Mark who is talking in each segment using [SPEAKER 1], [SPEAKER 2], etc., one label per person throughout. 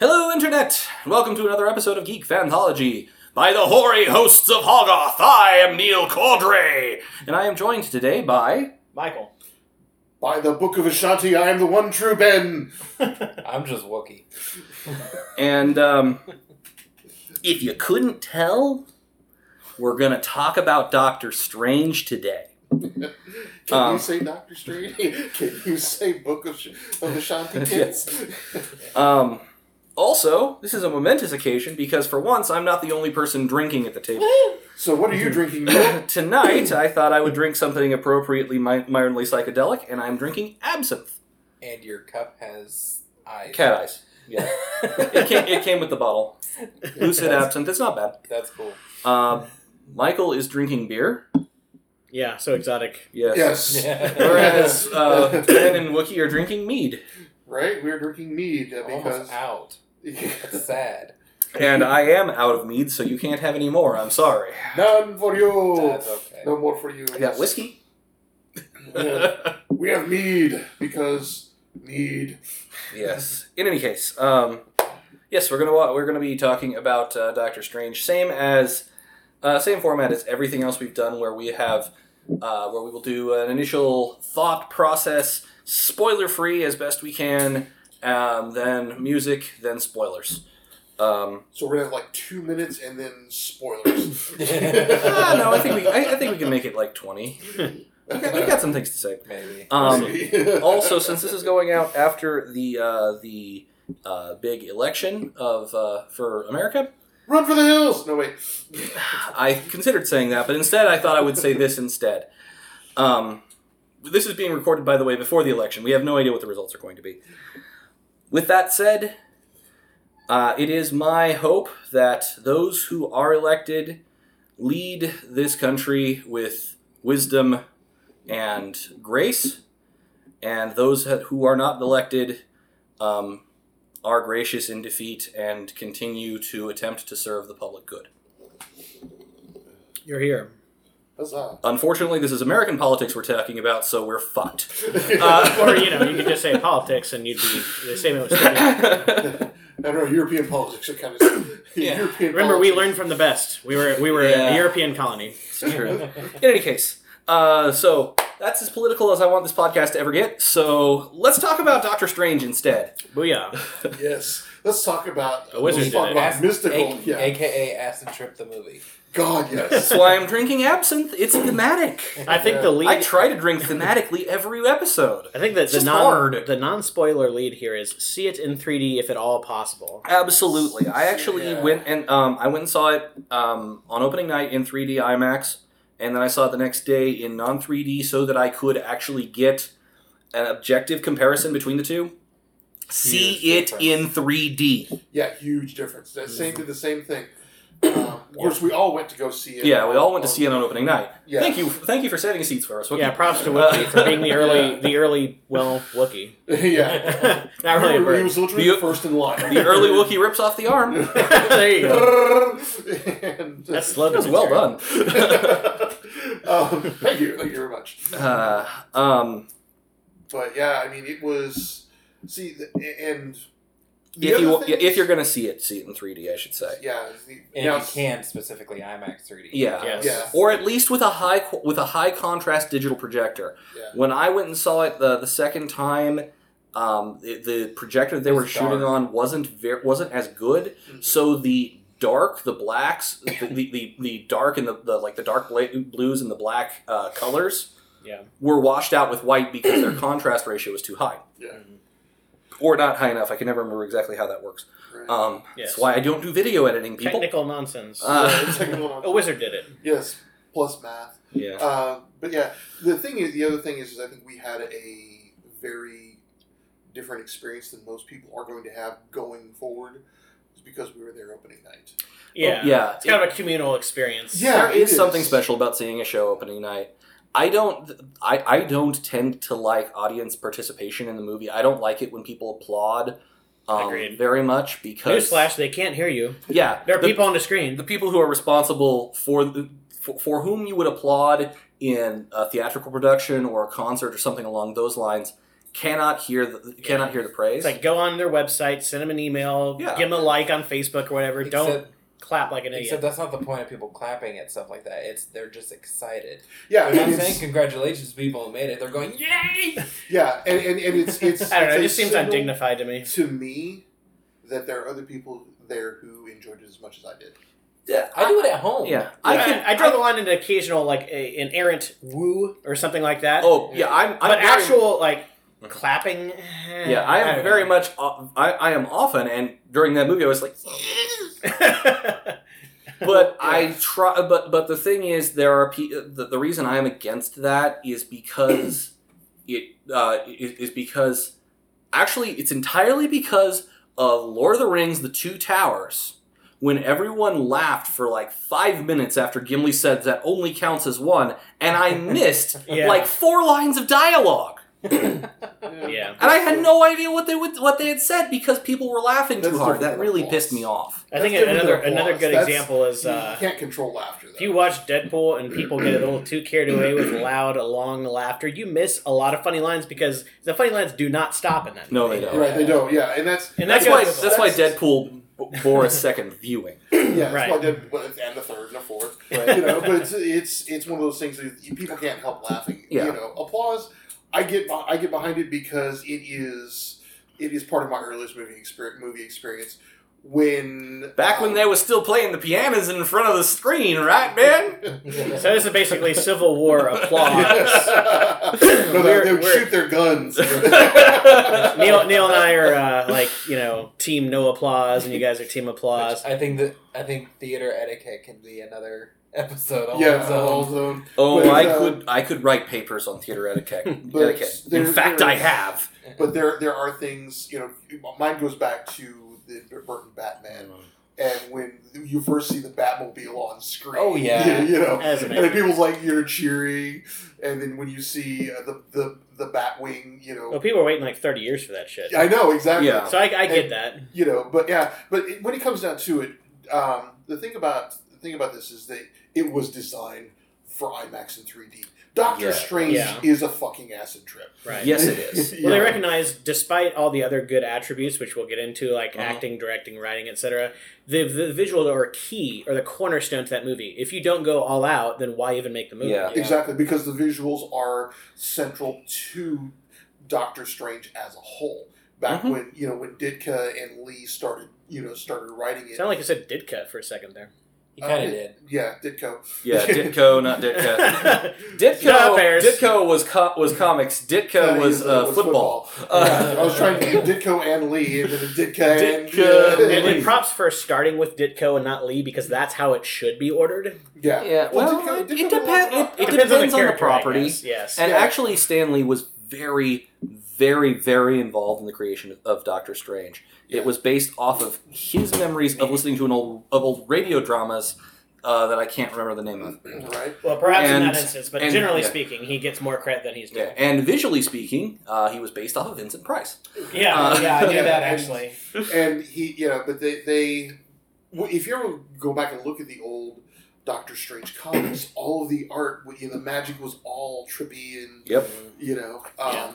[SPEAKER 1] Hello, Internet! Welcome to another episode of Geek Fantology. By the hoary hosts of Hoggoth, I am Neil Caudray! And I am joined today by.
[SPEAKER 2] Michael.
[SPEAKER 3] By the Book of Ashanti, I am the one true Ben.
[SPEAKER 4] I'm just Wookie.
[SPEAKER 1] And, um. If you couldn't tell, we're gonna talk about Doctor Strange today.
[SPEAKER 3] Can
[SPEAKER 1] Um.
[SPEAKER 3] you say Doctor Strange? Can you say Book of, Sh- of Ashanti
[SPEAKER 1] Yes.
[SPEAKER 3] kids?
[SPEAKER 1] Um. Also, this is a momentous occasion because for once I'm not the only person drinking at the table.
[SPEAKER 3] So what are you drinking? Neil?
[SPEAKER 1] Tonight, I thought I would drink something appropriately mi- mildly psychedelic, and I'm drinking absinthe.
[SPEAKER 4] And your cup has eyes.
[SPEAKER 1] Cat eyes. Yeah. it, came, it came with the bottle. Lucid
[SPEAKER 4] That's-
[SPEAKER 1] absinthe. It's not bad.
[SPEAKER 4] That's cool.
[SPEAKER 1] Uh, Michael is drinking beer.
[SPEAKER 2] Yeah, so exotic.
[SPEAKER 1] Yes.
[SPEAKER 3] yes.
[SPEAKER 4] Yeah.
[SPEAKER 1] Whereas uh, Ben and Wookie are drinking mead,
[SPEAKER 3] right? We're drinking mead uh, because
[SPEAKER 4] Almost out. That's sad.
[SPEAKER 1] and I am out of mead, so you can't have any more. I'm sorry.
[SPEAKER 3] none for you.
[SPEAKER 4] That's okay.
[SPEAKER 3] No more for you.
[SPEAKER 1] I got whiskey.
[SPEAKER 3] we have mead because mead.
[SPEAKER 1] yes. In any case, um, yes, we're gonna wa- we're gonna be talking about uh, Doctor Strange, same as uh, same format as everything else we've done, where we have uh, where we will do an initial thought process, spoiler free as best we can, um, then music, then spoilers. Um,
[SPEAKER 3] So we're gonna have like two minutes and then spoilers.
[SPEAKER 1] ah, no, I think we I, I think we can make it like twenty. We got, we got some things to say.
[SPEAKER 4] Maybe.
[SPEAKER 1] Um, also, since this is going out after the uh, the uh, big election of uh, for America,
[SPEAKER 3] run for the hills. No wait.
[SPEAKER 1] I considered saying that, but instead I thought I would say this instead. Um, this is being recorded, by the way, before the election. We have no idea what the results are going to be. With that said, uh, it is my hope that those who are elected lead this country with wisdom and grace, and those who are not elected um, are gracious in defeat and continue to attempt to serve the public good.
[SPEAKER 2] You're here.
[SPEAKER 3] Huzzah.
[SPEAKER 1] Unfortunately, this is American politics we're talking about, so we're fucked.
[SPEAKER 3] I
[SPEAKER 2] Uh, or, you know, you could just say politics and you'd be the same. as-
[SPEAKER 3] don't know. European politics are kind of
[SPEAKER 1] Yeah.
[SPEAKER 3] European.
[SPEAKER 2] Remember, we
[SPEAKER 3] politics.
[SPEAKER 2] learned from the best. We were we were
[SPEAKER 1] Yeah.
[SPEAKER 2] a European colony.
[SPEAKER 1] It's true. In any case, uh, so that's as political as I want this podcast to ever get. So let's talk about Doctor Strange instead.
[SPEAKER 2] Booyah.
[SPEAKER 3] Yes. Let's talk about
[SPEAKER 2] The wizard
[SPEAKER 3] let's
[SPEAKER 2] did
[SPEAKER 3] talk
[SPEAKER 2] it.
[SPEAKER 3] about
[SPEAKER 4] Acid-
[SPEAKER 3] mystical.
[SPEAKER 4] A-
[SPEAKER 3] yeah.
[SPEAKER 4] AKA Acid Trip the movie.
[SPEAKER 3] God, yes.
[SPEAKER 1] That's why I'm drinking absinthe. It's thematic.
[SPEAKER 2] I think the lead.
[SPEAKER 1] I try to drink thematically every episode.
[SPEAKER 2] I think that the
[SPEAKER 1] just
[SPEAKER 2] non
[SPEAKER 1] hard.
[SPEAKER 2] the non spoiler lead here is see it in 3D if at all possible.
[SPEAKER 1] Absolutely. I actually
[SPEAKER 3] Yeah.
[SPEAKER 1] went and um, I went and saw it um, on opening night in 3D IMAX, and then I saw it the next day in non 3D so that I could actually get an objective comparison between the two. See
[SPEAKER 4] Huge
[SPEAKER 1] it
[SPEAKER 4] difference.
[SPEAKER 1] in 3D.
[SPEAKER 3] yeah, huge difference. That same did the same thing. Um, of course, we all went to go see it.
[SPEAKER 1] Yeah, we all went to see it on opening night.
[SPEAKER 3] Yeah.
[SPEAKER 1] Thank you, thank you for saving seats for us.
[SPEAKER 2] Yeah, props to Wookiee for being the early
[SPEAKER 3] Yeah.
[SPEAKER 2] the early well Wookiee.
[SPEAKER 3] yeah.
[SPEAKER 2] Not really a
[SPEAKER 3] He was- he
[SPEAKER 2] bird.
[SPEAKER 3] was literally
[SPEAKER 1] The-
[SPEAKER 3] the first in line.
[SPEAKER 1] the early Wookiee rips off the arm.
[SPEAKER 2] there you go.
[SPEAKER 3] and,
[SPEAKER 2] That's slow.
[SPEAKER 1] That was well
[SPEAKER 2] commentary.
[SPEAKER 1] done.
[SPEAKER 3] um, thank you. Thank you very much.
[SPEAKER 1] Uh, um,
[SPEAKER 3] But yeah, I mean, it was. See, the, and the
[SPEAKER 1] if
[SPEAKER 3] other
[SPEAKER 1] you
[SPEAKER 3] thing-
[SPEAKER 1] if you're gonna see it, see it in 3D. I should say.
[SPEAKER 3] yeah, the-
[SPEAKER 4] And
[SPEAKER 3] now-
[SPEAKER 4] if you can, specifically IMAX 3D.
[SPEAKER 1] Yeah.
[SPEAKER 2] Yes.
[SPEAKER 3] Yeah.
[SPEAKER 1] or at least with a high with a high contrast digital projector.
[SPEAKER 3] Yeah.
[SPEAKER 1] When I went and saw it the, the second time, um, the, the projector they
[SPEAKER 4] It
[SPEAKER 1] were
[SPEAKER 4] was dark.
[SPEAKER 1] shooting on wasn't ver- wasn't as good,
[SPEAKER 3] Mhm.
[SPEAKER 1] so the dark, the blacks, the, the, the, the dark and the, the like the dark bla- blues and the black uh, colors
[SPEAKER 2] Yeah.
[SPEAKER 1] were washed out with white because their contrast ratio was too high.
[SPEAKER 3] Yeah.
[SPEAKER 1] Or not high enough. I can never remember exactly how that works.
[SPEAKER 3] Right.
[SPEAKER 1] Um,
[SPEAKER 2] Yes.
[SPEAKER 1] That's why I don't do video editing, people.
[SPEAKER 2] Technical nonsense.
[SPEAKER 1] Uh,
[SPEAKER 3] Yeah, technical
[SPEAKER 2] a wizard did it.
[SPEAKER 3] Yes, plus math.
[SPEAKER 1] yeah.
[SPEAKER 3] Uh, but yeah, the thing is, the other thing is, is I think we had a very different experience than most people are going to have going forward, is because we were there opening night.
[SPEAKER 2] Yeah.
[SPEAKER 1] Yeah.
[SPEAKER 2] It's kind of a communal experience.
[SPEAKER 3] Yeah.
[SPEAKER 1] there is
[SPEAKER 3] it
[SPEAKER 1] something
[SPEAKER 3] is.
[SPEAKER 1] special about seeing a show opening night. I don't, I, I don't tend to like audience participation in the movie. I don't like it when people applaud um,
[SPEAKER 2] Agreed.
[SPEAKER 1] very much because
[SPEAKER 2] Newsflash, they can't hear you.
[SPEAKER 1] yeah,
[SPEAKER 2] There are
[SPEAKER 1] the,
[SPEAKER 2] people on the
[SPEAKER 1] the
[SPEAKER 2] screen.
[SPEAKER 1] people who are responsible for, the, for for whom you would applaud in a theatrical production or a concert or something along those lines cannot hear the cannot hear the praise.
[SPEAKER 2] It's like go on their website, send them an email,
[SPEAKER 1] Yeah.
[SPEAKER 2] give them a like on Facebook or whatever. Don't
[SPEAKER 4] Except-
[SPEAKER 2] clap like an
[SPEAKER 4] Except
[SPEAKER 2] idiot.
[SPEAKER 4] that's not the point of people clapping at stuff like that. It's they're just excited.
[SPEAKER 3] Yeah,
[SPEAKER 4] They're not
[SPEAKER 3] it's-
[SPEAKER 4] saying congratulations, people who made it. They're going yay.
[SPEAKER 3] yeah, and, and, and it's it's.
[SPEAKER 2] I don't know.
[SPEAKER 3] it's
[SPEAKER 2] It
[SPEAKER 3] a
[SPEAKER 2] just seems
[SPEAKER 3] signal
[SPEAKER 2] undignified to me.
[SPEAKER 3] to me that there are other people there who enjoyed it as much as I did.
[SPEAKER 1] yeah,
[SPEAKER 4] I do it at home.
[SPEAKER 1] Yeah,
[SPEAKER 2] I,
[SPEAKER 1] I can.
[SPEAKER 2] I draw the line in occasional like a, an errant woo or something like that.
[SPEAKER 1] Oh yeah, I'm. I'm
[SPEAKER 2] but
[SPEAKER 1] very-
[SPEAKER 2] actual like
[SPEAKER 1] Mhm.
[SPEAKER 2] clapping. eh,
[SPEAKER 1] Yeah, I
[SPEAKER 2] don't
[SPEAKER 1] am
[SPEAKER 2] know.
[SPEAKER 1] very much. o- I, I am often, and during that movie, I was like, but I try. But but the thing is, there are pe- the, the reason I am against that is because it uh, is, is because actually it's entirely because of Lord of the Rings: The Two Towers. When everyone laughed for like five minutes after Gimli said that only counts as one, and I missed
[SPEAKER 2] yeah.
[SPEAKER 1] like four lines of dialogue,
[SPEAKER 2] Yeah.
[SPEAKER 1] and I had no idea what they would what they had said because people were laughing too
[SPEAKER 3] That's
[SPEAKER 1] hard.
[SPEAKER 3] different
[SPEAKER 1] That really
[SPEAKER 3] applause.
[SPEAKER 1] pissed me off.
[SPEAKER 2] I think
[SPEAKER 3] That's
[SPEAKER 2] another
[SPEAKER 3] different
[SPEAKER 2] another
[SPEAKER 3] applause.
[SPEAKER 2] good
[SPEAKER 3] That's-
[SPEAKER 2] example is
[SPEAKER 3] you
[SPEAKER 2] uh,
[SPEAKER 3] can't control laughter. Though.
[SPEAKER 2] if you watch Deadpool and people get a little too carried away with loud, long laughter, you miss a lot of funny lines because the funny lines do not stop in that.
[SPEAKER 1] No,
[SPEAKER 2] movie.
[SPEAKER 1] they don't.
[SPEAKER 3] right, they don't. Yeah, and that's
[SPEAKER 2] And that
[SPEAKER 1] That's why.
[SPEAKER 2] goes with
[SPEAKER 1] That's why
[SPEAKER 3] that's-
[SPEAKER 1] Deadpool b- bore a second viewing.
[SPEAKER 3] yeah,
[SPEAKER 2] Right.
[SPEAKER 3] that's why I did, well, and the third and the fourth,
[SPEAKER 1] Right.
[SPEAKER 3] you know. But it's it's it's one of those things that you- people can't help laughing.
[SPEAKER 1] Yeah.
[SPEAKER 3] You know, applause. I get beh- I get behind it because it is it is part of my earliest movie experience. Movie experience when um,
[SPEAKER 1] Back when they was still playing the pianos in front of the screen, right, man?
[SPEAKER 2] So this is basically Civil War applause.
[SPEAKER 3] no, they,
[SPEAKER 2] We're-
[SPEAKER 3] they would
[SPEAKER 2] we're-
[SPEAKER 3] shoot their guns.
[SPEAKER 2] Neil, Neil and I are uh, like you know team no applause, and you guys are team applause.
[SPEAKER 4] I think that I think theater etiquette can be another episode. All
[SPEAKER 3] yeah,
[SPEAKER 4] its
[SPEAKER 3] all
[SPEAKER 4] own.
[SPEAKER 3] zone.
[SPEAKER 1] Oh,
[SPEAKER 3] But,
[SPEAKER 1] I
[SPEAKER 3] uh,
[SPEAKER 1] could. I could write papers on theater etiquette.
[SPEAKER 3] But
[SPEAKER 1] etiquette. In
[SPEAKER 3] there-
[SPEAKER 1] fact,
[SPEAKER 3] there-
[SPEAKER 1] I have.
[SPEAKER 3] But there there are things you know. Mine goes back to the Burton Batman, and when you first see the Batmobile on screen.
[SPEAKER 4] Oh, yeah.
[SPEAKER 3] you know,
[SPEAKER 2] As
[SPEAKER 3] and then
[SPEAKER 2] amazing.
[SPEAKER 3] people's like you're cheering, and then when you see uh, the the the Batwing, you know,
[SPEAKER 2] Well, people are waiting like thirty years for that shit.
[SPEAKER 3] I know exactly.
[SPEAKER 1] Yeah.
[SPEAKER 2] So I, I get that.
[SPEAKER 3] you know, but yeah, but it, when it comes down to it, um, the thing about the thing about this is that it was designed for IMAX and 3D. Doctor
[SPEAKER 1] Yeah.
[SPEAKER 3] Strange
[SPEAKER 2] Yeah.
[SPEAKER 3] is a fucking acid trip.
[SPEAKER 2] Right.
[SPEAKER 1] Yes, it is.
[SPEAKER 2] Well, they
[SPEAKER 3] Yeah.
[SPEAKER 2] recognize, despite all the other good attributes, which we'll get into, like
[SPEAKER 1] Uh-huh.
[SPEAKER 2] acting, directing, writing, etc., the, the visual are key or the cornerstone to that movie. If you don't go all out, then why even make the movie?
[SPEAKER 1] Yeah.
[SPEAKER 3] Exactly, because the visuals are central to Doctor Strange as a whole. Back
[SPEAKER 2] Mm-hmm.
[SPEAKER 1] Mhm.
[SPEAKER 3] when you know when Ditka and Lee started, you know, started writing it.
[SPEAKER 2] Sound like you said Ditka for a second there.
[SPEAKER 4] You kind
[SPEAKER 3] Uh,
[SPEAKER 4] of did.
[SPEAKER 3] Yeah, Ditko.
[SPEAKER 1] Yeah, Ditko, not Ditka. Ditko,
[SPEAKER 2] No, Bears.
[SPEAKER 1] Ditko was co- was comics. Ditko
[SPEAKER 3] Uh,
[SPEAKER 1] was
[SPEAKER 3] it
[SPEAKER 1] uh, football.
[SPEAKER 3] Yeah, I was
[SPEAKER 1] Uh,
[SPEAKER 3] trying to get Ditko and Lee, and then Ditka, and
[SPEAKER 1] Ditka
[SPEAKER 2] And,
[SPEAKER 1] Lee.
[SPEAKER 2] and props for starting with Ditko and not Lee because that's how it should be ordered.
[SPEAKER 3] yeah,
[SPEAKER 1] yeah, well,
[SPEAKER 3] Ditko-
[SPEAKER 1] it,
[SPEAKER 3] Ditko
[SPEAKER 1] it,
[SPEAKER 3] was a
[SPEAKER 1] depends, it,
[SPEAKER 3] lot-
[SPEAKER 1] it
[SPEAKER 2] depends, on, the character, I
[SPEAKER 1] property.
[SPEAKER 2] guess, Yes.
[SPEAKER 1] And
[SPEAKER 3] Yeah.
[SPEAKER 1] actually, Stanley was very, very, very involved in the creation of Doctor Strange.
[SPEAKER 3] Yeah.
[SPEAKER 1] It was based off of his memories of listening to an old of old radio dramas uh, that I can't remember the name of.
[SPEAKER 3] right.
[SPEAKER 2] well, perhaps in
[SPEAKER 1] and-
[SPEAKER 2] that instance, but
[SPEAKER 1] and-
[SPEAKER 2] generally
[SPEAKER 1] yeah.
[SPEAKER 2] speaking, he gets more credit than he's
[SPEAKER 1] Yeah.
[SPEAKER 2] doing.
[SPEAKER 1] And visually speaking, uh, he was based off of Vincent Price.
[SPEAKER 2] Yeah,
[SPEAKER 1] Uh,
[SPEAKER 2] yeah, I knew
[SPEAKER 3] yeah.
[SPEAKER 2] that actually.
[SPEAKER 3] and he, you know, but they, they, w- if you ever go back and look at the old Doctor Strange comics, all of the art, you know, the magic was all trippy and
[SPEAKER 1] Yep.
[SPEAKER 3] you know, um,
[SPEAKER 2] Yeah.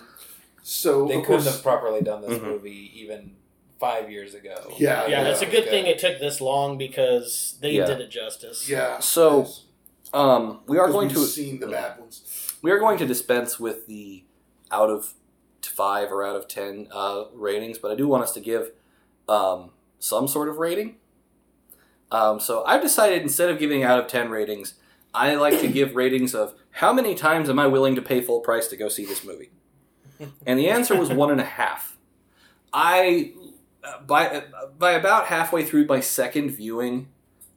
[SPEAKER 3] so
[SPEAKER 4] They
[SPEAKER 3] of
[SPEAKER 4] couldn't
[SPEAKER 3] course,
[SPEAKER 4] have properly done this
[SPEAKER 1] Mhm.
[SPEAKER 4] movie even five years ago.
[SPEAKER 3] Yeah,
[SPEAKER 2] Yeah, that's a good thing
[SPEAKER 4] It,
[SPEAKER 2] it took this long because they
[SPEAKER 1] Yeah.
[SPEAKER 2] did it justice.
[SPEAKER 3] yeah.
[SPEAKER 1] So um, we are
[SPEAKER 3] Because
[SPEAKER 1] going
[SPEAKER 3] we've
[SPEAKER 1] to
[SPEAKER 3] seen the bad ones.
[SPEAKER 1] we are going to dispense with the out of t- five or out of ten uh, ratings, but I do want us to give um, some sort of rating. Um, so I've decided instead of giving out of ten ratings, I like to give ratings of how many times am I willing to pay full price to go see this movie, and the answer was one and a half. I uh, by uh, by about halfway through my second viewing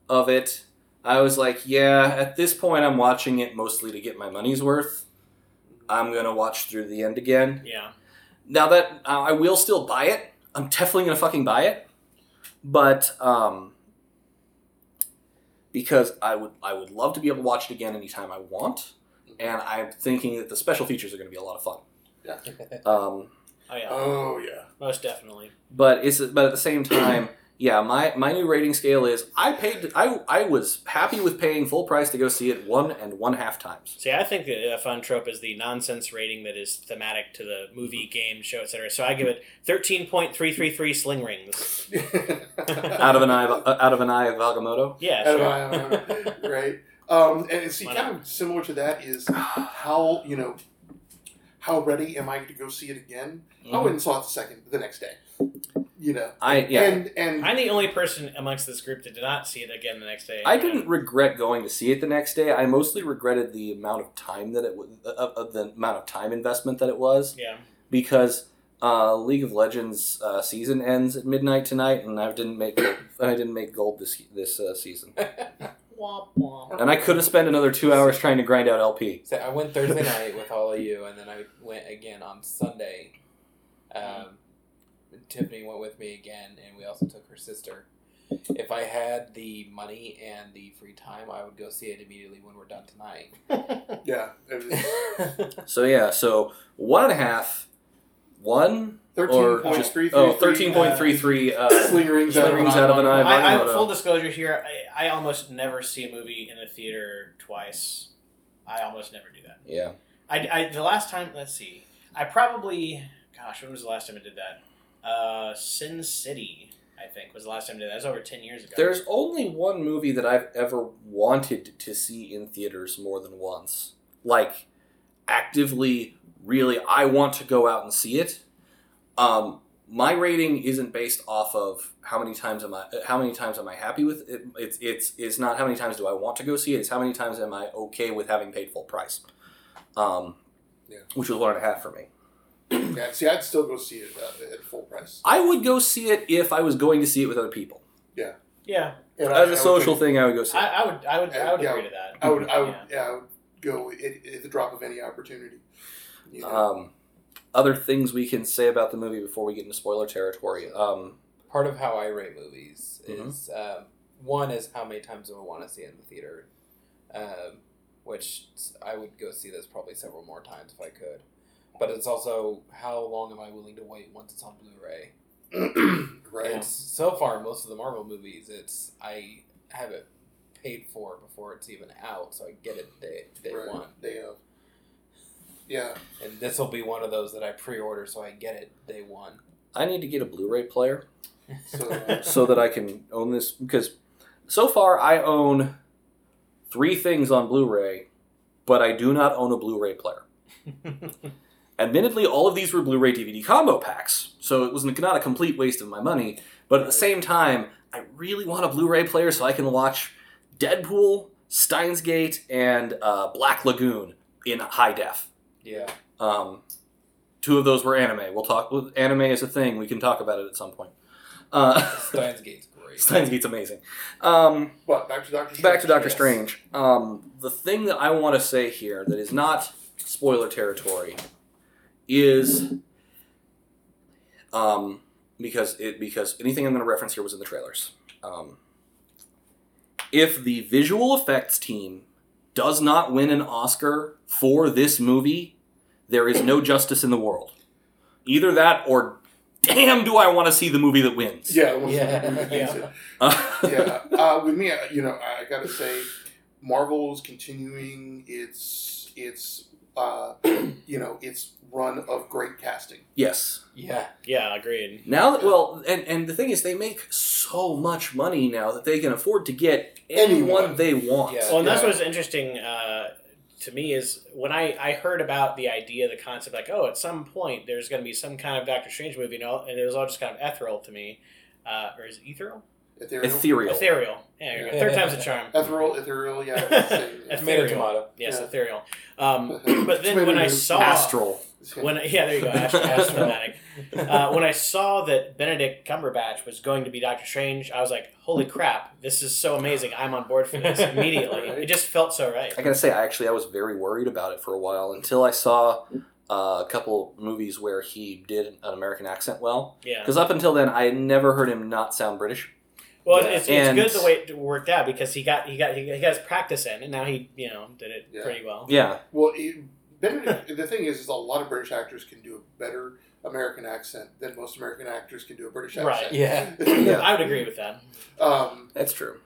[SPEAKER 1] of it, I was like, yeah, at this point, I'm watching it mostly to get my money's worth. I'm going to watch through the end again.
[SPEAKER 2] Yeah.
[SPEAKER 1] Now that uh, I will still buy it, I'm definitely going to fucking buy it. But, um, because I would, I would love to be able to watch it again anytime I want. And I'm thinking that the special features are going to be a lot of fun.
[SPEAKER 3] Yeah.
[SPEAKER 1] Um,
[SPEAKER 2] Oh yeah.
[SPEAKER 3] Oh yeah,
[SPEAKER 2] Most definitely.
[SPEAKER 1] but it's but at the same time Yeah, my, my new rating scale is I paid I I was happy with paying full price to go see it one and one half times.
[SPEAKER 2] See, I think that a fun trope is the nonsense rating that is thematic to the movie, game, show, etc. So I give it thirteen point three three three sling rings.
[SPEAKER 1] Out of an eye of, uh, out of an eye of Agamotto.
[SPEAKER 2] Yeah,
[SPEAKER 3] Out of
[SPEAKER 2] sure.
[SPEAKER 3] my- right? Um, and see,
[SPEAKER 2] Why
[SPEAKER 3] kind of similar to that is how you know how ready am I to go see it again?
[SPEAKER 1] Mm-hmm.
[SPEAKER 3] I went and saw it the second the next day. You know,
[SPEAKER 1] I yeah.
[SPEAKER 3] and and
[SPEAKER 2] I'm the only person amongst this group that did not see it again the next day.
[SPEAKER 1] I didn't regret going to see it the next day. I mostly regretted the amount of time that it was, of, of the amount of time investment that it was,
[SPEAKER 2] Yeah.
[SPEAKER 1] because uh, League of Legends uh, season ends at midnight tonight, and I didn't make I didn't make gold this this uh, season,
[SPEAKER 2] Womp womp.
[SPEAKER 1] and I could have spent another two hours trying to grind out LP.
[SPEAKER 4] So I went Thursday night with all of you, and then I went again on Sunday. Um, Tiffany went with me again, and we also took her sister. If I had the money and the free time, I would go see it immediately when we're done tonight.
[SPEAKER 3] yeah, it was
[SPEAKER 1] So yeah, so one and a half, one
[SPEAKER 3] thirteen
[SPEAKER 1] or
[SPEAKER 3] point
[SPEAKER 1] just
[SPEAKER 3] three three.
[SPEAKER 1] oh, 13.33 uh,
[SPEAKER 3] sling rings out of
[SPEAKER 1] sling
[SPEAKER 3] an
[SPEAKER 1] rings
[SPEAKER 3] eye.
[SPEAKER 1] out of an eye. of
[SPEAKER 2] I, I,
[SPEAKER 1] Agamotto.
[SPEAKER 2] full disclosure here, I, I almost never see a movie in a theater twice. I almost never do that.
[SPEAKER 1] yeah,
[SPEAKER 2] I, I the last time, let's see, I probably, gosh, when was the last time I did that? Uh, Sin City, I think, was the last time I did that. That was over ten years ago.
[SPEAKER 1] There's only one movie that I've ever wanted to see in theaters more than once. Like actively really I want to go out and see it. Um my rating isn't based off of how many times am I uh, how many times am I happy with it. It's it's it's not how many times do I want to go see it. It's how many times am I okay with having paid full price. Um
[SPEAKER 3] Yeah.
[SPEAKER 1] which was one and a half for me.
[SPEAKER 3] Yeah, see, I'd still go see it uh, at full price.
[SPEAKER 1] I would go see it if I was going to see it with other people.
[SPEAKER 2] yeah,
[SPEAKER 3] And
[SPEAKER 1] As
[SPEAKER 3] I- I
[SPEAKER 1] a
[SPEAKER 3] would
[SPEAKER 1] social
[SPEAKER 3] go-
[SPEAKER 1] thing, I would go see.
[SPEAKER 2] I,
[SPEAKER 1] it.
[SPEAKER 2] I would, I would, I would
[SPEAKER 3] Yeah.
[SPEAKER 2] agree to that.
[SPEAKER 3] I would, I would,
[SPEAKER 2] Yeah.
[SPEAKER 3] yeah, I would go at, at the drop of any opportunity. You know?
[SPEAKER 1] Um, other things we can say about the movie before we get into spoiler territory. Um,
[SPEAKER 4] Part of how I rate movies
[SPEAKER 1] Mhm.
[SPEAKER 4] is um, one is how many times do I want to see it in the theater, um, which I would go see this probably several more times if I could. But it's also how long am I willing to wait once it's on Blu-ray.
[SPEAKER 3] right.
[SPEAKER 4] It's so far most of the Marvel movies. It's I have it paid for before it's even out, so I get it day day
[SPEAKER 3] right.
[SPEAKER 4] one.
[SPEAKER 3] Day of. Yeah.
[SPEAKER 4] And this will be one of those that I pre-order, so I get it day one.
[SPEAKER 1] I need to get a Blu-ray player
[SPEAKER 3] So uh,
[SPEAKER 1] so that I can own this because so far I own three things on Blu-ray, but I do not own a Blu-ray player. Admittedly, all of these were Blu-ray DVD combo packs, so it was not a complete waste of my money. But at the same time, I really want a Blu-ray player so I can watch Deadpool, Steins Gate, and uh, Black Lagoon in high def.
[SPEAKER 4] Yeah,
[SPEAKER 1] Um, two of those were anime. We'll talk. Anime is a thing. We can talk about it at some point. Uh,
[SPEAKER 4] Steins Gate's great.
[SPEAKER 1] Steins Gate's amazing. Um,
[SPEAKER 3] But back to Doctor.
[SPEAKER 1] back to Doctor
[SPEAKER 4] Yes.
[SPEAKER 1] Strange. Um, the thing that I want to say here that is not spoiler territory is um, because it because anything I'm going to reference here was in the trailers. Um, if the visual effects team does not win an Oscar for this movie, there is no justice in the world. Either that or damn do I want to see the movie that wins.
[SPEAKER 3] Yeah. well,
[SPEAKER 4] Yeah.
[SPEAKER 2] Yeah.
[SPEAKER 1] Uh,
[SPEAKER 3] yeah. Uh, with me, I- you know, I I gotta say, Marvel's continuing its its uh, you know its run of great casting.
[SPEAKER 1] yes.
[SPEAKER 4] Yeah,
[SPEAKER 2] Yeah, agreed.
[SPEAKER 1] Now, that, well, and and the thing is, they make so much money now that they can afford to get anyone,
[SPEAKER 3] Anyone.
[SPEAKER 1] they want.
[SPEAKER 4] Yeah.
[SPEAKER 2] Well, and that's what's interesting uh, to me is when I, I heard about the idea, the concept, like, oh, at some point there's going to be some kind of Doctor Strange movie, and, all, and it was all just kind of ethereal to me. Uh, or is it ethereal?
[SPEAKER 3] Ethereal,
[SPEAKER 1] Ethereal.
[SPEAKER 2] Ethereal. Yeah, there you go. third time's a charm.
[SPEAKER 3] ethereal, ethereal. Yeah. it's the same, yeah.
[SPEAKER 4] tomato
[SPEAKER 2] Ethereal.
[SPEAKER 4] tomato.
[SPEAKER 2] Yes,
[SPEAKER 3] Yeah.
[SPEAKER 2] ethereal. Um, but then when I saw
[SPEAKER 1] Astral.
[SPEAKER 2] when I, yeah, there you go, astral, astromatic. Uh, when I saw that Benedict Cumberbatch was going to be Doctor Strange, I was like, holy crap, this is so amazing. I'm on board for this immediately. It just felt so right.
[SPEAKER 1] I gotta say, I actually I was very worried about it for a while until I saw uh, a couple movies where he did an American accent well.
[SPEAKER 2] Yeah.
[SPEAKER 1] Because up until then, I had never heard him not sound British.
[SPEAKER 2] Well,
[SPEAKER 4] Yeah.
[SPEAKER 2] it's,
[SPEAKER 1] And-
[SPEAKER 2] it's good the way it worked out because he got he got he got his practice in, and now he you know did it
[SPEAKER 3] Yeah.
[SPEAKER 2] pretty well.
[SPEAKER 1] Yeah,
[SPEAKER 3] Well, it, Benedict, the thing is, is a lot of British actors can do a better American accent than most American actors can do a British
[SPEAKER 2] Right.
[SPEAKER 3] accent.
[SPEAKER 4] Yeah.
[SPEAKER 1] Yeah.
[SPEAKER 2] I would agree with that.
[SPEAKER 3] um,
[SPEAKER 1] That's true.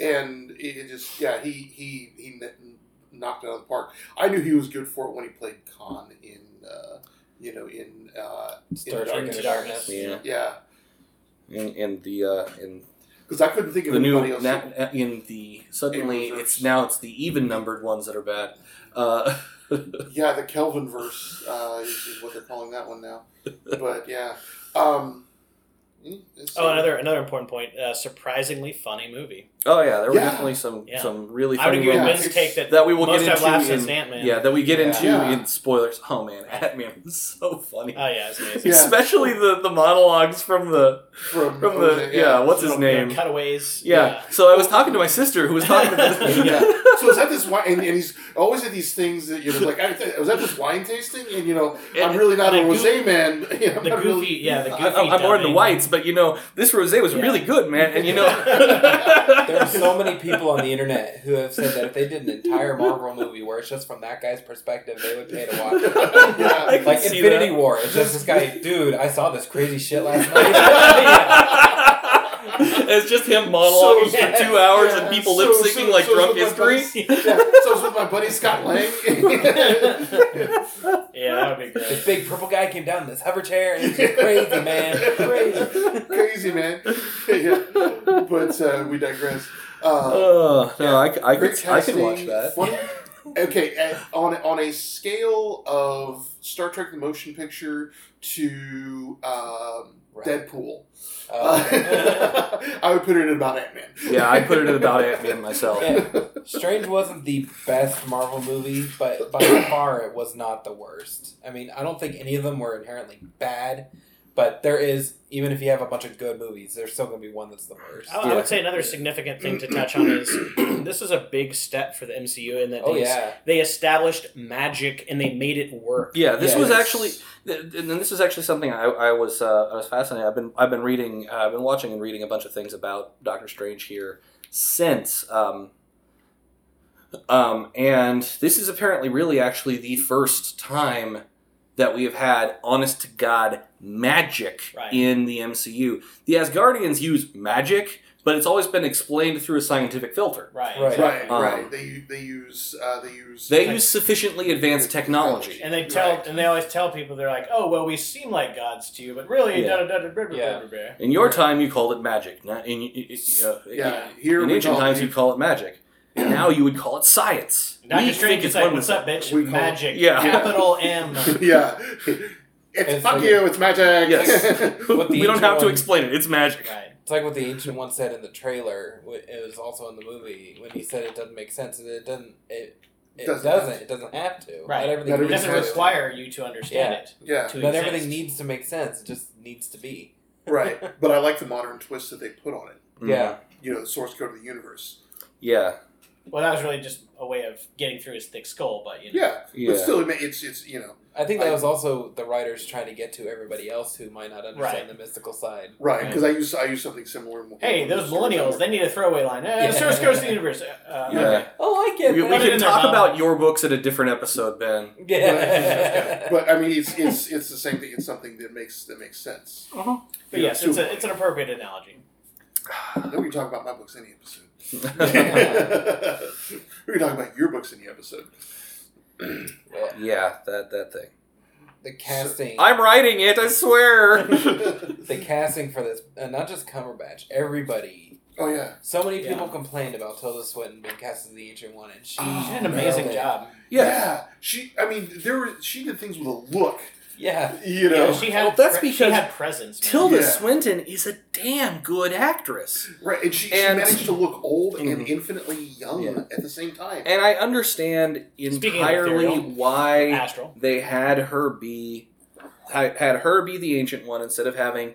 [SPEAKER 3] and it, it just yeah, he he he kn- knocked it out of the park. I knew he was good for it when he played Khan in uh, you know in uh,
[SPEAKER 4] Star Trek
[SPEAKER 3] Darkness.
[SPEAKER 4] Into Darkness.
[SPEAKER 1] Yeah.
[SPEAKER 3] yeah
[SPEAKER 1] In, in the uh, in
[SPEAKER 3] because I couldn't think of
[SPEAKER 1] the new
[SPEAKER 3] anybody else.
[SPEAKER 1] na- uh, in the suddenly
[SPEAKER 3] Even
[SPEAKER 1] it's
[SPEAKER 3] verse.
[SPEAKER 1] now it's the even numbered ones that are bad. Uh,
[SPEAKER 3] yeah, the Kelvin verse uh, is, is what they're calling that one now. But yeah. Um, mm, it's-
[SPEAKER 2] Oh, another another important point. Uh, surprisingly funny movie.
[SPEAKER 1] oh yeah, there were
[SPEAKER 3] Yeah.
[SPEAKER 1] definitely some
[SPEAKER 2] Yeah.
[SPEAKER 1] some really
[SPEAKER 2] I would
[SPEAKER 1] funny
[SPEAKER 2] agree with
[SPEAKER 3] Yeah.
[SPEAKER 1] moments
[SPEAKER 2] Lynn's take that
[SPEAKER 1] that we will
[SPEAKER 2] most
[SPEAKER 1] get
[SPEAKER 2] have laughs
[SPEAKER 1] into.
[SPEAKER 2] since
[SPEAKER 1] In,
[SPEAKER 2] Ant Man.
[SPEAKER 1] yeah, that we get
[SPEAKER 4] Yeah.
[SPEAKER 1] into
[SPEAKER 3] Yeah.
[SPEAKER 1] in spoilers. Oh man, Ant Man was so funny.
[SPEAKER 2] Oh yeah, it's amazing.
[SPEAKER 3] Yeah.
[SPEAKER 1] Especially the, the monologues from the
[SPEAKER 3] from,
[SPEAKER 1] from the
[SPEAKER 3] Jose,
[SPEAKER 1] yeah, what's his
[SPEAKER 2] Little-
[SPEAKER 1] name?
[SPEAKER 2] little Cutaways.
[SPEAKER 1] Yeah. So I was talking to my sister who was talking to this.
[SPEAKER 3] Yeah.
[SPEAKER 1] yeah.
[SPEAKER 3] So is that this wine? And, and he's always at these things that you know, like I th- was that this wine tasting? And you know, I'm
[SPEAKER 1] And
[SPEAKER 3] really not a
[SPEAKER 2] the
[SPEAKER 3] rosé man. You know, I'm
[SPEAKER 2] The
[SPEAKER 3] not
[SPEAKER 2] goofy,
[SPEAKER 3] really-
[SPEAKER 2] yeah, the goofy.
[SPEAKER 1] I, I'm more in the
[SPEAKER 2] dubbing.
[SPEAKER 1] whites, but you know, this rosé was
[SPEAKER 2] Yeah.
[SPEAKER 1] really good, man. And you know,
[SPEAKER 4] There are so many people on the internet who have said that if they did an entire Marvel movie where it's just from that guy's perspective, they would pay to watch it.
[SPEAKER 3] Yeah.
[SPEAKER 1] I can
[SPEAKER 4] Like
[SPEAKER 1] see
[SPEAKER 4] Infinity
[SPEAKER 1] that.
[SPEAKER 4] War, it's just this guy, dude, I saw this crazy shit last night.
[SPEAKER 1] it's just him monologuing
[SPEAKER 3] So-
[SPEAKER 1] for two hours
[SPEAKER 3] yeah,
[SPEAKER 1] and people
[SPEAKER 3] so-
[SPEAKER 1] lip syncing
[SPEAKER 3] so-
[SPEAKER 1] like
[SPEAKER 3] so-
[SPEAKER 1] drunk
[SPEAKER 3] so-
[SPEAKER 1] history.
[SPEAKER 3] Yeah, so I was with my buddy Scott Lang.
[SPEAKER 2] Yeah, that would be
[SPEAKER 4] this
[SPEAKER 2] great.
[SPEAKER 4] big purple guy came down this hover chair and it's just crazy, man. Crazy.
[SPEAKER 3] Crazy man. Yeah. But uh, we digress. Uh,
[SPEAKER 1] Oh, no, I, c- I
[SPEAKER 3] Great
[SPEAKER 1] could, I could watch
[SPEAKER 3] casting,
[SPEAKER 1] that.
[SPEAKER 3] fun- okay, at- on on a scale of Star Trek the motion picture to um,
[SPEAKER 4] Right. Oh,
[SPEAKER 3] Deadpool,
[SPEAKER 4] Uh,
[SPEAKER 3] uh, I would put it at about Ant Man.
[SPEAKER 1] Yeah, I put it at about Ant Man myself.
[SPEAKER 4] yeah, Strange wasn't the best Marvel movie, but by far it was not the worst. I mean, I don't think any of them were inherently bad, but there is even if you have a bunch of good movies, there's still going to be one that's the worst.
[SPEAKER 2] I, I
[SPEAKER 1] Yeah.
[SPEAKER 2] would say another significant thing to touch on is this is a big step for the MCU in that
[SPEAKER 4] Oh
[SPEAKER 2] they,
[SPEAKER 4] yeah,
[SPEAKER 2] they established magic and they made it work.
[SPEAKER 1] Yeah, this was
[SPEAKER 4] Yes.
[SPEAKER 1] actually, th- and this is actually something I, I was uh, I was fascinated. I've been I've been reading, uh, I've been watching and reading a bunch of things about Doctor Strange here since. Um, um, and this is apparently really actually the first time that we have had honest to god magic
[SPEAKER 2] Right.
[SPEAKER 1] in the MCU. The Asgardians use magic, but it's always been explained through a scientific filter.
[SPEAKER 2] Right.
[SPEAKER 4] Right.
[SPEAKER 3] Right,
[SPEAKER 1] Um,
[SPEAKER 3] right. They u- they use uh, they use
[SPEAKER 1] They
[SPEAKER 2] Tech-
[SPEAKER 1] use sufficiently advanced technology.
[SPEAKER 2] And they tell
[SPEAKER 3] Right.
[SPEAKER 2] and they always tell people they're like, oh well, we seem like gods to you, but really,
[SPEAKER 1] Yeah.
[SPEAKER 2] da da da da da da
[SPEAKER 4] Yeah.
[SPEAKER 2] da da.
[SPEAKER 1] In your time, you called it magic. Not in, in- in- uh,
[SPEAKER 3] yeah here
[SPEAKER 1] in
[SPEAKER 3] we
[SPEAKER 1] ancient
[SPEAKER 3] call
[SPEAKER 1] times,
[SPEAKER 3] it,
[SPEAKER 1] you'd call it magic. Now you would call it science.
[SPEAKER 2] Doctor
[SPEAKER 1] We
[SPEAKER 2] Strange
[SPEAKER 1] think
[SPEAKER 2] is like,
[SPEAKER 1] one
[SPEAKER 2] what's
[SPEAKER 1] with
[SPEAKER 2] up, bitch?
[SPEAKER 3] We call-
[SPEAKER 2] Magic.
[SPEAKER 1] Yeah.
[SPEAKER 2] Capital M.
[SPEAKER 3] yeah it's,
[SPEAKER 4] It's
[SPEAKER 3] fuck
[SPEAKER 4] like-
[SPEAKER 3] you it's magic
[SPEAKER 1] Yes.
[SPEAKER 4] What the
[SPEAKER 1] we don't have to
[SPEAKER 4] one-
[SPEAKER 1] explain it. It's magic.
[SPEAKER 2] Right.
[SPEAKER 4] it's like what the ancient one said in the trailer. wh- It was also in the movie when he said it doesn't make sense. and It doesn't. It, it
[SPEAKER 3] Doesn't.
[SPEAKER 4] doesn't. It doesn't have to.
[SPEAKER 2] Right.
[SPEAKER 4] Not everything.
[SPEAKER 3] Not
[SPEAKER 2] It
[SPEAKER 4] needs
[SPEAKER 2] doesn't
[SPEAKER 4] to.
[SPEAKER 3] Exactly.
[SPEAKER 2] require you to understand
[SPEAKER 4] Yeah.
[SPEAKER 2] it.
[SPEAKER 3] yeah
[SPEAKER 2] To
[SPEAKER 4] Not
[SPEAKER 2] exist.
[SPEAKER 4] everything needs to make sense. It just needs to be.
[SPEAKER 3] right but I like the modern twist that they put on it
[SPEAKER 1] Mm.
[SPEAKER 4] Yeah.
[SPEAKER 3] you know the source code of the universe
[SPEAKER 1] Yeah.
[SPEAKER 2] Well, that was really just a way of getting through his thick skull, but you know.
[SPEAKER 3] yeah,
[SPEAKER 1] Yeah.
[SPEAKER 3] but still it ma- it's it's you know
[SPEAKER 4] I think that
[SPEAKER 3] I-
[SPEAKER 4] was also the writers trying to get to everybody else who might not understand
[SPEAKER 2] Right.
[SPEAKER 4] the mystical side.
[SPEAKER 3] right because I use I use something similar in-
[SPEAKER 2] Hey,
[SPEAKER 3] in
[SPEAKER 2] those
[SPEAKER 3] the
[SPEAKER 2] millennials,
[SPEAKER 3] story.
[SPEAKER 2] they need a throwaway line. Eh,
[SPEAKER 4] Yeah.
[SPEAKER 2] The source goes to the universe. Uh,
[SPEAKER 1] Yeah.
[SPEAKER 2] okay.
[SPEAKER 4] Oh, I get
[SPEAKER 1] We, we
[SPEAKER 2] Put it
[SPEAKER 1] can
[SPEAKER 2] in their
[SPEAKER 1] talk
[SPEAKER 2] mouth.
[SPEAKER 1] about your books at a different episode, Ben.
[SPEAKER 4] yeah.
[SPEAKER 3] but I mean it's it's it's the same thing it's something that makes that makes sense
[SPEAKER 2] But
[SPEAKER 3] Yeah,
[SPEAKER 2] yes, it's,
[SPEAKER 3] super.
[SPEAKER 2] a, it's an appropriate analogy.
[SPEAKER 3] then we can talk about my books any episode we can talk about your books any episode
[SPEAKER 4] Well,
[SPEAKER 1] yeah, that that thing.
[SPEAKER 4] the casting.
[SPEAKER 1] I'm writing it. I swear.
[SPEAKER 4] the casting for this, uh, not just Cumberbatch, everybody.
[SPEAKER 3] oh yeah
[SPEAKER 4] So many
[SPEAKER 2] Yeah.
[SPEAKER 4] people complained about Tilda Swinton being cast as the Ancient One, and she
[SPEAKER 3] Oh,
[SPEAKER 2] She did an amazing
[SPEAKER 4] nailed it.
[SPEAKER 2] job.
[SPEAKER 1] Yeah.
[SPEAKER 3] She, I mean, there were, she did things with a look,
[SPEAKER 4] Yeah,
[SPEAKER 3] you know.
[SPEAKER 2] Yeah, she had
[SPEAKER 1] Well, that's
[SPEAKER 2] pre-
[SPEAKER 1] because
[SPEAKER 2] she had presence. man.
[SPEAKER 1] Tilda
[SPEAKER 3] Yeah.
[SPEAKER 1] Swinton is a damn good actress,
[SPEAKER 3] right, and she,
[SPEAKER 1] And-
[SPEAKER 3] she managed to look old and
[SPEAKER 1] Mhm.
[SPEAKER 3] infinitely young
[SPEAKER 1] Yeah.
[SPEAKER 3] at the same time.
[SPEAKER 1] and I understand
[SPEAKER 2] Speaking of
[SPEAKER 1] entirely
[SPEAKER 2] ethereal,
[SPEAKER 1] why
[SPEAKER 2] Astral.
[SPEAKER 1] they had her be had had her be the ancient one instead of having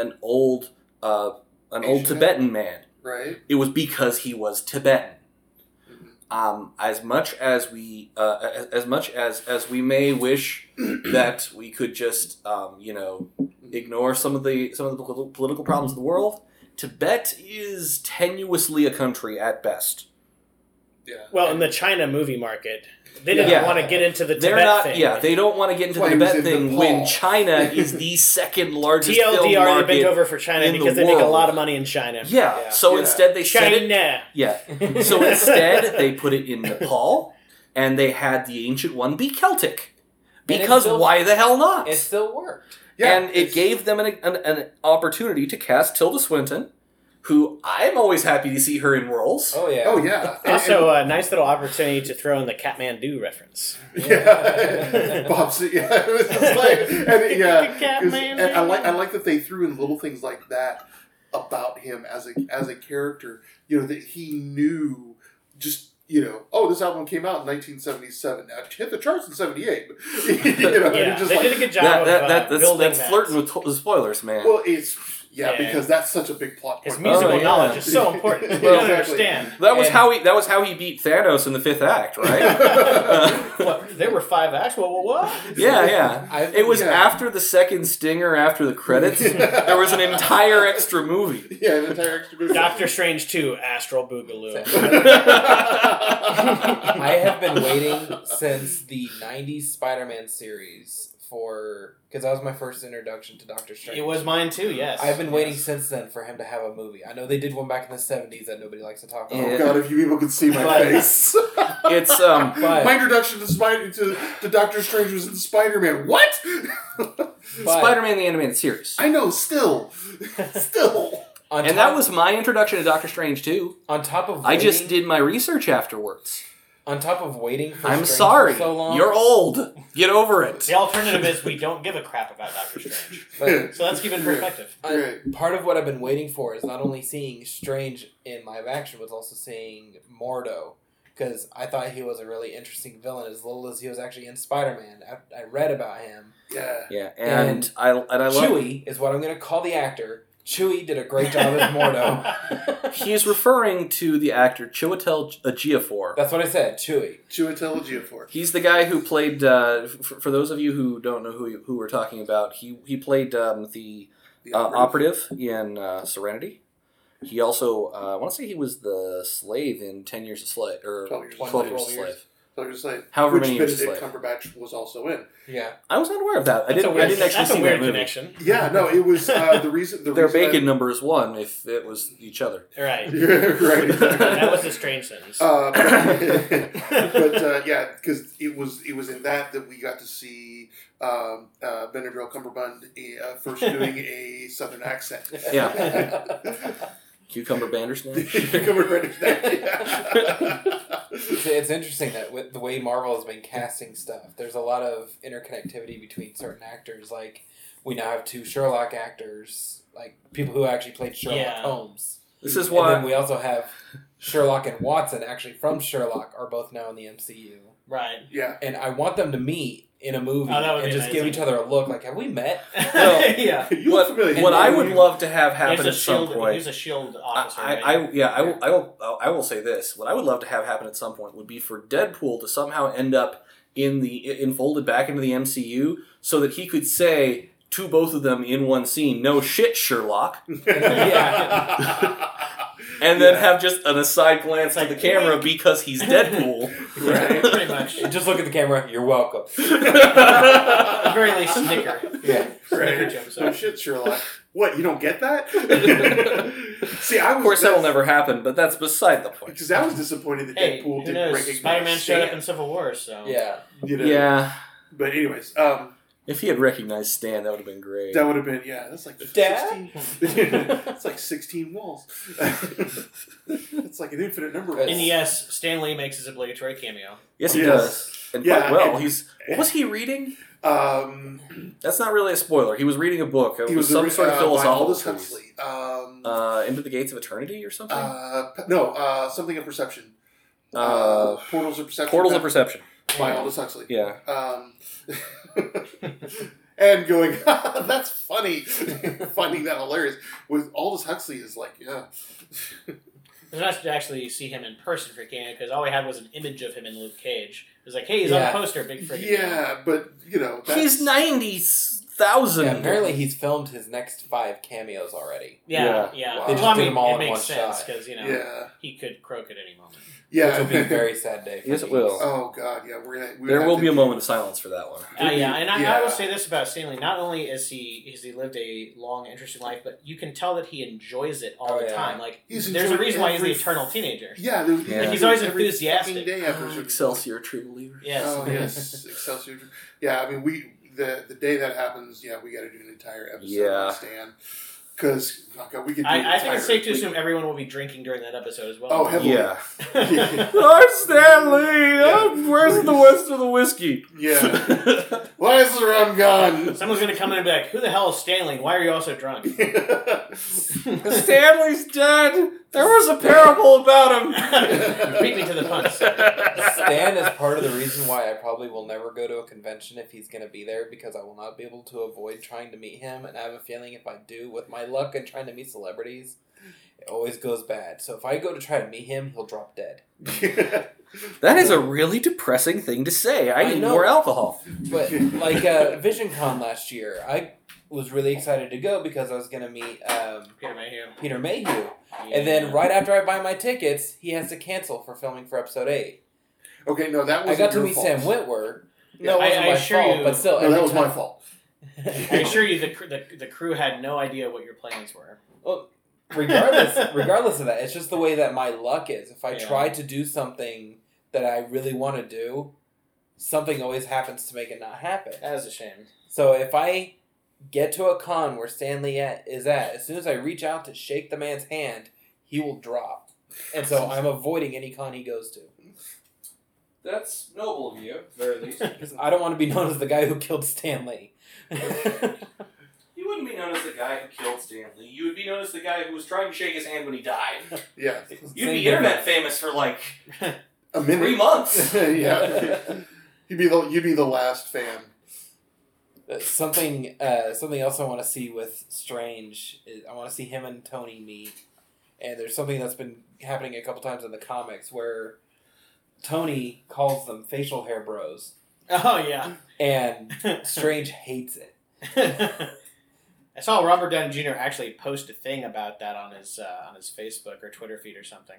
[SPEAKER 1] an old uh, an old
[SPEAKER 3] Asian
[SPEAKER 1] Tibetan man.
[SPEAKER 3] right?
[SPEAKER 1] It was because he was Tibetan.
[SPEAKER 3] Mhm.
[SPEAKER 1] Um, as much as we uh, a- as much as as we may wish that we could just um, you know ignore some of the some of the pol- political problems of the world, Tibet is tenuously a country at best.
[SPEAKER 3] Yeah.
[SPEAKER 2] Well, in the China movie market, they didn't
[SPEAKER 1] Yeah.
[SPEAKER 2] want to get into the
[SPEAKER 1] They're
[SPEAKER 2] Tibet
[SPEAKER 1] not.
[SPEAKER 2] thing.
[SPEAKER 1] Yeah, they don't want to get into
[SPEAKER 3] Why
[SPEAKER 1] the
[SPEAKER 3] he was
[SPEAKER 1] Tibet
[SPEAKER 3] in
[SPEAKER 1] thing
[SPEAKER 3] Nepal.
[SPEAKER 1] when China is the second largest film
[SPEAKER 2] TLDR they bent
[SPEAKER 1] market.
[SPEAKER 2] over for China
[SPEAKER 1] in the
[SPEAKER 2] because they make a
[SPEAKER 1] world.
[SPEAKER 2] lot of money in China.
[SPEAKER 1] Yeah.
[SPEAKER 4] Yeah.
[SPEAKER 1] So
[SPEAKER 3] Yeah.
[SPEAKER 1] instead, they set it.
[SPEAKER 2] China.
[SPEAKER 1] Yeah. So instead, they put it in Nepal, and they had the ancient one be Celtic,
[SPEAKER 4] it's
[SPEAKER 1] because
[SPEAKER 4] still-
[SPEAKER 1] why the hell not?
[SPEAKER 4] It still worked.
[SPEAKER 3] yeah,
[SPEAKER 1] and it
[SPEAKER 3] it's-
[SPEAKER 1] gave them an, an, an opportunity to cast Tilda Swinton, who I'm always happy to see her in roles.
[SPEAKER 4] Oh yeah.
[SPEAKER 3] Oh yeah. And-
[SPEAKER 2] also a nice little opportunity to throw in the Kathmandu reference.
[SPEAKER 3] Yeah, Bob. Se- Yeah, it was just like, and, yeah, 'cause-
[SPEAKER 2] Catman.
[SPEAKER 3] and I like I like that they threw in little things like that about him as a as a character. You know that he knew just you know oh this album came out in 1977 now it hit the charts in 78 you know, and
[SPEAKER 2] Yeah,
[SPEAKER 3] it's just
[SPEAKER 2] they
[SPEAKER 3] like,
[SPEAKER 2] did a good job
[SPEAKER 1] That,
[SPEAKER 2] of
[SPEAKER 1] that,
[SPEAKER 2] uh,
[SPEAKER 1] that, that's,
[SPEAKER 2] building
[SPEAKER 1] that's
[SPEAKER 2] that.
[SPEAKER 1] flirting with to- spoilers, man.
[SPEAKER 3] well it's yeah,
[SPEAKER 2] Yeah.
[SPEAKER 3] because that's such a big plot point
[SPEAKER 2] His musical
[SPEAKER 1] Oh, yeah.
[SPEAKER 2] knowledge is so important. You
[SPEAKER 1] Well,
[SPEAKER 2] don't
[SPEAKER 3] exactly.
[SPEAKER 2] understand.
[SPEAKER 1] that was
[SPEAKER 4] and-
[SPEAKER 1] how he that was how he beat Thanos in the fifth act, right?
[SPEAKER 2] What, there were five acts. What? What? what?
[SPEAKER 1] yeah, yeah.
[SPEAKER 4] I've,
[SPEAKER 1] It was
[SPEAKER 3] Yeah.
[SPEAKER 1] after the second stinger after the credits. there was an entire extra movie.
[SPEAKER 3] yeah an entire extra movie
[SPEAKER 2] Doctor Strange two, Astral Boogaloo.
[SPEAKER 4] I have been waiting since the '90s Spider-Man series for because that was my first introduction to Doctor Strange.
[SPEAKER 2] It was mine too. Yes.
[SPEAKER 4] I've been waiting
[SPEAKER 2] Yes.
[SPEAKER 4] since then for him to have a movie. I know they did one back in the '70s that nobody likes to talk about.
[SPEAKER 1] Yeah.
[SPEAKER 3] oh god if you people could see my
[SPEAKER 2] But-
[SPEAKER 3] face
[SPEAKER 1] It's um
[SPEAKER 4] But,
[SPEAKER 3] my introduction to Spider to, to Doctor Strange was in Spider Man. What?
[SPEAKER 4] but
[SPEAKER 1] Spider-Man the animated series.
[SPEAKER 3] I know. Still, still.
[SPEAKER 4] on
[SPEAKER 1] And
[SPEAKER 4] top,
[SPEAKER 1] that was my introduction to Doctor Strange too.
[SPEAKER 4] on top of
[SPEAKER 1] I just
[SPEAKER 4] waiting-
[SPEAKER 1] did my research afterwards.
[SPEAKER 4] on top of waiting. for
[SPEAKER 1] I'm
[SPEAKER 4] Strange for
[SPEAKER 1] sorry.
[SPEAKER 4] So long.
[SPEAKER 1] You're old. Get over it.
[SPEAKER 2] The alternative is we don't give a crap about Doctor Strange.
[SPEAKER 4] But
[SPEAKER 2] So let's keep it in perspective.
[SPEAKER 4] I-
[SPEAKER 3] Right.
[SPEAKER 4] part of what I've been waiting for is not only seeing Strange in live action, but also seeing Mordo. Because I thought he was a really interesting villain, as little as he was actually in Spider Man. I, I read about him.
[SPEAKER 3] Yeah.
[SPEAKER 1] Yeah, and,
[SPEAKER 4] And
[SPEAKER 1] I and I love
[SPEAKER 4] Chewie is what I'm going to call the actor. Chewie did a great job as Mordo.
[SPEAKER 1] He's referring to the actor Chiwetel Ejiofor.
[SPEAKER 4] That's what I said. Chewie.
[SPEAKER 3] Chiwetel for.
[SPEAKER 1] He's the guy who played. Uh, for, for those of you who don't know who who we're talking about, he he played um, the uh, operative in uh, Serenity. He also, uh, I want to say, he was the slave in Ten Years a Slave or
[SPEAKER 3] Twelve Years a
[SPEAKER 1] Twelve
[SPEAKER 3] Slave.
[SPEAKER 1] Years a
[SPEAKER 4] 12 years.
[SPEAKER 1] Slave.
[SPEAKER 3] So you're just like,
[SPEAKER 1] However
[SPEAKER 3] which
[SPEAKER 1] many years a
[SPEAKER 3] Benedict
[SPEAKER 1] slave.
[SPEAKER 3] Cumberbatch was also in.
[SPEAKER 4] Yeah.
[SPEAKER 1] I was unaware of that. I
[SPEAKER 2] That's a
[SPEAKER 1] didn't.
[SPEAKER 2] weird-
[SPEAKER 1] I didn't actually
[SPEAKER 2] that's
[SPEAKER 1] see
[SPEAKER 2] a weird
[SPEAKER 1] that movie.
[SPEAKER 2] connection.
[SPEAKER 3] Yeah. No, it was uh, the reason. The
[SPEAKER 1] Their
[SPEAKER 3] reason
[SPEAKER 1] bacon number is one. If it was each other,
[SPEAKER 3] I,
[SPEAKER 2] Right.
[SPEAKER 3] right. Exactly.
[SPEAKER 2] That was a strange sentence.
[SPEAKER 3] Uh, but but, uh, yeah, because it was it was in that that we got to see um, uh, Benadryl Cumberbund uh, first doing a southern accent.
[SPEAKER 4] Yeah.
[SPEAKER 1] cucumber bandersnatch.
[SPEAKER 3] Cumberbund. Yeah.
[SPEAKER 4] It's, it's interesting that with the way Marvel has been casting stuff, there's a lot of interconnectivity between certain actors. Like, we now have two Sherlock actors, like people who actually played Sherlock
[SPEAKER 2] Yeah.
[SPEAKER 4] Holmes.
[SPEAKER 1] This is
[SPEAKER 4] And
[SPEAKER 1] why
[SPEAKER 4] then we also have Sherlock and Watson, actually from Sherlock, are both now in the MCU.
[SPEAKER 2] right.
[SPEAKER 3] yeah.
[SPEAKER 4] And I want them to meet in a movie
[SPEAKER 2] Oh, that would
[SPEAKER 4] and
[SPEAKER 2] be
[SPEAKER 4] just give each
[SPEAKER 2] amazing.
[SPEAKER 4] other a look like, have we met?
[SPEAKER 1] Well,
[SPEAKER 2] yeah.
[SPEAKER 3] You
[SPEAKER 1] what-
[SPEAKER 3] look familiar.
[SPEAKER 1] what
[SPEAKER 4] And
[SPEAKER 1] I
[SPEAKER 4] then
[SPEAKER 1] would
[SPEAKER 4] you-
[SPEAKER 1] love to have happen
[SPEAKER 2] He's a
[SPEAKER 1] at some
[SPEAKER 2] shield.
[SPEAKER 1] point.
[SPEAKER 2] He's a shield
[SPEAKER 1] I,
[SPEAKER 2] officer.
[SPEAKER 1] I,
[SPEAKER 2] right?
[SPEAKER 1] I yeah, I will, I will I will say this. What I would love to have happen at some point would be for Deadpool to somehow end up in the enfolded back into the MCU, so that he could say to both of them in one scene, "No shit, Sherlock,"
[SPEAKER 3] yeah.
[SPEAKER 1] and then
[SPEAKER 3] Yeah.
[SPEAKER 1] have just an aside glance at the camera because he's Deadpool.
[SPEAKER 3] Right.
[SPEAKER 2] Pretty much. At
[SPEAKER 4] just look at the camera. You're welcome.
[SPEAKER 2] the very least, snicker.
[SPEAKER 4] Yeah.
[SPEAKER 2] Snicker
[SPEAKER 3] Right.
[SPEAKER 2] to
[SPEAKER 3] So
[SPEAKER 2] himself.
[SPEAKER 3] shit, Sherlock. What you don't get that? See, I was
[SPEAKER 1] Of course, that'll never happen, but that's beside the point.
[SPEAKER 3] because I was disappointed that
[SPEAKER 2] Hey, who
[SPEAKER 3] Deadpool didn't
[SPEAKER 2] knows?
[SPEAKER 3] recognize
[SPEAKER 2] Spider-Man showed up
[SPEAKER 3] Stan,
[SPEAKER 2] in Civil War, so
[SPEAKER 4] Yeah.
[SPEAKER 3] you know?
[SPEAKER 1] Yeah,
[SPEAKER 3] But anyways, um,
[SPEAKER 1] if he had recognized Stan, that would have been great.
[SPEAKER 3] that would have been yeah. That's like
[SPEAKER 4] Dad?
[SPEAKER 3] sixteen. that's like sixteen walls. it's like an infinite number. Of
[SPEAKER 4] Yes.
[SPEAKER 2] And
[SPEAKER 3] walls.
[SPEAKER 2] yes, Stan Lee makes his obligatory cameo.
[SPEAKER 1] Yes, he
[SPEAKER 3] Yes.
[SPEAKER 1] does, and
[SPEAKER 3] Yeah,
[SPEAKER 1] quite well.
[SPEAKER 3] and-
[SPEAKER 1] he's what was he reading?
[SPEAKER 3] Um,
[SPEAKER 1] That's not really a spoiler. He was reading a book. It
[SPEAKER 3] he
[SPEAKER 1] was,
[SPEAKER 3] was
[SPEAKER 1] some
[SPEAKER 3] ori-
[SPEAKER 1] sort of
[SPEAKER 3] uh,
[SPEAKER 1] philosophical Uh,
[SPEAKER 3] By Aldous
[SPEAKER 1] treatise.
[SPEAKER 3] Huxley. Um, uh,
[SPEAKER 1] Uh, Into the Gates of Eternity or something?
[SPEAKER 3] pe- no, uh, something of perception.
[SPEAKER 1] Uh,
[SPEAKER 3] Portals of perception.
[SPEAKER 1] Portals of
[SPEAKER 3] by-
[SPEAKER 1] Perception.
[SPEAKER 3] by Aldous Huxley.
[SPEAKER 1] Yeah.
[SPEAKER 3] um, and going, that's funny, finding that hilarious. With Aldous Huxley is like, yeah,
[SPEAKER 2] It's nice to actually see him in person for cameo because all we had was an image of him in Luke Cage. It was like, hey, he's on
[SPEAKER 4] Yeah.
[SPEAKER 2] a poster, big freaking deal.
[SPEAKER 3] yeah, but you know, that's,
[SPEAKER 1] He's
[SPEAKER 4] Yeah,
[SPEAKER 1] 90,000.
[SPEAKER 4] apparently, he's filmed his next five cameos already.
[SPEAKER 2] Yeah, yeah.
[SPEAKER 3] Wow.
[SPEAKER 2] Well,
[SPEAKER 3] They just
[SPEAKER 2] I
[SPEAKER 4] did
[SPEAKER 2] mean,
[SPEAKER 4] them all
[SPEAKER 2] it
[SPEAKER 4] in
[SPEAKER 2] makes
[SPEAKER 4] one
[SPEAKER 2] sense
[SPEAKER 4] shot.
[SPEAKER 2] because you know
[SPEAKER 3] yeah,
[SPEAKER 2] he could croak at any moment.
[SPEAKER 4] Which
[SPEAKER 3] Yeah.
[SPEAKER 4] will be a very sad day. For
[SPEAKER 1] Yes, it
[SPEAKER 4] me.
[SPEAKER 1] will.
[SPEAKER 3] oh God, yeah. We're gonna, we
[SPEAKER 1] There
[SPEAKER 3] have
[SPEAKER 1] will
[SPEAKER 3] to-
[SPEAKER 1] be a moment of silence for that one.
[SPEAKER 2] Uh, yeah, and I, I
[SPEAKER 3] Yeah.
[SPEAKER 2] will say this about Stanley: not only is he has he lived a long, interesting life, but you can tell that he enjoys it all
[SPEAKER 4] Oh,
[SPEAKER 2] the
[SPEAKER 4] yeah.
[SPEAKER 2] time. Like
[SPEAKER 3] He's
[SPEAKER 2] there's a
[SPEAKER 3] enjoyed
[SPEAKER 2] reason why he's the
[SPEAKER 3] every-
[SPEAKER 2] eternal teenager.
[SPEAKER 3] Yeah, there's,
[SPEAKER 1] Yeah.
[SPEAKER 2] He's always
[SPEAKER 3] every fucking
[SPEAKER 2] enthusiastic.
[SPEAKER 3] Day after certain-
[SPEAKER 1] Excelsior, true believer.
[SPEAKER 2] Yes.
[SPEAKER 3] Oh yes, Excelsior. Yeah, I mean we the the day that happens, yeah, we got to do an entire episode
[SPEAKER 1] Yeah.
[SPEAKER 3] on Stan because we could. Do an
[SPEAKER 2] I, I think
[SPEAKER 3] entire-
[SPEAKER 2] it's safe to
[SPEAKER 3] we-
[SPEAKER 2] assume everyone will be drinking during that episode as well.
[SPEAKER 3] Oh, heavily.
[SPEAKER 1] Yeah.
[SPEAKER 3] Yeah.
[SPEAKER 1] Our Stanley!
[SPEAKER 3] Yeah.
[SPEAKER 1] Where's the West of the Whiskey?
[SPEAKER 3] Yeah. Why is the rum gone?
[SPEAKER 2] Someone's gonna come in and be like, "Who the hell is Stanley? and Why are you all so drunk?"
[SPEAKER 1] Stanley's dead! There was a parable about
[SPEAKER 2] Beat me to the punch.
[SPEAKER 4] Stan is part of the reason why I probably will never go to a convention if he's going to be there because I will not be able to avoid trying to meet him. And I have a feeling if I do, with my luck and trying to meet celebrities, it always goes bad. So if I go to try to meet him, he'll drop dead.
[SPEAKER 1] That is a really depressing thing to say. I
[SPEAKER 4] I
[SPEAKER 1] need
[SPEAKER 4] know.
[SPEAKER 1] more alcohol.
[SPEAKER 4] But like uh, VisionCon last year, I was really excited to go because I was going to meet um,
[SPEAKER 2] Peter Mayhew.
[SPEAKER 4] Peter Mayhew. And then right after I buy my tickets, he has to cancel for filming for episode 8.
[SPEAKER 3] okay, no, that
[SPEAKER 4] I
[SPEAKER 3] was
[SPEAKER 4] got to meet Sam Witwer.
[SPEAKER 3] Yeah,
[SPEAKER 4] No, it
[SPEAKER 2] I-
[SPEAKER 4] wasn't
[SPEAKER 2] I
[SPEAKER 4] my
[SPEAKER 2] assure
[SPEAKER 4] fault,
[SPEAKER 2] you-
[SPEAKER 4] but still.
[SPEAKER 3] No,
[SPEAKER 4] every
[SPEAKER 3] that was my
[SPEAKER 4] time-
[SPEAKER 3] fault.
[SPEAKER 2] I assure you, the, cr- the the crew had no idea what your plans were.
[SPEAKER 4] regardless regardless of that it's just the way that my luck is if i
[SPEAKER 2] Yeah.
[SPEAKER 4] try to do something that i really want to do something always happens to make it not happen
[SPEAKER 2] That is a shame.
[SPEAKER 4] so if i get to a con where stanley at, is at as soon as i reach out to shake the man's hand he will drop and so i'm avoiding any con he goes to
[SPEAKER 1] That's noble of you, very least.
[SPEAKER 4] because i don't want to be known as the guy who killed stanley
[SPEAKER 1] You wouldn't be known as the guy who killed Stanley. You would be known as the guy who was trying to shake his hand when he died.
[SPEAKER 3] Yeah,
[SPEAKER 1] You'd
[SPEAKER 4] Same
[SPEAKER 1] be internet
[SPEAKER 4] difference.
[SPEAKER 1] famous for like
[SPEAKER 3] a
[SPEAKER 1] three
[SPEAKER 3] minute.
[SPEAKER 1] months.
[SPEAKER 3] yeah, you'd be the you'd be the last fan.
[SPEAKER 4] Uh, something uh, something else I want to see with Strange is I want to see him and Tony meet. And there's something that's been happening a couple times in the comics where Tony calls them facial hair bros,
[SPEAKER 2] Oh yeah.
[SPEAKER 4] and Strange hates it.
[SPEAKER 2] I saw Robert Downey Jr. actually post a thing about that on his uh, on his Facebook or Twitter feed or something.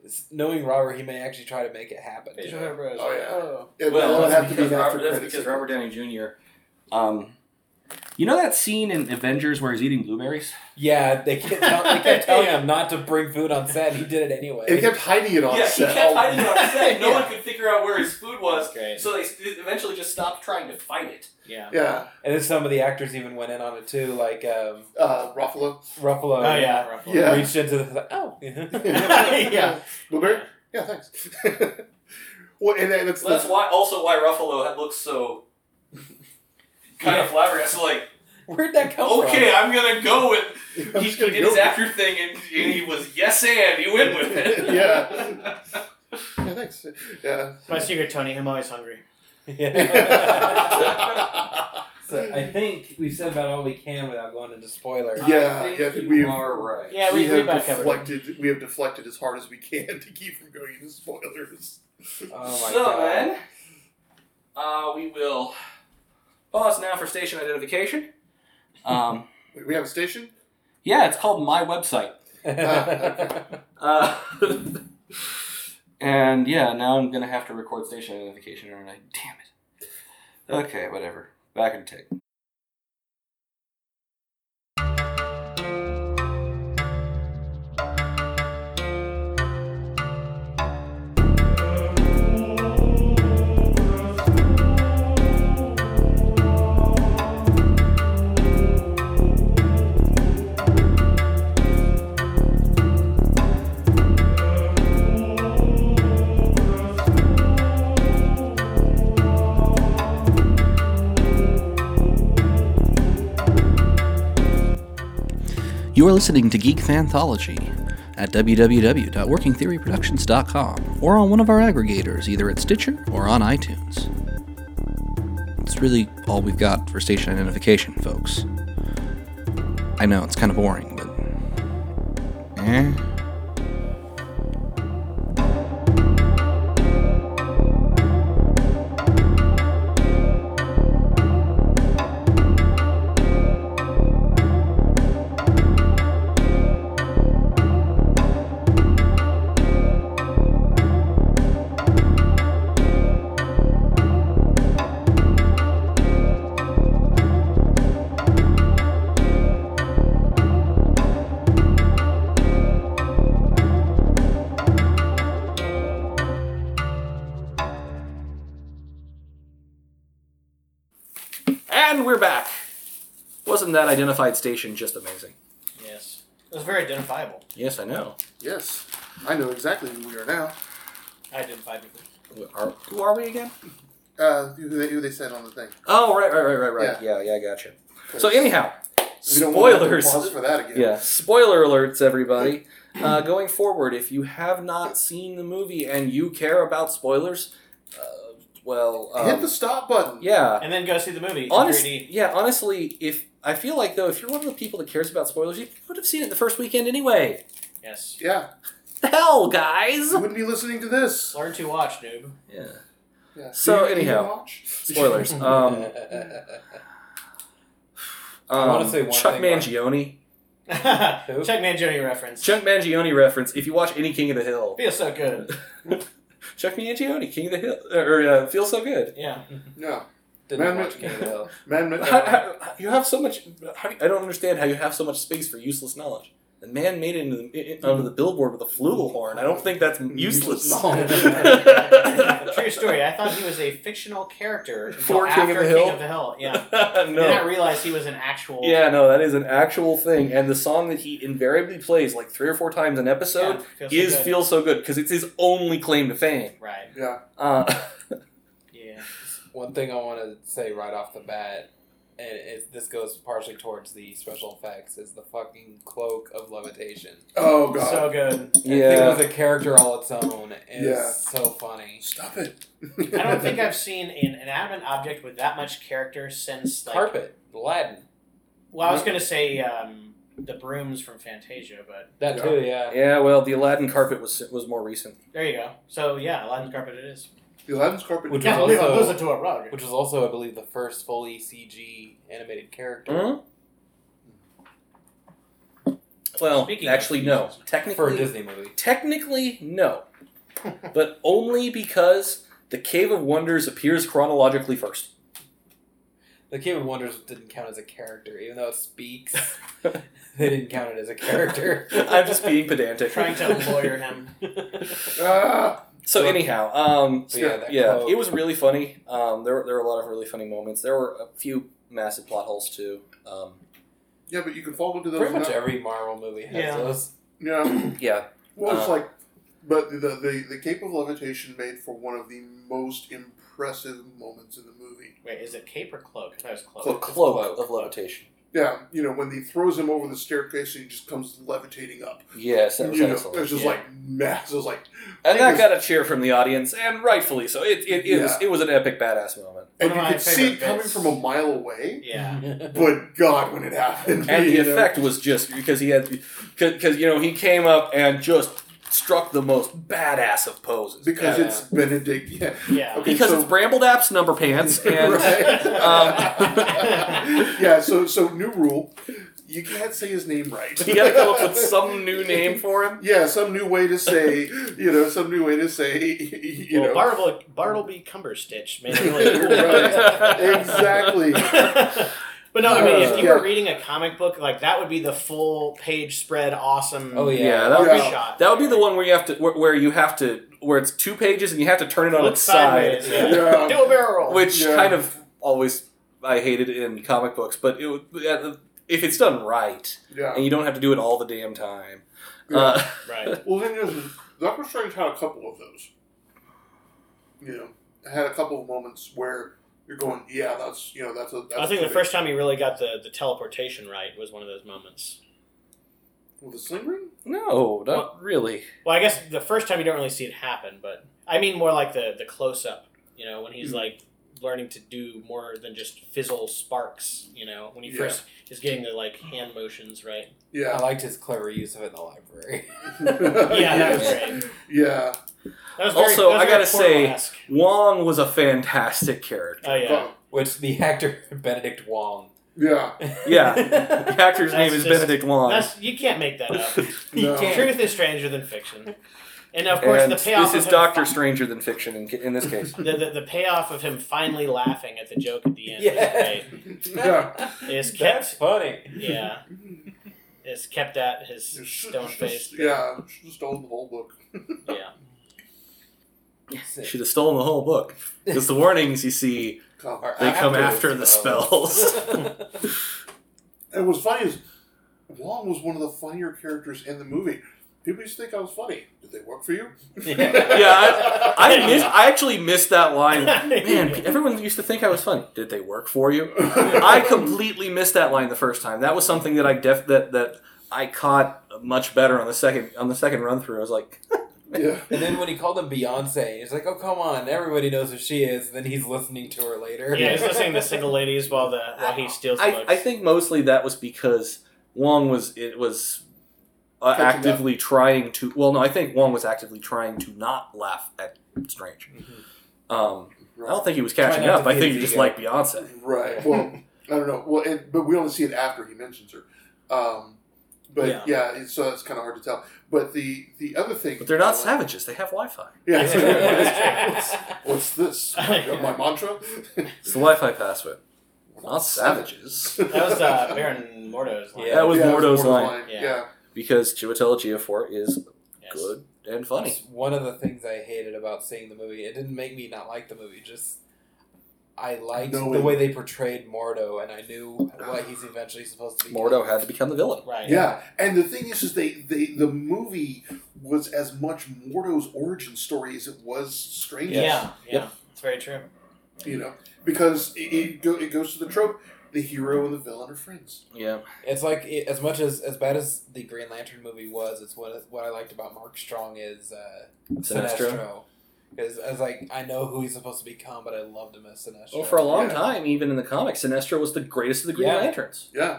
[SPEAKER 4] It's- knowing Robert, he may actually try to make it happen.
[SPEAKER 2] Facial hair bros.
[SPEAKER 3] Oh, yeah.
[SPEAKER 2] Oh.
[SPEAKER 3] It
[SPEAKER 1] well,
[SPEAKER 3] would
[SPEAKER 1] that's
[SPEAKER 3] have to be
[SPEAKER 1] because,
[SPEAKER 3] an
[SPEAKER 1] Robert,
[SPEAKER 3] after
[SPEAKER 1] that's
[SPEAKER 3] credit
[SPEAKER 1] because
[SPEAKER 3] scene.
[SPEAKER 1] Robert Downey Jr. Um, you know that scene in Avengers where he's eating blueberries?
[SPEAKER 4] Yeah, they kept, tell- they kept telling him not to bring food on set, and he did it anyway.
[SPEAKER 3] It kept hiding it on
[SPEAKER 1] yeah,
[SPEAKER 3] set.
[SPEAKER 1] he kept hiding it on set. No
[SPEAKER 2] Yeah.
[SPEAKER 1] one could figure out where his food was,
[SPEAKER 2] That's great.
[SPEAKER 1] so they s- eventually just stopped trying to fight it.
[SPEAKER 2] Yeah.
[SPEAKER 3] Yeah,
[SPEAKER 4] and then some of the actors even went in on it too, like um,
[SPEAKER 3] uh, Ruffalo.
[SPEAKER 4] Ruffalo.
[SPEAKER 2] Oh yeah. Ruffalo.
[SPEAKER 3] Yeah.
[SPEAKER 4] Reached into the oh,
[SPEAKER 2] Yeah.
[SPEAKER 3] Blueberry. Yeah, thanks. well, and that's,
[SPEAKER 1] Well, that's why, also why Ruffalo had- looks so kind of flabbergasted. Like,
[SPEAKER 4] where'd that come from?
[SPEAKER 1] okay, I'm gonna go with.
[SPEAKER 3] I'm
[SPEAKER 1] He,
[SPEAKER 3] just
[SPEAKER 1] he
[SPEAKER 3] gonna
[SPEAKER 1] did his
[SPEAKER 3] go with it.
[SPEAKER 1] actor thing, and, and he was yes, and he went with it.
[SPEAKER 3] Yeah. Yeah, thanks. Yeah.
[SPEAKER 2] My secret, Tony. I'm always hungry.
[SPEAKER 4] so I think we've said about all we can without going into spoilers.
[SPEAKER 3] Yeah,
[SPEAKER 1] I think
[SPEAKER 3] yeah,
[SPEAKER 1] you
[SPEAKER 3] we've-
[SPEAKER 1] are right.
[SPEAKER 2] Yeah, we,
[SPEAKER 3] we
[SPEAKER 2] we,
[SPEAKER 3] have
[SPEAKER 2] about covered. it.
[SPEAKER 3] deflected. We have deflected as hard as we can to keep from going into spoilers.
[SPEAKER 4] Oh my
[SPEAKER 1] so
[SPEAKER 4] god.
[SPEAKER 1] then, uh, we will pause now for station identification. Um,
[SPEAKER 3] Wait, we have a station.
[SPEAKER 1] yeah, it's called my website. Uh, and yeah, now I'm gonna have to record station identification, aren't I? Damn it. Okay, whatever. Back in take.
[SPEAKER 5] You are listening to Geek Fanthology at www.workingtheoryproductions.com or on one of our aggregators, either at Stitcher or on iTunes. It's really all we've got for station identification, folks. I know, it's kind of boring, but. Eh?
[SPEAKER 1] in that identified station just amazing.
[SPEAKER 2] Yes. It was very identifiable.
[SPEAKER 1] Yes, I know.
[SPEAKER 3] Yes, I know exactly who we are now.
[SPEAKER 2] Identified with
[SPEAKER 1] Who Are, who are we again?
[SPEAKER 3] Uh, who they, who they said on the thing.
[SPEAKER 1] Oh, right, right, right, right, right. Yeah, yeah, I gotcha.
[SPEAKER 3] 'Cause
[SPEAKER 1] So anyhow,
[SPEAKER 3] we don't wanna have to
[SPEAKER 1] spoilers.
[SPEAKER 3] pause for that again.
[SPEAKER 1] Yeah, spoiler alerts, everybody. Uh, going forward, if you have not seen the movie and you care about spoilers, uh, well, um,
[SPEAKER 3] Hit the stop button.
[SPEAKER 1] yeah,
[SPEAKER 2] And then go see the movie. in
[SPEAKER 1] honestly,
[SPEAKER 2] 3D.
[SPEAKER 1] yeah, honestly, if I feel like though, if you're one of the people that cares about spoilers, you would have seen it the first weekend anyway.
[SPEAKER 2] Yes.
[SPEAKER 3] Yeah,
[SPEAKER 1] The hell, guys!
[SPEAKER 3] you wouldn't be listening to this.
[SPEAKER 2] Learn to watch, noob.
[SPEAKER 1] Yeah,
[SPEAKER 3] Yeah.
[SPEAKER 1] So
[SPEAKER 3] Do you
[SPEAKER 1] anyhow.
[SPEAKER 3] even watch?
[SPEAKER 1] spoilers. Um, um,
[SPEAKER 4] I wanna say one
[SPEAKER 1] Chuck
[SPEAKER 4] thing, Mark.
[SPEAKER 1] Mangione,
[SPEAKER 2] Chuck Mangione reference.
[SPEAKER 1] Chuck Mangione reference. If you watch any King of the Hill,
[SPEAKER 2] Feels so good.
[SPEAKER 1] Chuck Mangione, King of the Hill, or uh, feels so good.
[SPEAKER 2] Yeah.
[SPEAKER 3] no,
[SPEAKER 4] Didn't
[SPEAKER 3] Man-
[SPEAKER 4] watch King of the Hill.
[SPEAKER 3] man. uh, man-
[SPEAKER 1] How- how- you have so much. How, do you- I don't understand how you have so much space for useless knowledge. The man made it into the, it- onto the billboard with a flugelhorn. I don't think that's useless.
[SPEAKER 2] Mm-hmm. True story. I thought he was a fictional character until
[SPEAKER 1] For King
[SPEAKER 2] after
[SPEAKER 1] of the Hill?
[SPEAKER 2] King of the Hill. Yeah. Did not
[SPEAKER 1] no.
[SPEAKER 2] realize he was an actual.
[SPEAKER 1] Yeah, no, that is an actual thing. And the song that he invariably plays like three or four times an episode
[SPEAKER 2] Yeah, feels
[SPEAKER 1] is
[SPEAKER 2] so good.
[SPEAKER 1] "Feel So Good" because it's his only claim to fame.
[SPEAKER 2] right.
[SPEAKER 3] yeah,
[SPEAKER 1] Uh,
[SPEAKER 2] Yeah.
[SPEAKER 4] One thing I want to say right off the bat, and it, this goes partially towards the special effects, is the fucking cloak of levitation.
[SPEAKER 3] oh god,
[SPEAKER 2] So good.
[SPEAKER 4] That thing
[SPEAKER 1] yeah,
[SPEAKER 4] was a character all its own. It's
[SPEAKER 3] Yeah.
[SPEAKER 4] so funny.
[SPEAKER 3] stop it.
[SPEAKER 2] I don't think I've seen an inanimate object with that much character since like.
[SPEAKER 4] Carpet, Aladdin,
[SPEAKER 2] Well, I was gonna say um, the brooms from Fantasia, but
[SPEAKER 4] that too. Yeah,
[SPEAKER 1] yeah. Well, the Aladdin carpet was was more recent.
[SPEAKER 2] there you go. So yeah, Aladdin's carpet it is.
[SPEAKER 3] the Aladdin's carpet.
[SPEAKER 4] Which
[SPEAKER 2] Can't
[SPEAKER 4] was
[SPEAKER 2] believe I'm
[SPEAKER 4] also-
[SPEAKER 2] losing to a rug.
[SPEAKER 4] which was also, I believe, the first fully CG animated character
[SPEAKER 1] Hmm? Well,
[SPEAKER 2] Speaking of
[SPEAKER 1] actually, no.
[SPEAKER 2] Jesus.
[SPEAKER 4] for a
[SPEAKER 1] Technically,
[SPEAKER 4] Disney movie.
[SPEAKER 1] Technically, no. but only because the Cave of Wonders appears chronologically first.
[SPEAKER 4] The Cave of Wonders didn't count as a character, even though it speaks. they didn't count it as a character.
[SPEAKER 1] I'm just being pedantic.
[SPEAKER 2] Trying to lawyer him.
[SPEAKER 3] Ah,
[SPEAKER 1] So anyhow, um,
[SPEAKER 4] But yeah, that
[SPEAKER 1] yeah,
[SPEAKER 4] cloak.
[SPEAKER 1] it was really funny. Um, there, were- there were a lot of really funny moments. There were a few massive plot holes too. Um,
[SPEAKER 3] yeah, but you can fall into those.
[SPEAKER 4] Pretty much
[SPEAKER 3] now.
[SPEAKER 4] every Marvel movie has
[SPEAKER 2] Yeah.
[SPEAKER 4] those.
[SPEAKER 3] Yeah.
[SPEAKER 1] yeah,
[SPEAKER 3] Well, it's
[SPEAKER 1] Uh,
[SPEAKER 3] like, but the, the the cape of levitation made for one of the most impressive moments in the movie.
[SPEAKER 2] Wait, is it cape or cloak? I thought it was cloak.
[SPEAKER 1] cloak,
[SPEAKER 3] Cloak.
[SPEAKER 1] of levitation.
[SPEAKER 3] Yeah, you know when he throws him over the staircase and he just comes levitating up.
[SPEAKER 1] Yes, that was
[SPEAKER 3] you know,
[SPEAKER 1] excellent.
[SPEAKER 3] it was just
[SPEAKER 1] yeah.
[SPEAKER 3] like mass. It was like,
[SPEAKER 1] and that
[SPEAKER 3] it was-
[SPEAKER 1] got a cheer from the audience, and rightfully so. It, it, it, was,
[SPEAKER 3] Yeah.
[SPEAKER 1] it was an epic badass moment.
[SPEAKER 3] and
[SPEAKER 2] of
[SPEAKER 3] you
[SPEAKER 2] my
[SPEAKER 3] could see it
[SPEAKER 2] favorite
[SPEAKER 3] coming
[SPEAKER 2] bits.
[SPEAKER 3] from a mile away.
[SPEAKER 2] Yeah.
[SPEAKER 3] But God, when it happened,
[SPEAKER 1] And the
[SPEAKER 3] you know?
[SPEAKER 1] effect was just because he had, because you know he came up and just struck the most badass of poses.
[SPEAKER 3] because
[SPEAKER 4] Yeah.
[SPEAKER 3] it's Benedict. Yeah.
[SPEAKER 2] Yeah.
[SPEAKER 3] Okay.
[SPEAKER 1] because
[SPEAKER 3] so-
[SPEAKER 1] it's brambled apps number pants and
[SPEAKER 3] Right.
[SPEAKER 1] um,
[SPEAKER 3] yeah. So so new rule, you can't say his name right.
[SPEAKER 1] you gotta come up with some new name for him.
[SPEAKER 3] Yeah, some new way to say, you know, some new way to say, you
[SPEAKER 2] well,
[SPEAKER 3] know,
[SPEAKER 2] Bartleby, Bartleby Cumberstitch made it really cool.
[SPEAKER 3] Right. Exactly.
[SPEAKER 2] but no, I mean, if you
[SPEAKER 3] Yeah.
[SPEAKER 2] were reading a comic book, like that would be the full page spread, awesome.
[SPEAKER 4] Oh, yeah.
[SPEAKER 1] that would,
[SPEAKER 3] Yeah.
[SPEAKER 1] Be, that would be the one where you have to where, where you have to where it's two pages and you have to turn it on
[SPEAKER 2] Look
[SPEAKER 1] its side,
[SPEAKER 2] sideways, yeah.
[SPEAKER 3] Yeah.
[SPEAKER 2] Do a barrel roll.
[SPEAKER 1] which
[SPEAKER 3] Yeah.
[SPEAKER 1] kind of always I hated in comic books. But it, would- if it's done right
[SPEAKER 3] yeah.
[SPEAKER 1] and you don't have to do it all the damn time.
[SPEAKER 3] Yeah.
[SPEAKER 1] Uh,
[SPEAKER 2] right.
[SPEAKER 3] Well, then there's Doctor Strange had a couple of those. You know, had a couple of moments where you're going, yeah, that's you know, that's a. That's
[SPEAKER 2] I think
[SPEAKER 3] a
[SPEAKER 2] the first time he really got the, the teleportation right was one of those moments.
[SPEAKER 3] with the sling ring.
[SPEAKER 1] no, not really.
[SPEAKER 2] Well, I guess the first time you don't really see it happen, but I mean more like the the close up. You know, when
[SPEAKER 1] Mm.
[SPEAKER 2] he's like learning to do more than just fizzle sparks. You know, when he
[SPEAKER 3] Yeah.
[SPEAKER 2] first is getting the like hand motions right.
[SPEAKER 4] I
[SPEAKER 3] Yeah.
[SPEAKER 4] liked his clever use of it in the library.
[SPEAKER 2] Yeah, that was
[SPEAKER 3] Yes.
[SPEAKER 2] great.
[SPEAKER 3] Yeah.
[SPEAKER 2] That was very,
[SPEAKER 1] Also,
[SPEAKER 2] that was
[SPEAKER 1] I
[SPEAKER 2] very
[SPEAKER 1] gotta say-
[SPEAKER 2] Portal-esque.
[SPEAKER 1] Wong was a fantastic character.
[SPEAKER 2] oh yeah,
[SPEAKER 3] Oh,
[SPEAKER 4] Which the actor Benedict Wong.
[SPEAKER 3] yeah.
[SPEAKER 1] Yeah. The actor's name is
[SPEAKER 2] That's just-
[SPEAKER 1] Benedict Wong.
[SPEAKER 2] that's you can't make that up.
[SPEAKER 1] You
[SPEAKER 3] No.
[SPEAKER 1] can't.
[SPEAKER 2] Truth is stranger than fiction, and of course
[SPEAKER 1] And
[SPEAKER 2] the payoff.
[SPEAKER 1] This
[SPEAKER 2] of
[SPEAKER 1] is
[SPEAKER 2] him
[SPEAKER 1] Doctor
[SPEAKER 2] fi-
[SPEAKER 1] Stranger than fiction in, in this case.
[SPEAKER 2] The, the, the payoff of him finally laughing at the joke at the end
[SPEAKER 4] Yeah.
[SPEAKER 2] is great.
[SPEAKER 3] Yeah.
[SPEAKER 2] It's
[SPEAKER 4] That's
[SPEAKER 2] kept,
[SPEAKER 4] funny.
[SPEAKER 2] yeah, it's kept at his
[SPEAKER 3] It's
[SPEAKER 2] stone
[SPEAKER 3] just-
[SPEAKER 2] face.
[SPEAKER 3] Yeah, it's just stole the whole book.
[SPEAKER 2] Yeah,
[SPEAKER 1] Should have stolen the whole book because the warnings you see
[SPEAKER 3] Come.
[SPEAKER 4] Or
[SPEAKER 1] They come
[SPEAKER 4] the
[SPEAKER 1] after the spells.
[SPEAKER 3] And what's funny is Wong was one of the funnier characters in the movie. People used to think I was funny. Did they work for you?
[SPEAKER 1] Yeah, I missed, I actually missed that line. Man, everyone used to think I was funny. Did they work for you? I completely missed that line the first time. That was something that I def- that that I caught much better on the second on the second run through. I was like,
[SPEAKER 3] yeah.
[SPEAKER 4] And then when he called him Beyonce, he's like, "Oh come on, everybody knows who she is." And then he's listening to her later.
[SPEAKER 2] Yeah, he's listening to single ladies while the while he steals the
[SPEAKER 1] I,
[SPEAKER 2] books.
[SPEAKER 1] I think mostly that was because Wong was it was uh,
[SPEAKER 3] Catching up.
[SPEAKER 1] actively trying to. Well, no, I think Wong was actively trying to not laugh at Strange. Um, I don't think he was catching
[SPEAKER 4] Try not
[SPEAKER 1] up.
[SPEAKER 4] to
[SPEAKER 1] I
[SPEAKER 4] be
[SPEAKER 1] think
[SPEAKER 4] his
[SPEAKER 1] he just
[SPEAKER 4] ego.
[SPEAKER 1] liked Beyonce.
[SPEAKER 3] Right. Well, I don't know. Well, and, but we only see it after he mentions her. Um, but
[SPEAKER 2] Yeah.
[SPEAKER 3] yeah, it's, so it's kind of hard to tell. But the the other thing,
[SPEAKER 1] But they're not savages. They have Wi-Fi.
[SPEAKER 3] Yeah.
[SPEAKER 2] That's
[SPEAKER 3] what's, what's this? My mantra.
[SPEAKER 1] It's the Wi-Fi password. We're not savages.
[SPEAKER 2] that was uh, Baron Mordo's line.
[SPEAKER 4] Yeah.
[SPEAKER 1] That was
[SPEAKER 3] Yeah,
[SPEAKER 1] Mordo's
[SPEAKER 3] Mordo's
[SPEAKER 1] line.
[SPEAKER 2] Yeah.
[SPEAKER 3] yeah.
[SPEAKER 1] Because Chiwetel Ejiofor is
[SPEAKER 2] Yes.
[SPEAKER 1] good and funny.
[SPEAKER 4] That's one of the things I hated about seeing the movie. It didn't make me not like the movie. Just I liked
[SPEAKER 3] No
[SPEAKER 4] the
[SPEAKER 3] way.
[SPEAKER 4] way they portrayed Mordo, and I knew what he's eventually supposed to be.
[SPEAKER 1] Mordo had to become the villain.
[SPEAKER 2] Right.
[SPEAKER 3] Yeah, and the thing is, is they, they the movie was as much Mordo's origin story as it was Strange.
[SPEAKER 2] Yeah. Yeah.
[SPEAKER 1] Yep.
[SPEAKER 2] It's very true.
[SPEAKER 3] you know, because it, it, go, it goes to the trope: the hero and the villain are friends.
[SPEAKER 1] Yeah.
[SPEAKER 4] It's like it, as much as as bad as the Green Lantern movie was. It's what what I liked about Mark Strong is uh,
[SPEAKER 1] Sinestro.
[SPEAKER 4] Sinestro. Because I was like, I know who he's supposed to become, but I loved him as Sinestro.
[SPEAKER 1] Well, for a long
[SPEAKER 3] Yeah.
[SPEAKER 1] time, even in the comics, Sinestro was the greatest of the Green
[SPEAKER 4] Yeah.
[SPEAKER 1] Lanterns.
[SPEAKER 3] Yeah,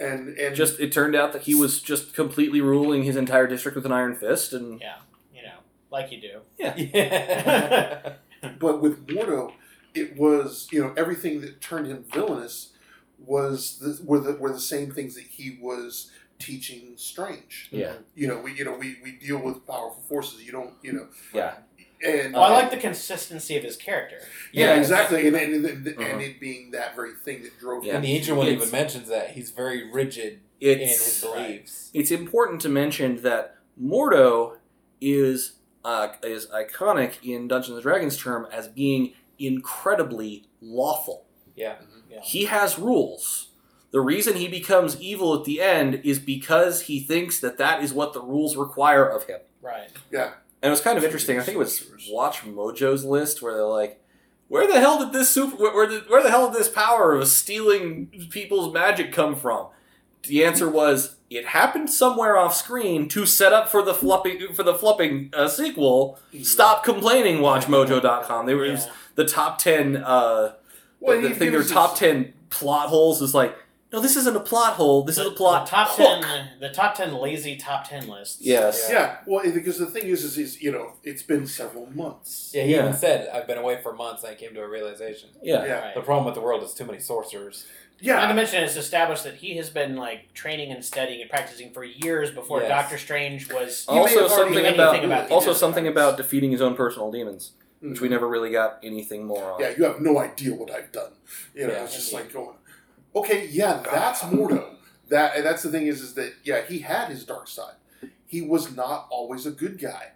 [SPEAKER 3] and and
[SPEAKER 1] Just it turned out that he was just completely ruling his entire district with an iron fist, and
[SPEAKER 2] You know, like you do.
[SPEAKER 4] yeah.
[SPEAKER 3] but with Mordo, it was you know everything that turned him villainous was the, were the were the same things that he was teaching Strange.
[SPEAKER 1] yeah,
[SPEAKER 3] You know, we you know we, we deal with powerful forces. You don't you know
[SPEAKER 1] yeah,
[SPEAKER 3] and
[SPEAKER 2] Well, Oh, I like the consistency of his character.
[SPEAKER 3] Yeah,
[SPEAKER 4] Yeah.
[SPEAKER 3] exactly. And, and, and,
[SPEAKER 1] Uh-huh.
[SPEAKER 3] and it being that very thing that drove
[SPEAKER 1] Yeah.
[SPEAKER 4] And
[SPEAKER 3] him.
[SPEAKER 4] the ancient one
[SPEAKER 1] It's-
[SPEAKER 4] even mentions that he's very rigid in his
[SPEAKER 1] it's
[SPEAKER 4] beliefs.
[SPEAKER 1] it's important to mention that Mordo is uh, is iconic in Dungeons and Dragons term as being incredibly lawful.
[SPEAKER 4] Yeah.
[SPEAKER 2] Yeah.
[SPEAKER 1] He has rules. The reason he becomes evil at the end is because he thinks that that is what the rules require of him.
[SPEAKER 2] Right.
[SPEAKER 1] And it was kind of interesting. I think it was Watch Mojo's list where they're like, "Where the hell did this super? Where, where did where the hell did this power of stealing people's magic come from?" The answer was it happened somewhere off screen to set up for the flupping for the flupping uh, sequel. Stop complaining, WatchMojo.com. They were it was
[SPEAKER 2] Yeah.
[SPEAKER 1] the top ten. Uh,
[SPEAKER 3] Well,
[SPEAKER 1] the
[SPEAKER 3] he
[SPEAKER 1] thing their
[SPEAKER 3] gives
[SPEAKER 1] top
[SPEAKER 3] us-
[SPEAKER 1] ten plot holes is like, no, this isn't a plot hole. This
[SPEAKER 2] The-
[SPEAKER 1] is a plot
[SPEAKER 2] the top
[SPEAKER 1] hook."
[SPEAKER 2] ten. The top ten lazy top ten lists.
[SPEAKER 1] Yes.
[SPEAKER 3] Yeah, well, and because the thing is, is, is you know, it's been several months.
[SPEAKER 4] Yeah, he
[SPEAKER 1] Yeah.
[SPEAKER 4] even said, I've been away for months and I came to a realization.
[SPEAKER 1] Yeah.
[SPEAKER 3] yeah,
[SPEAKER 2] Right.
[SPEAKER 4] The problem with the world is too many sorcerers.
[SPEAKER 2] Not to
[SPEAKER 3] yeah.
[SPEAKER 2] mention, it's established that he has been like training and studying and practicing for years before
[SPEAKER 4] Yes.
[SPEAKER 2] Doctor Strange was.
[SPEAKER 3] You may
[SPEAKER 1] also
[SPEAKER 3] have already
[SPEAKER 1] something
[SPEAKER 2] known
[SPEAKER 1] about,
[SPEAKER 2] anything about
[SPEAKER 1] also
[SPEAKER 3] demons.
[SPEAKER 1] something about defeating his own personal demons, which we
[SPEAKER 3] Mhm.
[SPEAKER 1] never really got anything more on.
[SPEAKER 3] Yeah, you have no idea what I've done. You know,
[SPEAKER 1] Yeah.
[SPEAKER 3] it's just like going, okay, yeah, that's Mordo. That and that's the thing is, is that yeah, he had his dark side. He was not always a good guy.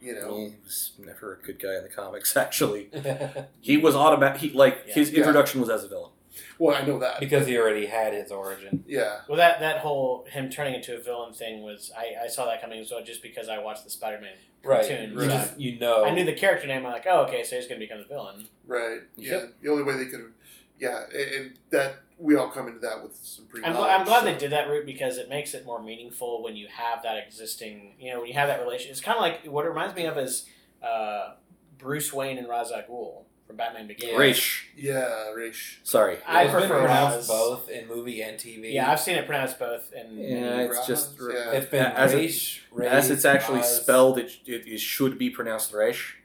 [SPEAKER 3] You know,
[SPEAKER 1] He was never a good guy in the comics. Actually,
[SPEAKER 4] because
[SPEAKER 1] he was automatic. He like
[SPEAKER 2] Yeah.
[SPEAKER 1] his
[SPEAKER 3] Yeah.
[SPEAKER 1] introduction was as a villain.
[SPEAKER 3] well, I know that.
[SPEAKER 4] he already had his origin.
[SPEAKER 3] Yeah,
[SPEAKER 2] Well, that that whole him turning into a villain thing was I, I saw that coming as well just because I watched the Spider Man.
[SPEAKER 4] Right.
[SPEAKER 2] Cartoon,
[SPEAKER 4] You,
[SPEAKER 3] right.
[SPEAKER 4] just, you
[SPEAKER 1] Oh.
[SPEAKER 4] know.
[SPEAKER 2] I knew the character name. I'm like, oh, okay, so he's gonna become a villain.
[SPEAKER 3] right. Yeah,
[SPEAKER 1] Yep.
[SPEAKER 3] the only way they could, yeah, and, and that we all come into that with some pre.
[SPEAKER 2] I'm, gl- I'm glad they did that route because it makes it more meaningful when you have that existing, you know, when you have that relation. It's kind of like what it reminds me of is uh, Bruce Wayne and Ra's al Ghul from Batman Begins.
[SPEAKER 1] Raish.
[SPEAKER 3] Yeah, Raish.
[SPEAKER 1] Sorry.
[SPEAKER 2] I
[SPEAKER 4] It's been
[SPEAKER 2] prefer Roz.
[SPEAKER 4] pronounced both in movie and TV.
[SPEAKER 2] Yeah, I've seen it pronounced both, and
[SPEAKER 1] Yeah, it's just
[SPEAKER 3] Yeah.
[SPEAKER 4] it's been
[SPEAKER 1] Uh, As it-
[SPEAKER 4] Raish,
[SPEAKER 1] as it's
[SPEAKER 4] Raish,
[SPEAKER 1] actually
[SPEAKER 4] Roz.
[SPEAKER 1] spelled. It, it, it should be pronounced Raish.